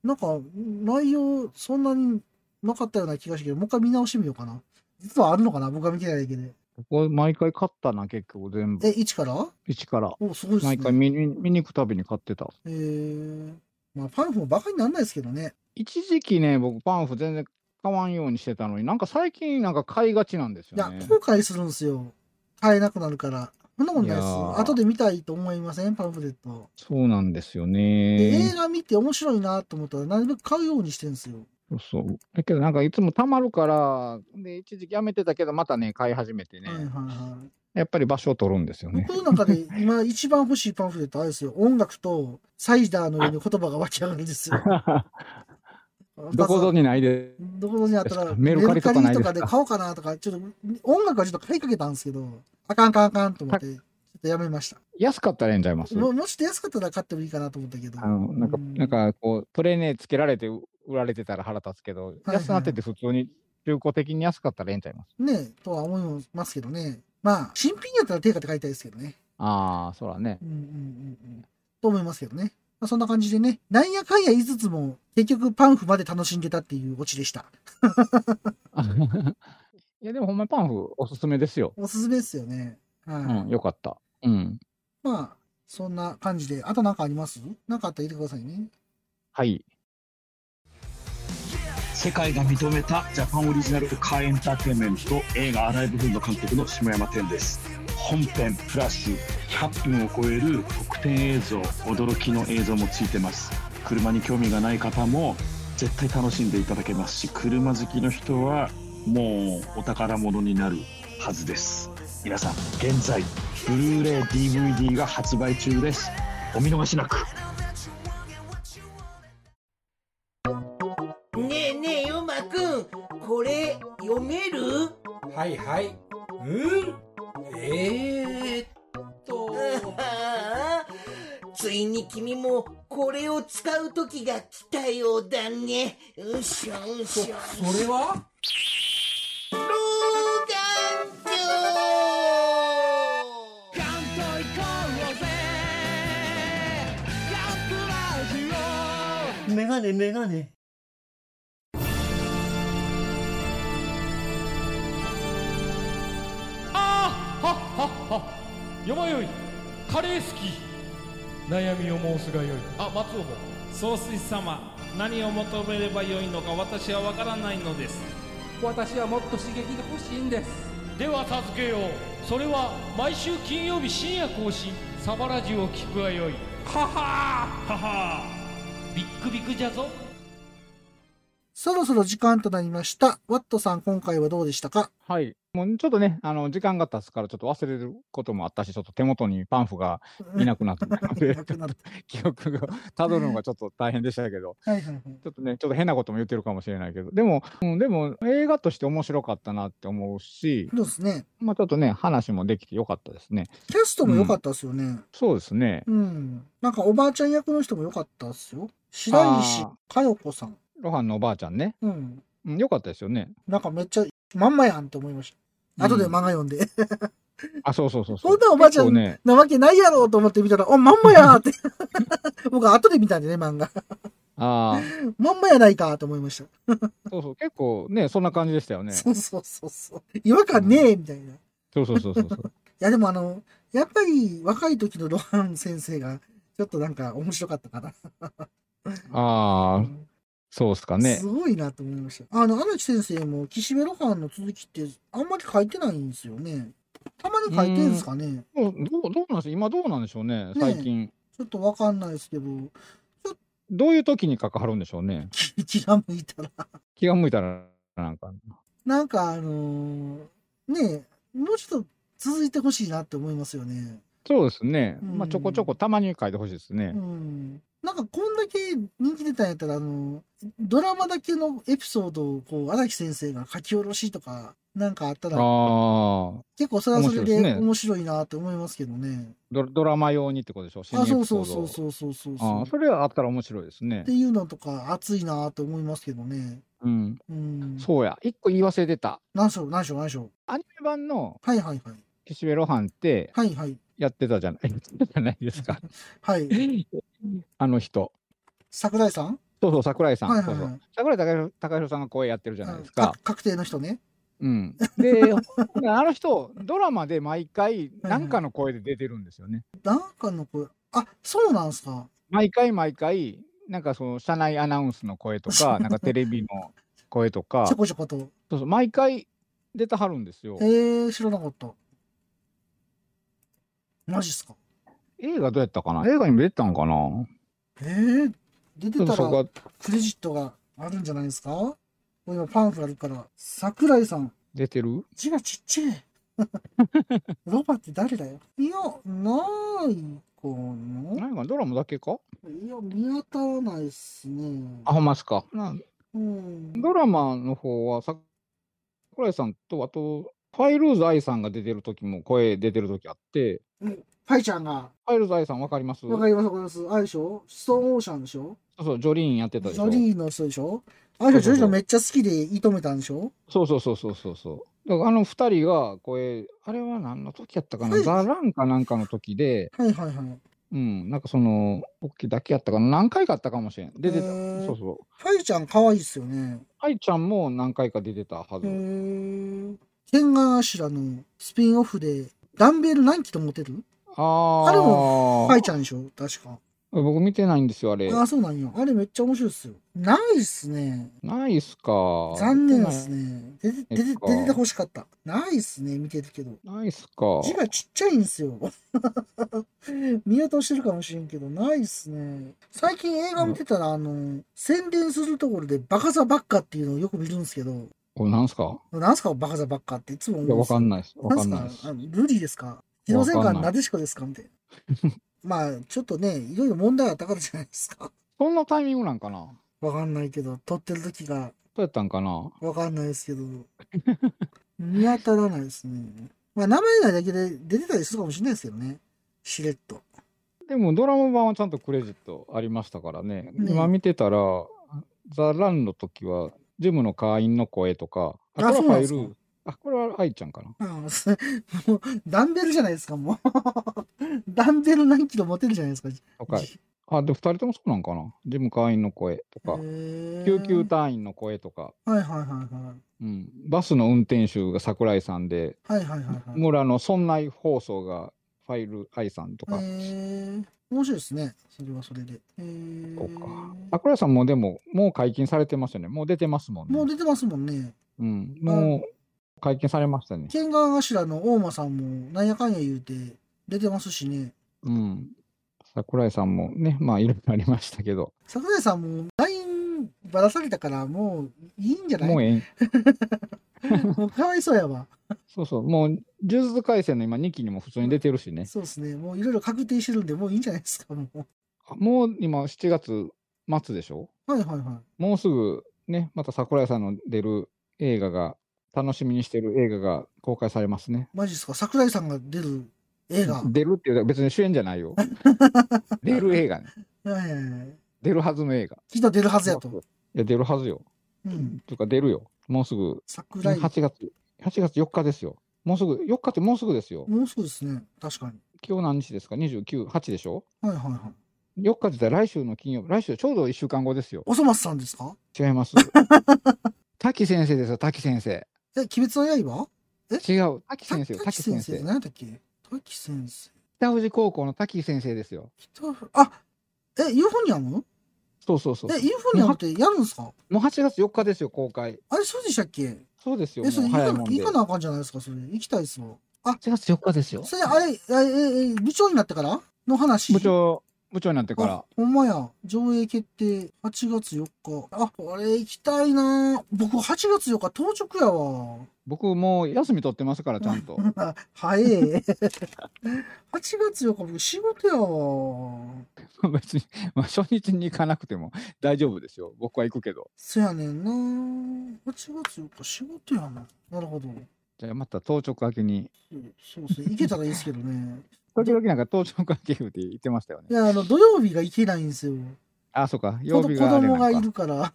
[SPEAKER 1] なんか、内容、そんなになかったような気がしたけど、もう一回見直してみようかな。実はあるのかな僕が見てないだけで。
[SPEAKER 2] ここ毎回買ったな、結局全
[SPEAKER 1] え、
[SPEAKER 2] 部。
[SPEAKER 1] 1から
[SPEAKER 2] 一から。
[SPEAKER 1] お、すごいです
[SPEAKER 2] 毎回
[SPEAKER 1] ね。
[SPEAKER 2] 見に見に行くたびに買ってた。
[SPEAKER 1] えー、まあ、パンフもバカにならないですけどね。
[SPEAKER 2] 一時期ね、僕パンフ全然買わんようにしてたのに、なんか最近なんか買いがちなんです
[SPEAKER 1] いや
[SPEAKER 2] よ、ね。
[SPEAKER 1] 後悔するんですよ。買えなくなるから。そんなことないで
[SPEAKER 2] いやー
[SPEAKER 1] す。後で見たいと思いませんパンフレット。
[SPEAKER 2] そうなんですよ
[SPEAKER 1] で映
[SPEAKER 2] ね。
[SPEAKER 1] 画見て面白いなと思ったら、なるべく買うようにしてるんですよ。
[SPEAKER 2] そうそう。だけどなんかいつも溜まるから、で、一時期やめてたけど、またね、買い始めてね。
[SPEAKER 1] はいはいはい。
[SPEAKER 2] やっぱり場所を取るんで すよね。
[SPEAKER 1] 僕の中で今一番欲しいパンフレットあれですよ。音楽とサイダーの上に言葉が湧き上がるんですよ。
[SPEAKER 2] どこぞ
[SPEAKER 1] に
[SPEAKER 2] にないで。
[SPEAKER 1] どこぞにあったら
[SPEAKER 2] メルカリとかない
[SPEAKER 1] メ
[SPEAKER 2] ですか
[SPEAKER 1] ルカリとかで買おうかなとか、ちょっと音楽はちょっと買いかけたんですけど、あかんあかんあかんと思って、ちょっとやめました。
[SPEAKER 2] 安かったらええんちゃいます
[SPEAKER 1] ももし安かったら買ってもいいかなと思ったけど。
[SPEAKER 2] あのなんか、
[SPEAKER 1] うん
[SPEAKER 2] なんかこう、プレネつけられて売られてたら腹立つけど、
[SPEAKER 1] はい
[SPEAKER 2] 安なってて普通に中古的に安かったらええんちゃいます。
[SPEAKER 1] ねとは思いますけどね。まあ、新品やったら定価って買いたいですけどね。
[SPEAKER 2] ああ、そらね
[SPEAKER 1] う。んうんうんうん。と思いますけどね。まあ、そんな感じでね、なんやかんや言いつつも、結局パンフまで楽しんでたっていうオチでした。
[SPEAKER 2] いや、でもほんまにパンフおすすめですよ。
[SPEAKER 1] おすすめですよね。はい。
[SPEAKER 2] うん、よかった。うん。
[SPEAKER 1] まあ、そんな感じで、あと何かあります何かあったら言ってくださいね。
[SPEAKER 2] はい。
[SPEAKER 8] 世界が認めたジャパンオリジナルカーエンターテインメント映画「アライブ・フード」監督の下山天です本編プラス100分を超える特典映像驚きの映像もついてます車に興味がない方も絶対楽しんでいただけますし車好きの人はもうお宝物になるはずです皆さん現在ブルーレイ DVD が発売中ですお見逃しなく
[SPEAKER 9] ねえねえ、ヨマくん、これ、読める
[SPEAKER 10] はいはい。うんえー、っと。
[SPEAKER 9] ああ ついに君も、これを使う時が来たようだね。うしょう
[SPEAKER 10] そ、そ
[SPEAKER 9] しょ。
[SPEAKER 10] れは
[SPEAKER 9] 老眼鏡メガネメガネ。
[SPEAKER 11] あーはっはっはよまよいカレー好き悩みを申すがよいあ松尾も総帥様何を求めればよいのか私は分からないのです私はもっと刺激が欲しいんですでは助けようそれは毎週金曜日深夜更新サバラジュを聞くがよいははーははービックビックじゃぞ
[SPEAKER 1] そろそろ時間となりました。ワットさん、今回はどうでしたか
[SPEAKER 2] はい。もうちょっとね、あの、時間が経つからちょっと忘れることもあったし、ちょっと手元にパンフが いなくなったの で、ちょっと記憶がたどるのがちょっと大変でしたけど、
[SPEAKER 1] はいはいはい。
[SPEAKER 2] ちょっとね、ちょっと変なことも言ってるかもしれないけど、でも、うん、でも映画として面白かったなって思うし、
[SPEAKER 1] そうですね。
[SPEAKER 2] まあちょっとね、話もできてよかったですね。
[SPEAKER 1] キャストも良かったですよね。
[SPEAKER 2] そうですね。
[SPEAKER 1] うん。なんかおばあちゃん役の人も良かったですよ。白石
[SPEAKER 2] あ
[SPEAKER 1] 佳代子さん。
[SPEAKER 2] ロハンのおばあちゃんね。
[SPEAKER 1] うん。
[SPEAKER 2] うん、よかったですよね。
[SPEAKER 1] なんかめっちゃまんまやんって思いました。後で漫画読んで。
[SPEAKER 2] あ、そうそうそうそう。
[SPEAKER 1] そんなおばあちゃ
[SPEAKER 2] 結
[SPEAKER 1] ん
[SPEAKER 2] 構ね、
[SPEAKER 1] なわけないやろうと思って見たら、お、まんまやーって。 僕は後で見たんでね、漫画。
[SPEAKER 2] ああ、
[SPEAKER 1] まんまやないかと思いました。
[SPEAKER 2] そうそう、結構ね、そんな感じでしたよね。
[SPEAKER 1] そうそうそうそう。違和感ねえ、みたいな。い
[SPEAKER 2] そうそうそうそうそう。
[SPEAKER 1] や、でもあの、やっぱり若い時のロハン先生が、ちょっとなんか面白かったかな。
[SPEAKER 2] ああ、そうっすかね
[SPEAKER 1] す。ごいなと思いました。あの、荒木先生も岸辺露伴の続きってあんまり書いてないんですよね。たまに書いてんすかね。
[SPEAKER 2] どうどうどうなんでしょう今どうなんでしょうね
[SPEAKER 1] え
[SPEAKER 2] 最近、
[SPEAKER 1] ちょっとわかんないですけど、
[SPEAKER 2] どういう時に書かはるんでしょうね
[SPEAKER 1] 気が向いたら。
[SPEAKER 2] 気が向いたらなんか
[SPEAKER 1] なんかあのーねえ、もうちょっと続いてほしいなって思いますよね。
[SPEAKER 2] そうですね、
[SPEAKER 1] うん
[SPEAKER 2] まあちょこちょこたまに書いてほしいですね、
[SPEAKER 1] うん。なんかこんだけ人気出たんやったら、あの、ドラマだけのエピソードを、こう、荒木先生が書き下ろしとか、なんかあった
[SPEAKER 2] あ
[SPEAKER 1] ら、
[SPEAKER 2] あ
[SPEAKER 1] 結構それはそれで
[SPEAKER 2] 面白いですね
[SPEAKER 1] 面白いなって思いますけどね。
[SPEAKER 2] ドドラマ用にってことでしょ
[SPEAKER 1] あ、そうそう
[SPEAKER 2] 新
[SPEAKER 1] そう
[SPEAKER 2] エピソード
[SPEAKER 1] そうそうそう
[SPEAKER 2] あ
[SPEAKER 1] そ
[SPEAKER 2] あそれはあったら面白いですね
[SPEAKER 1] っていうのとか、熱いなと思いますけどね。
[SPEAKER 2] うん
[SPEAKER 1] うん。
[SPEAKER 2] そうや一個言い忘れてた
[SPEAKER 1] 何しょ、何しょ、何しょ。
[SPEAKER 2] アニメ版の
[SPEAKER 1] はいはいはい。
[SPEAKER 2] 岸辺露伴って
[SPEAKER 1] はいはい。
[SPEAKER 2] やってたじゃない、やってたじゃないですか
[SPEAKER 1] はい。
[SPEAKER 2] あの人
[SPEAKER 1] 桜井さん
[SPEAKER 2] そうそう桜井さん、
[SPEAKER 1] はいはいはい
[SPEAKER 2] そうそう桜井貴弘貴弘さんが声やってるじゃないですか、
[SPEAKER 1] か確定の人ね。
[SPEAKER 2] うん、 であの人ドラマで毎回何かの声で出てるんですよね。
[SPEAKER 1] なんかの声、あ、そうなんすか。
[SPEAKER 2] 毎回毎回なんかその社内アナウンスの声とかなんかテレビの声とか
[SPEAKER 1] ちょこちょこと。
[SPEAKER 2] そうそう毎回出てはるんですよ
[SPEAKER 1] え。ー、知らなかった。マジっすか。
[SPEAKER 2] 映画どうやったかな映画にも出てたのかな
[SPEAKER 1] えー、出てた
[SPEAKER 2] そこ
[SPEAKER 1] ら
[SPEAKER 2] は
[SPEAKER 1] クレジットがあるんじゃないですかもう今パンフあるから。桜井さん、
[SPEAKER 2] 出てる
[SPEAKER 1] 字がちっちゃ い。ロバって誰だよいや、ないかな
[SPEAKER 2] 何かドラマだけか
[SPEAKER 1] いや、見当たらないっすね。
[SPEAKER 2] あほんまっすか。な
[SPEAKER 1] うん。
[SPEAKER 2] ドラマの方はさ桜井さんとあとファイルーズ愛さんが出てる時も声出てる時あって
[SPEAKER 1] ファイちゃんが、
[SPEAKER 2] ファイルーズ愛さんわかります
[SPEAKER 1] わかりますわかります。あれでしょストーンオーシャンでしょ
[SPEAKER 2] そうそうジョリーンやってたでし
[SPEAKER 1] ジ
[SPEAKER 2] ょ
[SPEAKER 1] ョリーの人でしょあれでしょジョリーのめっちゃ好きで射止めたんでしょ
[SPEAKER 2] そうそうそうそうそうそう。だからあの二人が声あれは何の時やった かな、ザランかなんかの時で、
[SPEAKER 1] はいはいはい。
[SPEAKER 2] うん、なんかその時だけやったかな何回かあったかもしれん。出てた
[SPEAKER 1] へー
[SPEAKER 2] そうそう。
[SPEAKER 1] ファイちゃん可愛いっすよね。
[SPEAKER 2] 愛ちゃんも何回か出てたはず。
[SPEAKER 1] 天眼柱のスピンオフで、ダンベル何キロ持ってる
[SPEAKER 2] ああ。
[SPEAKER 1] あれもファイちゃんでしょ確か。
[SPEAKER 2] 僕見てないんですよあれ。
[SPEAKER 1] ああ、そうなんや。あれめっちゃ面白いっすよ。ないっすね。
[SPEAKER 2] ないっすか。
[SPEAKER 1] 残念っすね。出て、出て、
[SPEAKER 2] そっか
[SPEAKER 1] 出ててほしかった。ないっすね、見てるけど。
[SPEAKER 2] ないっすか。
[SPEAKER 1] 字がちっちゃいんですよ。 見落としてるかもしれんけど、ないっすね。最近映画見てたら、あの、宣伝するところでバカザバッカっていうのをよく見るんですけど、
[SPEAKER 2] これなんすか。
[SPEAKER 1] なんすかバカザバッカっていつも思うん
[SPEAKER 2] い
[SPEAKER 1] で
[SPEAKER 2] や
[SPEAKER 1] す
[SPEAKER 2] わかんないっす。わかんない
[SPEAKER 1] な
[SPEAKER 2] っ
[SPEAKER 1] んす
[SPEAKER 2] す。
[SPEAKER 1] かあのルリーですか広瀬
[SPEAKER 2] わか
[SPEAKER 1] 館
[SPEAKER 2] んな
[SPEAKER 1] な
[SPEAKER 2] い
[SPEAKER 1] でしこですかみたいな。 まあ、ちょっとね、いろいろ問題あったからじゃないですか。
[SPEAKER 2] そんなタイミングなんかな。ど
[SPEAKER 1] わかんないけど、撮ってる時が
[SPEAKER 2] うやったんかな。
[SPEAKER 1] わかんないですけど、 見当たらないですね。まあ、名前ないだけで出てたりするかもしれないですけどね。しれっと。
[SPEAKER 2] でもドラマ版はちゃんとクレジットありましたからね。
[SPEAKER 1] ね
[SPEAKER 2] 今見てたら、ザ・ランの時は、ジムの会員の声とか、
[SPEAKER 1] あ
[SPEAKER 2] これは
[SPEAKER 1] そうなんです
[SPEAKER 2] フ
[SPEAKER 1] か
[SPEAKER 2] ァイルあ、これは愛ちゃんかな。
[SPEAKER 1] うん すもう、ダンベルじゃないですか、もう。 ダンベル何キロ持てるじゃないですか。
[SPEAKER 2] とか。あ、でも2人ともそうなんかな。ジム会員の声とか、救
[SPEAKER 1] 救
[SPEAKER 2] 急隊員の声とか、
[SPEAKER 1] はいはいはいは
[SPEAKER 2] うん、バスの運転手が桜井さんで、
[SPEAKER 1] い。はいはいはいはい。
[SPEAKER 2] 村の村内放送がファイル愛さんとか、
[SPEAKER 1] えー、面白いですね。それはそれで。えー
[SPEAKER 2] そうか桜井さんもでも、もう解禁されてますよね。もう出てますもんね。
[SPEAKER 1] もう出てますもんね。
[SPEAKER 2] うん、もう解禁されましたね。
[SPEAKER 1] 剣川頭の大間さんも、なんやかんや言うて、出てますしね。
[SPEAKER 2] うん。桜井さんもね、まあいろいろありましたけど。
[SPEAKER 1] 桜井さんも、LINE ばらされたから、もういいんじゃない
[SPEAKER 2] もうええん。
[SPEAKER 1] もうかわいそうやわ。
[SPEAKER 2] そうそう、もう、呪術廻戦の今2期にも普通に出てるしね。
[SPEAKER 1] そうですね。もういろいろ確定してるんで、もういいんじゃないですか、もう。
[SPEAKER 2] もう今7月末でしょ
[SPEAKER 1] はいはいは
[SPEAKER 2] もうすぐね、また桜井さんの出る映画が、楽しみにしてる映画が公開されますね。
[SPEAKER 1] い。マジっすか、桜井さんが出る映画。
[SPEAKER 2] 出るっていうか別に主演じゃな いよ。出る映画ね。
[SPEAKER 1] ええ
[SPEAKER 2] 出るはずの映画。
[SPEAKER 1] きっと出るはずやと。
[SPEAKER 2] いや、出るはずよ。
[SPEAKER 1] うん。
[SPEAKER 2] というか出るよ。もうすぐ。
[SPEAKER 1] 桜井
[SPEAKER 2] 8月、8月4日ですよ。もうすぐ、4日ってもうすぐですよ。
[SPEAKER 1] もうそうですね。確かに。
[SPEAKER 2] 今日何日ですか ?29、8でしょ
[SPEAKER 1] はいはいはい。
[SPEAKER 2] ?4 日って言ったら来週の金曜日、来週ちょうど1週間後ですよ。
[SPEAKER 1] おそ松さんですか
[SPEAKER 2] 違い ます。滝先生ですよ、滝先生。
[SPEAKER 1] え、鬼滅の刃
[SPEAKER 2] 違う、滝先生よ、
[SPEAKER 1] 滝
[SPEAKER 2] 滝
[SPEAKER 1] 先生
[SPEAKER 2] 先生
[SPEAKER 1] って。何だっけ滝先生。
[SPEAKER 2] 北富士高校の滝先生ですよ。
[SPEAKER 1] 北ふあ、え、ユーフォニアム
[SPEAKER 2] そうそうそう。
[SPEAKER 1] え、ユーフォニアムってやるんですか
[SPEAKER 2] もう8月4日ですよ、公開。
[SPEAKER 1] あれ、そうでしたっけ
[SPEAKER 2] そうですよ、
[SPEAKER 1] え、そ
[SPEAKER 2] も
[SPEAKER 1] れ
[SPEAKER 2] う
[SPEAKER 1] 行か
[SPEAKER 2] 早いも
[SPEAKER 1] なん
[SPEAKER 2] で
[SPEAKER 1] 行。かなあかんじゃないですか、それ。行きたいっすわ。あ、
[SPEAKER 2] 8月4日ですよ。
[SPEAKER 1] それ、あれ、え、え、え、部長になってからの話。
[SPEAKER 2] 部長、部長になってから。
[SPEAKER 1] ほんまや、上映決定8月4日。あ、これ行きたいなぁ僕8月4日当直やわ。
[SPEAKER 2] 僕もう休み取ってますから、ちゃんと。
[SPEAKER 1] あ早え。8月4日僕仕事やわ。
[SPEAKER 2] 別に、まあ、初日に行かなくても大丈夫ですよ。僕は行くけど。
[SPEAKER 1] そやねんなぁ8月4日仕事やな。なるほど。
[SPEAKER 2] じゃあまた当直明けに。
[SPEAKER 1] そうそうですね。行けたらいいですけどね。
[SPEAKER 2] 時々なんか当直明け言うて言ってましたよね
[SPEAKER 1] い。や、あの、土曜日が行けないんですよ。
[SPEAKER 2] あ、そうか。
[SPEAKER 1] 子
[SPEAKER 2] 曜日
[SPEAKER 1] 供
[SPEAKER 2] があれな
[SPEAKER 1] がい
[SPEAKER 2] ん
[SPEAKER 1] る
[SPEAKER 2] か。
[SPEAKER 1] から。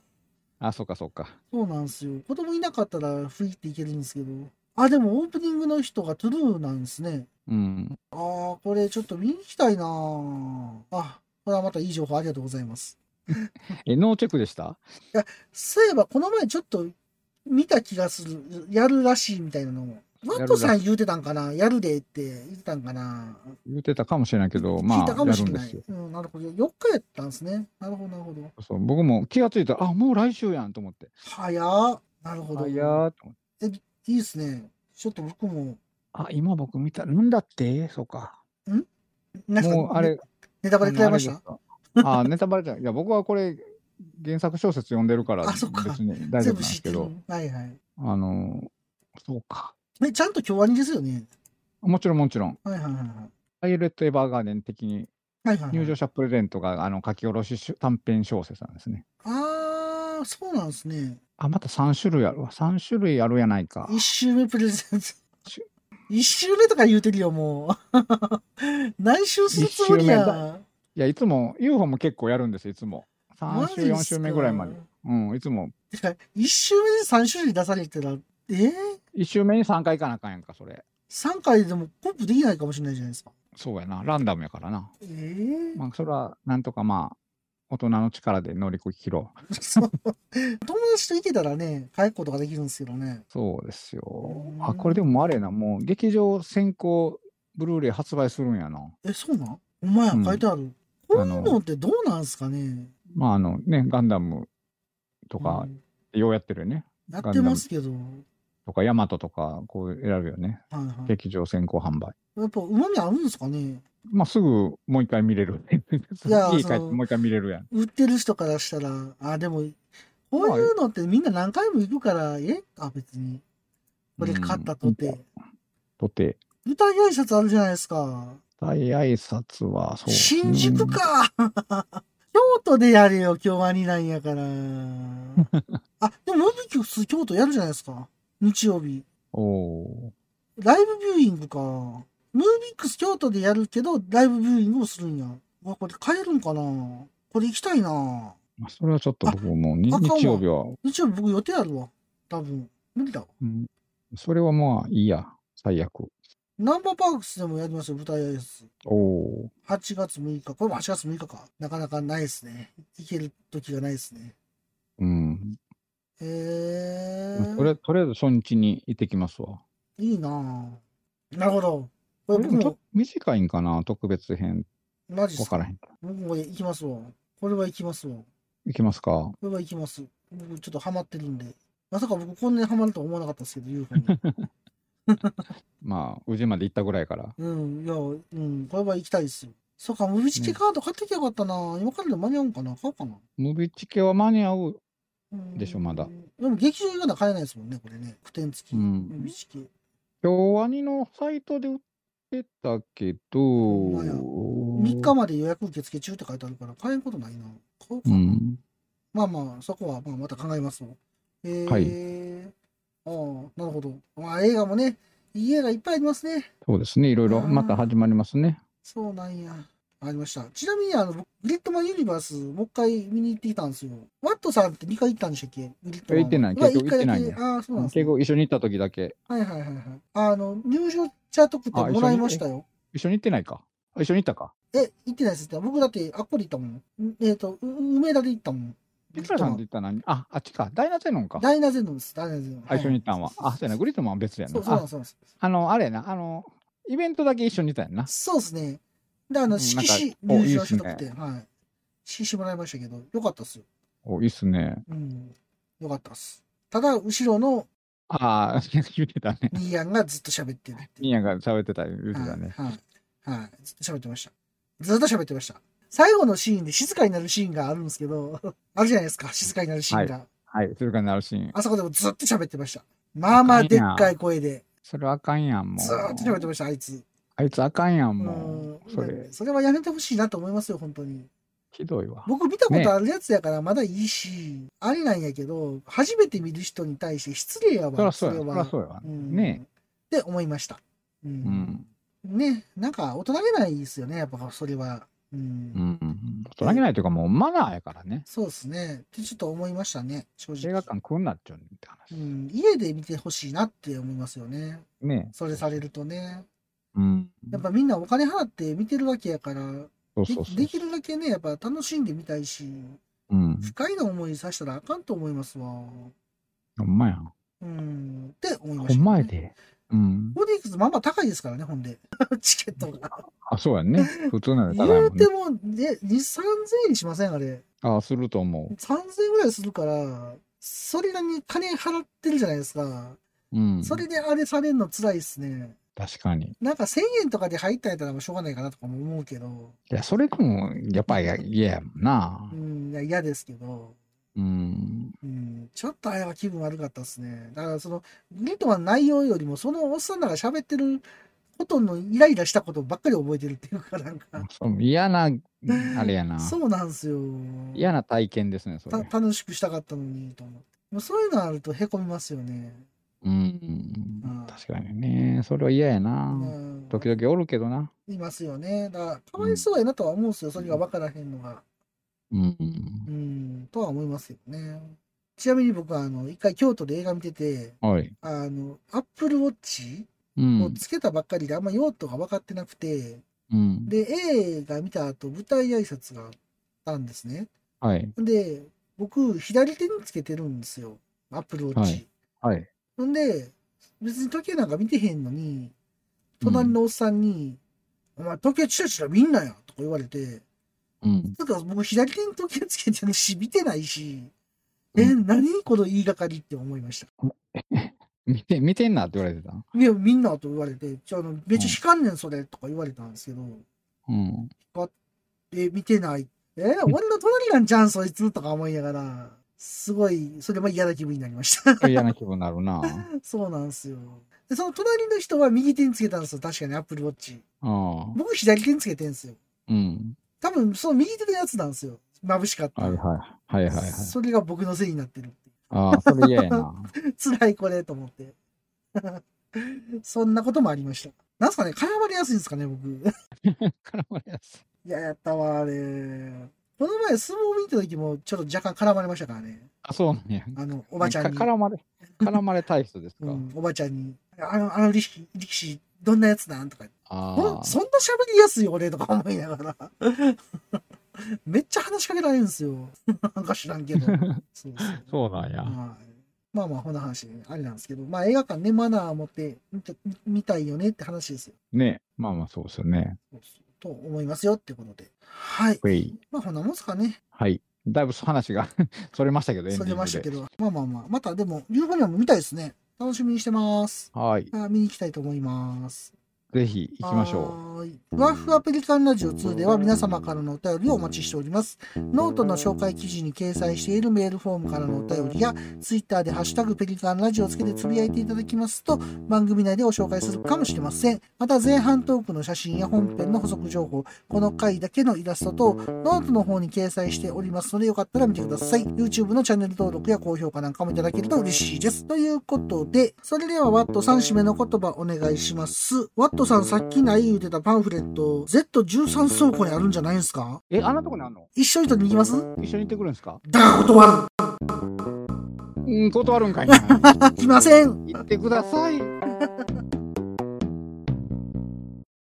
[SPEAKER 2] あ、そうか、そうか。
[SPEAKER 1] そうなんですよ。子供いなかったらフリーって行けるんですけど。あ、でもオープニングの人がトゥルーなんですね。
[SPEAKER 2] うん。
[SPEAKER 1] ああ、これちょっと見に行きたいなーあ、これはまたいい情報ありがとうございます。
[SPEAKER 2] え、ノーチェックでした
[SPEAKER 1] いや、そういえばこの前ちょっと見た気がする。やるらしいみたいなのを。マットさん言うてたんかなやるでって言ってたんかな
[SPEAKER 2] 言ってたかもしれないけど、ま
[SPEAKER 1] 聞い
[SPEAKER 2] あ、
[SPEAKER 1] た
[SPEAKER 2] や
[SPEAKER 1] かもし
[SPEAKER 2] る
[SPEAKER 1] れ
[SPEAKER 2] んで
[SPEAKER 1] ない。
[SPEAKER 2] すよ。
[SPEAKER 1] うん、なるほど。4日やったんですね。なるほど、なるほど。
[SPEAKER 2] そう僕も気がついたら、あ、もう来週やんと思って。
[SPEAKER 1] 早っ。なるほど。
[SPEAKER 2] あ、いやーと思って。
[SPEAKER 1] えいいですね。ちょっと僕も、
[SPEAKER 2] あ、今僕見た。なんだってそうか。
[SPEAKER 1] なんか
[SPEAKER 2] もうあれ
[SPEAKER 1] ネ、ネタバレ食らいまし
[SPEAKER 2] あ
[SPEAKER 1] た
[SPEAKER 2] のあネタバレじゃない。いや、僕はこれ、原作小説読んでるから、
[SPEAKER 1] あそっか
[SPEAKER 2] 別に大丈
[SPEAKER 1] 全部
[SPEAKER 2] 夫なんで
[SPEAKER 1] 知って
[SPEAKER 2] すけ
[SPEAKER 1] る
[SPEAKER 2] ど、。
[SPEAKER 1] はいはい。
[SPEAKER 2] あの、そうか。
[SPEAKER 1] え、ちゃんと京アニですよね。
[SPEAKER 2] もちろんもちろん。
[SPEAKER 1] はいはいはいはい。
[SPEAKER 2] パイレット・エヴァーガーデン的に
[SPEAKER 1] はいはいはい
[SPEAKER 2] 入場者プレゼントがあの書き下ろしし短編小説なんですね。
[SPEAKER 1] ああ、そうなんですね。
[SPEAKER 2] あ、また3種類あるわ。3種類あるやないか。
[SPEAKER 1] 一周目プレゼン ト。一周目とか言うてるよ、もう。 何周するつもり
[SPEAKER 2] 一周目
[SPEAKER 1] や。
[SPEAKER 2] いや、いつも UFO も結構やるんですよ、いつも。3週、
[SPEAKER 1] マジっすか
[SPEAKER 2] 4週目ぐらいまで。うん、いつも。
[SPEAKER 1] てか、一周目で三種類出されたら、えー、
[SPEAKER 2] 1週目に3回行かなあかんやんか、それ。
[SPEAKER 1] 3回でもコップできないかもしれないじゃないですか。
[SPEAKER 2] そうやな。ランダムやからな。
[SPEAKER 1] えー、
[SPEAKER 2] まあ、それは、なんとかまあ、大人の力で乗り切ろう。
[SPEAKER 1] そう 友達と行けたらね、帰ることができるんですけどね。
[SPEAKER 2] そうですよ。あ、これでもあれやな。もう、劇場先行、ブルーレイ発売するんやな。
[SPEAKER 1] え、そうなんお前や、
[SPEAKER 2] うん
[SPEAKER 1] 書いてある。こういうのってどうなんすかね
[SPEAKER 2] まあ、あのね、ガンダムとか、ようやってるよね。
[SPEAKER 1] やってますけど。
[SPEAKER 2] とか、ヤマトとか、こう選ぶよね。
[SPEAKER 1] はいはい
[SPEAKER 2] 劇場先行販売。
[SPEAKER 1] やっぱ、うまみあるんですかね
[SPEAKER 2] まあ、すぐもう一回見れる。
[SPEAKER 1] いや
[SPEAKER 2] 家帰っ
[SPEAKER 1] そ
[SPEAKER 2] て
[SPEAKER 1] の
[SPEAKER 2] もう一回見れるやん。
[SPEAKER 1] 売ってる人からしたら、あ、でも、こういうのってみんな何回も行くから、えあ、別に。これ買ったとて。
[SPEAKER 2] とて、
[SPEAKER 1] 舞台挨拶あるじゃないですか。
[SPEAKER 2] 大挨拶は、そう。
[SPEAKER 1] 新宿か京都でやれよ、京アニなん やから。あ、でも、ムービーキュス京都やるじゃないですか。日曜日。
[SPEAKER 2] うん。おー
[SPEAKER 1] ライブビューイングか。ムービックス京都でやるけど、ライブビューイングをするんや。うわ、これ買えるんかなこれ行きたいな
[SPEAKER 2] まあ、それはちょっと僕もうに
[SPEAKER 1] あかんわ
[SPEAKER 2] 日曜日は、
[SPEAKER 1] 日曜日僕予定あるわ。多分。無理だわ。
[SPEAKER 2] うんそれはまあいいや、最悪。
[SPEAKER 1] ナンバーパークスでもやりますよ、舞台挨拶。
[SPEAKER 2] おお
[SPEAKER 1] 8月6日。これも8月6日か。なかなかないですね。行ける時がないですね。
[SPEAKER 2] ー、うん。
[SPEAKER 1] えー、
[SPEAKER 2] まあとりあえずとりあえず初日に行ってきますわ。
[SPEAKER 1] いいなぁ。なるほど。これ
[SPEAKER 2] これで
[SPEAKER 1] 僕
[SPEAKER 2] もちょっ
[SPEAKER 1] も
[SPEAKER 2] と、短いんかな、特別編。
[SPEAKER 1] マジっす
[SPEAKER 2] わ
[SPEAKER 1] か
[SPEAKER 2] からへん。
[SPEAKER 1] 僕も行きますわ。これは行きますわ。
[SPEAKER 2] 行きますか。
[SPEAKER 1] これは行きます。僕ちょっとハマってるんで。まさか僕こんなにハマるとは思わなかったですけど、UFO に。
[SPEAKER 2] まあ、宇治まで行ったぐらいから。
[SPEAKER 1] うん、いや、うん、これは行きたいですよ。そうか、ムビチケカード買ってきゃよかったな。今からでも間に合うんかな買おうかな。
[SPEAKER 2] ムビチケは間に合うでしょ、まだ。
[SPEAKER 1] でも劇場行かな買えないですもんね、これね。9点付き。
[SPEAKER 2] うん
[SPEAKER 1] 一式
[SPEAKER 2] 京アニのサイトで売ってたけど、
[SPEAKER 1] 3日まで予約受付中って書いてあるから、買えんことないな。買おうか
[SPEAKER 2] うん、
[SPEAKER 1] まあまあ、そこはまあまた考えますわ。えー、
[SPEAKER 2] はい
[SPEAKER 1] ああ、なるほど。まあ映画もね、いい映画いっぱいありますね。
[SPEAKER 2] そうですね、いろいろ、
[SPEAKER 1] あー
[SPEAKER 2] また始まりますね。
[SPEAKER 1] そうなんや。ありました。ちなみに、あの、僕グリッドマンユニバース、もう一回見に行ってきたんですよ。ワットさんって2回行ったんでしたっけグリッドマン
[SPEAKER 2] 行ってない、
[SPEAKER 1] うわ
[SPEAKER 2] 結局行ってない
[SPEAKER 1] 一
[SPEAKER 2] ね。
[SPEAKER 1] 回だけああ、そうなんですね
[SPEAKER 2] 結局一緒に行った時だけ。
[SPEAKER 1] はいはいはいはい。あの、入場者特典もらいましたよ。
[SPEAKER 2] 一緒に行ってないか。あ一緒に行ったか。
[SPEAKER 1] え、行ってないですって。僕だって、あっこで行ったもん。んえっ、と、う梅田で行ったもん。
[SPEAKER 2] ピクラさんと行ったのに、あ、あっちか。ダイナゼノンか。
[SPEAKER 1] ダイナゼノンです。ダイナゼノン。
[SPEAKER 2] あ一緒に行ったんは。あ、そうやな、グリッドマンは別や
[SPEAKER 1] そ
[SPEAKER 2] な
[SPEAKER 1] う。そうなん
[SPEAKER 2] あ
[SPEAKER 1] ですそうなんです。
[SPEAKER 2] あの、あれやな、あの、イベントだけ一緒に行ったやんな。
[SPEAKER 1] そうですね。で、あ
[SPEAKER 2] う
[SPEAKER 1] の、
[SPEAKER 2] ん
[SPEAKER 1] 色紙
[SPEAKER 2] なんかお
[SPEAKER 1] 入場者特
[SPEAKER 2] いいで
[SPEAKER 1] 典。はい。色紙もらいましたけど、よかったっすよ。
[SPEAKER 2] お、いいっすね。
[SPEAKER 1] うん。よかったっす。ただ、後ろの
[SPEAKER 2] ああ、 言ってたね。
[SPEAKER 1] ニーヤンがずっと喋ってる。
[SPEAKER 2] ニーヤンが喋ってた、言ってたね。
[SPEAKER 1] はい。はい。ずっと喋ってました。ずっと喋ってました。最後のシーンで静かになるシーンがあるんですけど、あるじゃないですか、静かになるシーンが。
[SPEAKER 2] はい、それからなるシーン。
[SPEAKER 1] あそこでもずっと喋ってました。まあまあでっかい声で、
[SPEAKER 2] それあかんやん、も
[SPEAKER 1] ずーっ
[SPEAKER 2] う。
[SPEAKER 1] と喋ってました、あいつ。
[SPEAKER 2] あいつあかんやん、もう。それ、
[SPEAKER 1] それはやめてほしいなと思いますよ、本当に。
[SPEAKER 2] ひどいわ。
[SPEAKER 1] 僕見たことあるやつやからまだいいし、ありなんやけど、初めて見る人に対して失礼や
[SPEAKER 2] そら
[SPEAKER 1] わ、
[SPEAKER 2] そうや、そらそうやわ。
[SPEAKER 1] うん
[SPEAKER 2] ね
[SPEAKER 1] って思いました。う
[SPEAKER 2] え。うんん。
[SPEAKER 1] ね、なんか大人げないですよね、やっぱそれは。うん
[SPEAKER 2] うん。大人げないというか、もうマナーやからね。
[SPEAKER 1] そうですね。ってちょっと思いましたね、正直。
[SPEAKER 2] 映画館来んなっちゃうねんって話。
[SPEAKER 1] うん、家で見てほしいなって思いますよね。
[SPEAKER 2] ね
[SPEAKER 1] それされるとね。
[SPEAKER 2] え。うん。
[SPEAKER 1] やっぱみんなお金払って見てるわけやから、
[SPEAKER 2] そう
[SPEAKER 1] で
[SPEAKER 2] そうそう
[SPEAKER 1] で。きるだけね、やっぱ楽しんでみたいし、
[SPEAKER 2] うん。
[SPEAKER 1] 不快な思いさせたらあかんと思いますわ。
[SPEAKER 2] ほんまや。
[SPEAKER 1] うん。って思いま
[SPEAKER 2] ほ
[SPEAKER 1] した、
[SPEAKER 2] んまや
[SPEAKER 1] で。
[SPEAKER 2] で。うん。
[SPEAKER 1] ボディックスまあまあ高いですからね、ほんで。 チケットが。
[SPEAKER 2] あ、そうやんね。普通なら高い
[SPEAKER 1] 言
[SPEAKER 2] も
[SPEAKER 1] うん
[SPEAKER 2] ね
[SPEAKER 1] て。も、ね、2、3000円しません、あれ。
[SPEAKER 2] あ、すると思
[SPEAKER 1] 3000円ぐらいするから、それなりに金払ってるじゃないですか。
[SPEAKER 2] う。うん。
[SPEAKER 1] それであれされるの辛いですね。
[SPEAKER 2] 確かに。
[SPEAKER 1] なんか1000円とかで入ったんやったらもうしょうがないかなとかも思うけど、
[SPEAKER 2] いや、それでも、やっぱり嫌やもんな
[SPEAKER 1] う。ん、いや嫌ですけど、
[SPEAKER 2] うん。
[SPEAKER 1] うん、ちょっとあれは気分悪かったですね。だからその、リットマンの内容よりも、そのおっさんらが喋ってることのイライラしたことばっかり覚えてるっていうか、なんか、
[SPEAKER 2] そう嫌な、あれやな。
[SPEAKER 1] そうなんですよ。
[SPEAKER 2] 嫌な体験ですね、そ
[SPEAKER 1] た
[SPEAKER 2] れ。
[SPEAKER 1] 楽しくしたかったのにと思って。もうそういうのあるとへこみますよね。
[SPEAKER 2] うん。
[SPEAKER 1] うん
[SPEAKER 2] 確かにね。それは嫌や
[SPEAKER 1] う
[SPEAKER 2] な。
[SPEAKER 1] ん、
[SPEAKER 2] 時々おるけどな。
[SPEAKER 1] いますよね。だから、かわいそうやなとは思うんですよ。それが分からへんのが。
[SPEAKER 2] うん。
[SPEAKER 1] うん、とは思いますよね。ちなみに僕は、あの、一回京都で映画見てて、
[SPEAKER 2] はい。
[SPEAKER 1] あの、アップルウォッチ
[SPEAKER 2] う
[SPEAKER 1] を
[SPEAKER 2] ん。
[SPEAKER 1] つけたばっかりで、あんま用途が分かってなくて、
[SPEAKER 2] うん。
[SPEAKER 1] で、映画見た後、舞台挨拶があったんですね。
[SPEAKER 2] はい。
[SPEAKER 1] で、僕、左手につけてるんですよ。アップルウォッ
[SPEAKER 2] は
[SPEAKER 1] チ
[SPEAKER 2] い。はい。
[SPEAKER 1] ほんで、別に時計なんか見てへんのに、
[SPEAKER 2] うん
[SPEAKER 1] 隣のおっさんに、お前、時計チラチラ見んなよとか言われて、
[SPEAKER 2] うん。
[SPEAKER 1] なんか僕左手に時計つけてるし、見てないし、
[SPEAKER 2] う
[SPEAKER 1] え、
[SPEAKER 2] ん
[SPEAKER 1] 何この言いがかりって思いました。
[SPEAKER 2] 見て、見てんなって言われてた。
[SPEAKER 1] いや、みんなと言われて、ちょあの、めっちゃ光んねん、それ、とか言われたんですけど、
[SPEAKER 2] うん。
[SPEAKER 1] え、見てない。え、俺の隣なんじゃん、そいつ、とか思いながら、すごい、それも嫌な気分になりました。
[SPEAKER 2] 嫌な気分になるな。
[SPEAKER 1] そうなんですよ。で、その隣の人は右手につけたんですよ、確かに、アップルウォッチ。
[SPEAKER 2] ああ。
[SPEAKER 1] 僕左手につけてんですよ。
[SPEAKER 2] うん。
[SPEAKER 1] 多分、その右手のやつなんですよ。眩しかった。
[SPEAKER 2] はいはい。はいはいはい。
[SPEAKER 1] それが僕のせいになってる。
[SPEAKER 2] ああ、それ嫌やな。
[SPEAKER 1] 辛いこれと思って。 そんなこともありました。なんすかね、絡まれやすいんですかね、僕。 い
[SPEAKER 2] 絡まれやすい。
[SPEAKER 1] や、やったわ、あれ。この前、相撲見た時も、ちょっと若干絡まれましたからね。
[SPEAKER 2] あ、そうなんや。
[SPEAKER 1] あの、おばちゃんに
[SPEAKER 2] か。絡まれ、絡まれ体質です
[SPEAKER 1] う
[SPEAKER 2] か。
[SPEAKER 1] ん、おばちゃんに。あの、あの力士、力士、どんなやつなんとか。
[SPEAKER 2] あ
[SPEAKER 1] こ
[SPEAKER 2] あ。
[SPEAKER 1] そんな喋りやすい俺とか思いながら。 めっちゃ話しかけられるんですよ。なんか知らんけ ど。そうそう
[SPEAKER 2] そうなんや。
[SPEAKER 1] はいまあまあ、こんな話、あれなんですけど、まあ映画館ね、マナー持って見て見たいよねって話ですよ。
[SPEAKER 2] ね。まあまあ、そうですよね。
[SPEAKER 1] と思いますよってことで。はい。
[SPEAKER 2] ウェイ。
[SPEAKER 1] まあ、こんなもんすかね。
[SPEAKER 2] はい。だいぶ話が それましたけど、エンデ
[SPEAKER 1] そ
[SPEAKER 2] ィン
[SPEAKER 1] れ
[SPEAKER 2] グ
[SPEAKER 1] ましたけ
[SPEAKER 2] で。
[SPEAKER 1] ど、まあまあまあ、またでも、ユーフォニアも見たいですね。楽しみにしてます。
[SPEAKER 2] はい。
[SPEAKER 1] あ見に行きたいと思います。
[SPEAKER 2] ぜひ行きましょう。
[SPEAKER 1] はーいはいふわふわペリカンラジオ2では皆様からのお便りをお待ちしております。ノートの紹介記事に掲載しているメールフォームからのお便りや、ツイッターでハッシュタグペリカンラジオをつけてつぶやいていただきますと、番組内でご紹介するかもしれません。また前半トークの写真や本編の補足情報、この回だけのイラスト等、ノートの方に掲載しておりますので、よかったら見てください。YouTube のチャンネル登録や高評価なんかもいただけると嬉しいです。ということで、それではワットさん締めの言葉お願いします。ワットさんさっきない言うてたパンフレット、Z13 倉庫にあるんじゃないんすか
[SPEAKER 2] え、あんなとこにあんの
[SPEAKER 1] 一緒にとに行きます
[SPEAKER 2] 一緒に行ってくるんですか
[SPEAKER 1] だから断る
[SPEAKER 2] うん、断るんかいな。
[SPEAKER 1] 来ません
[SPEAKER 2] 行ってください。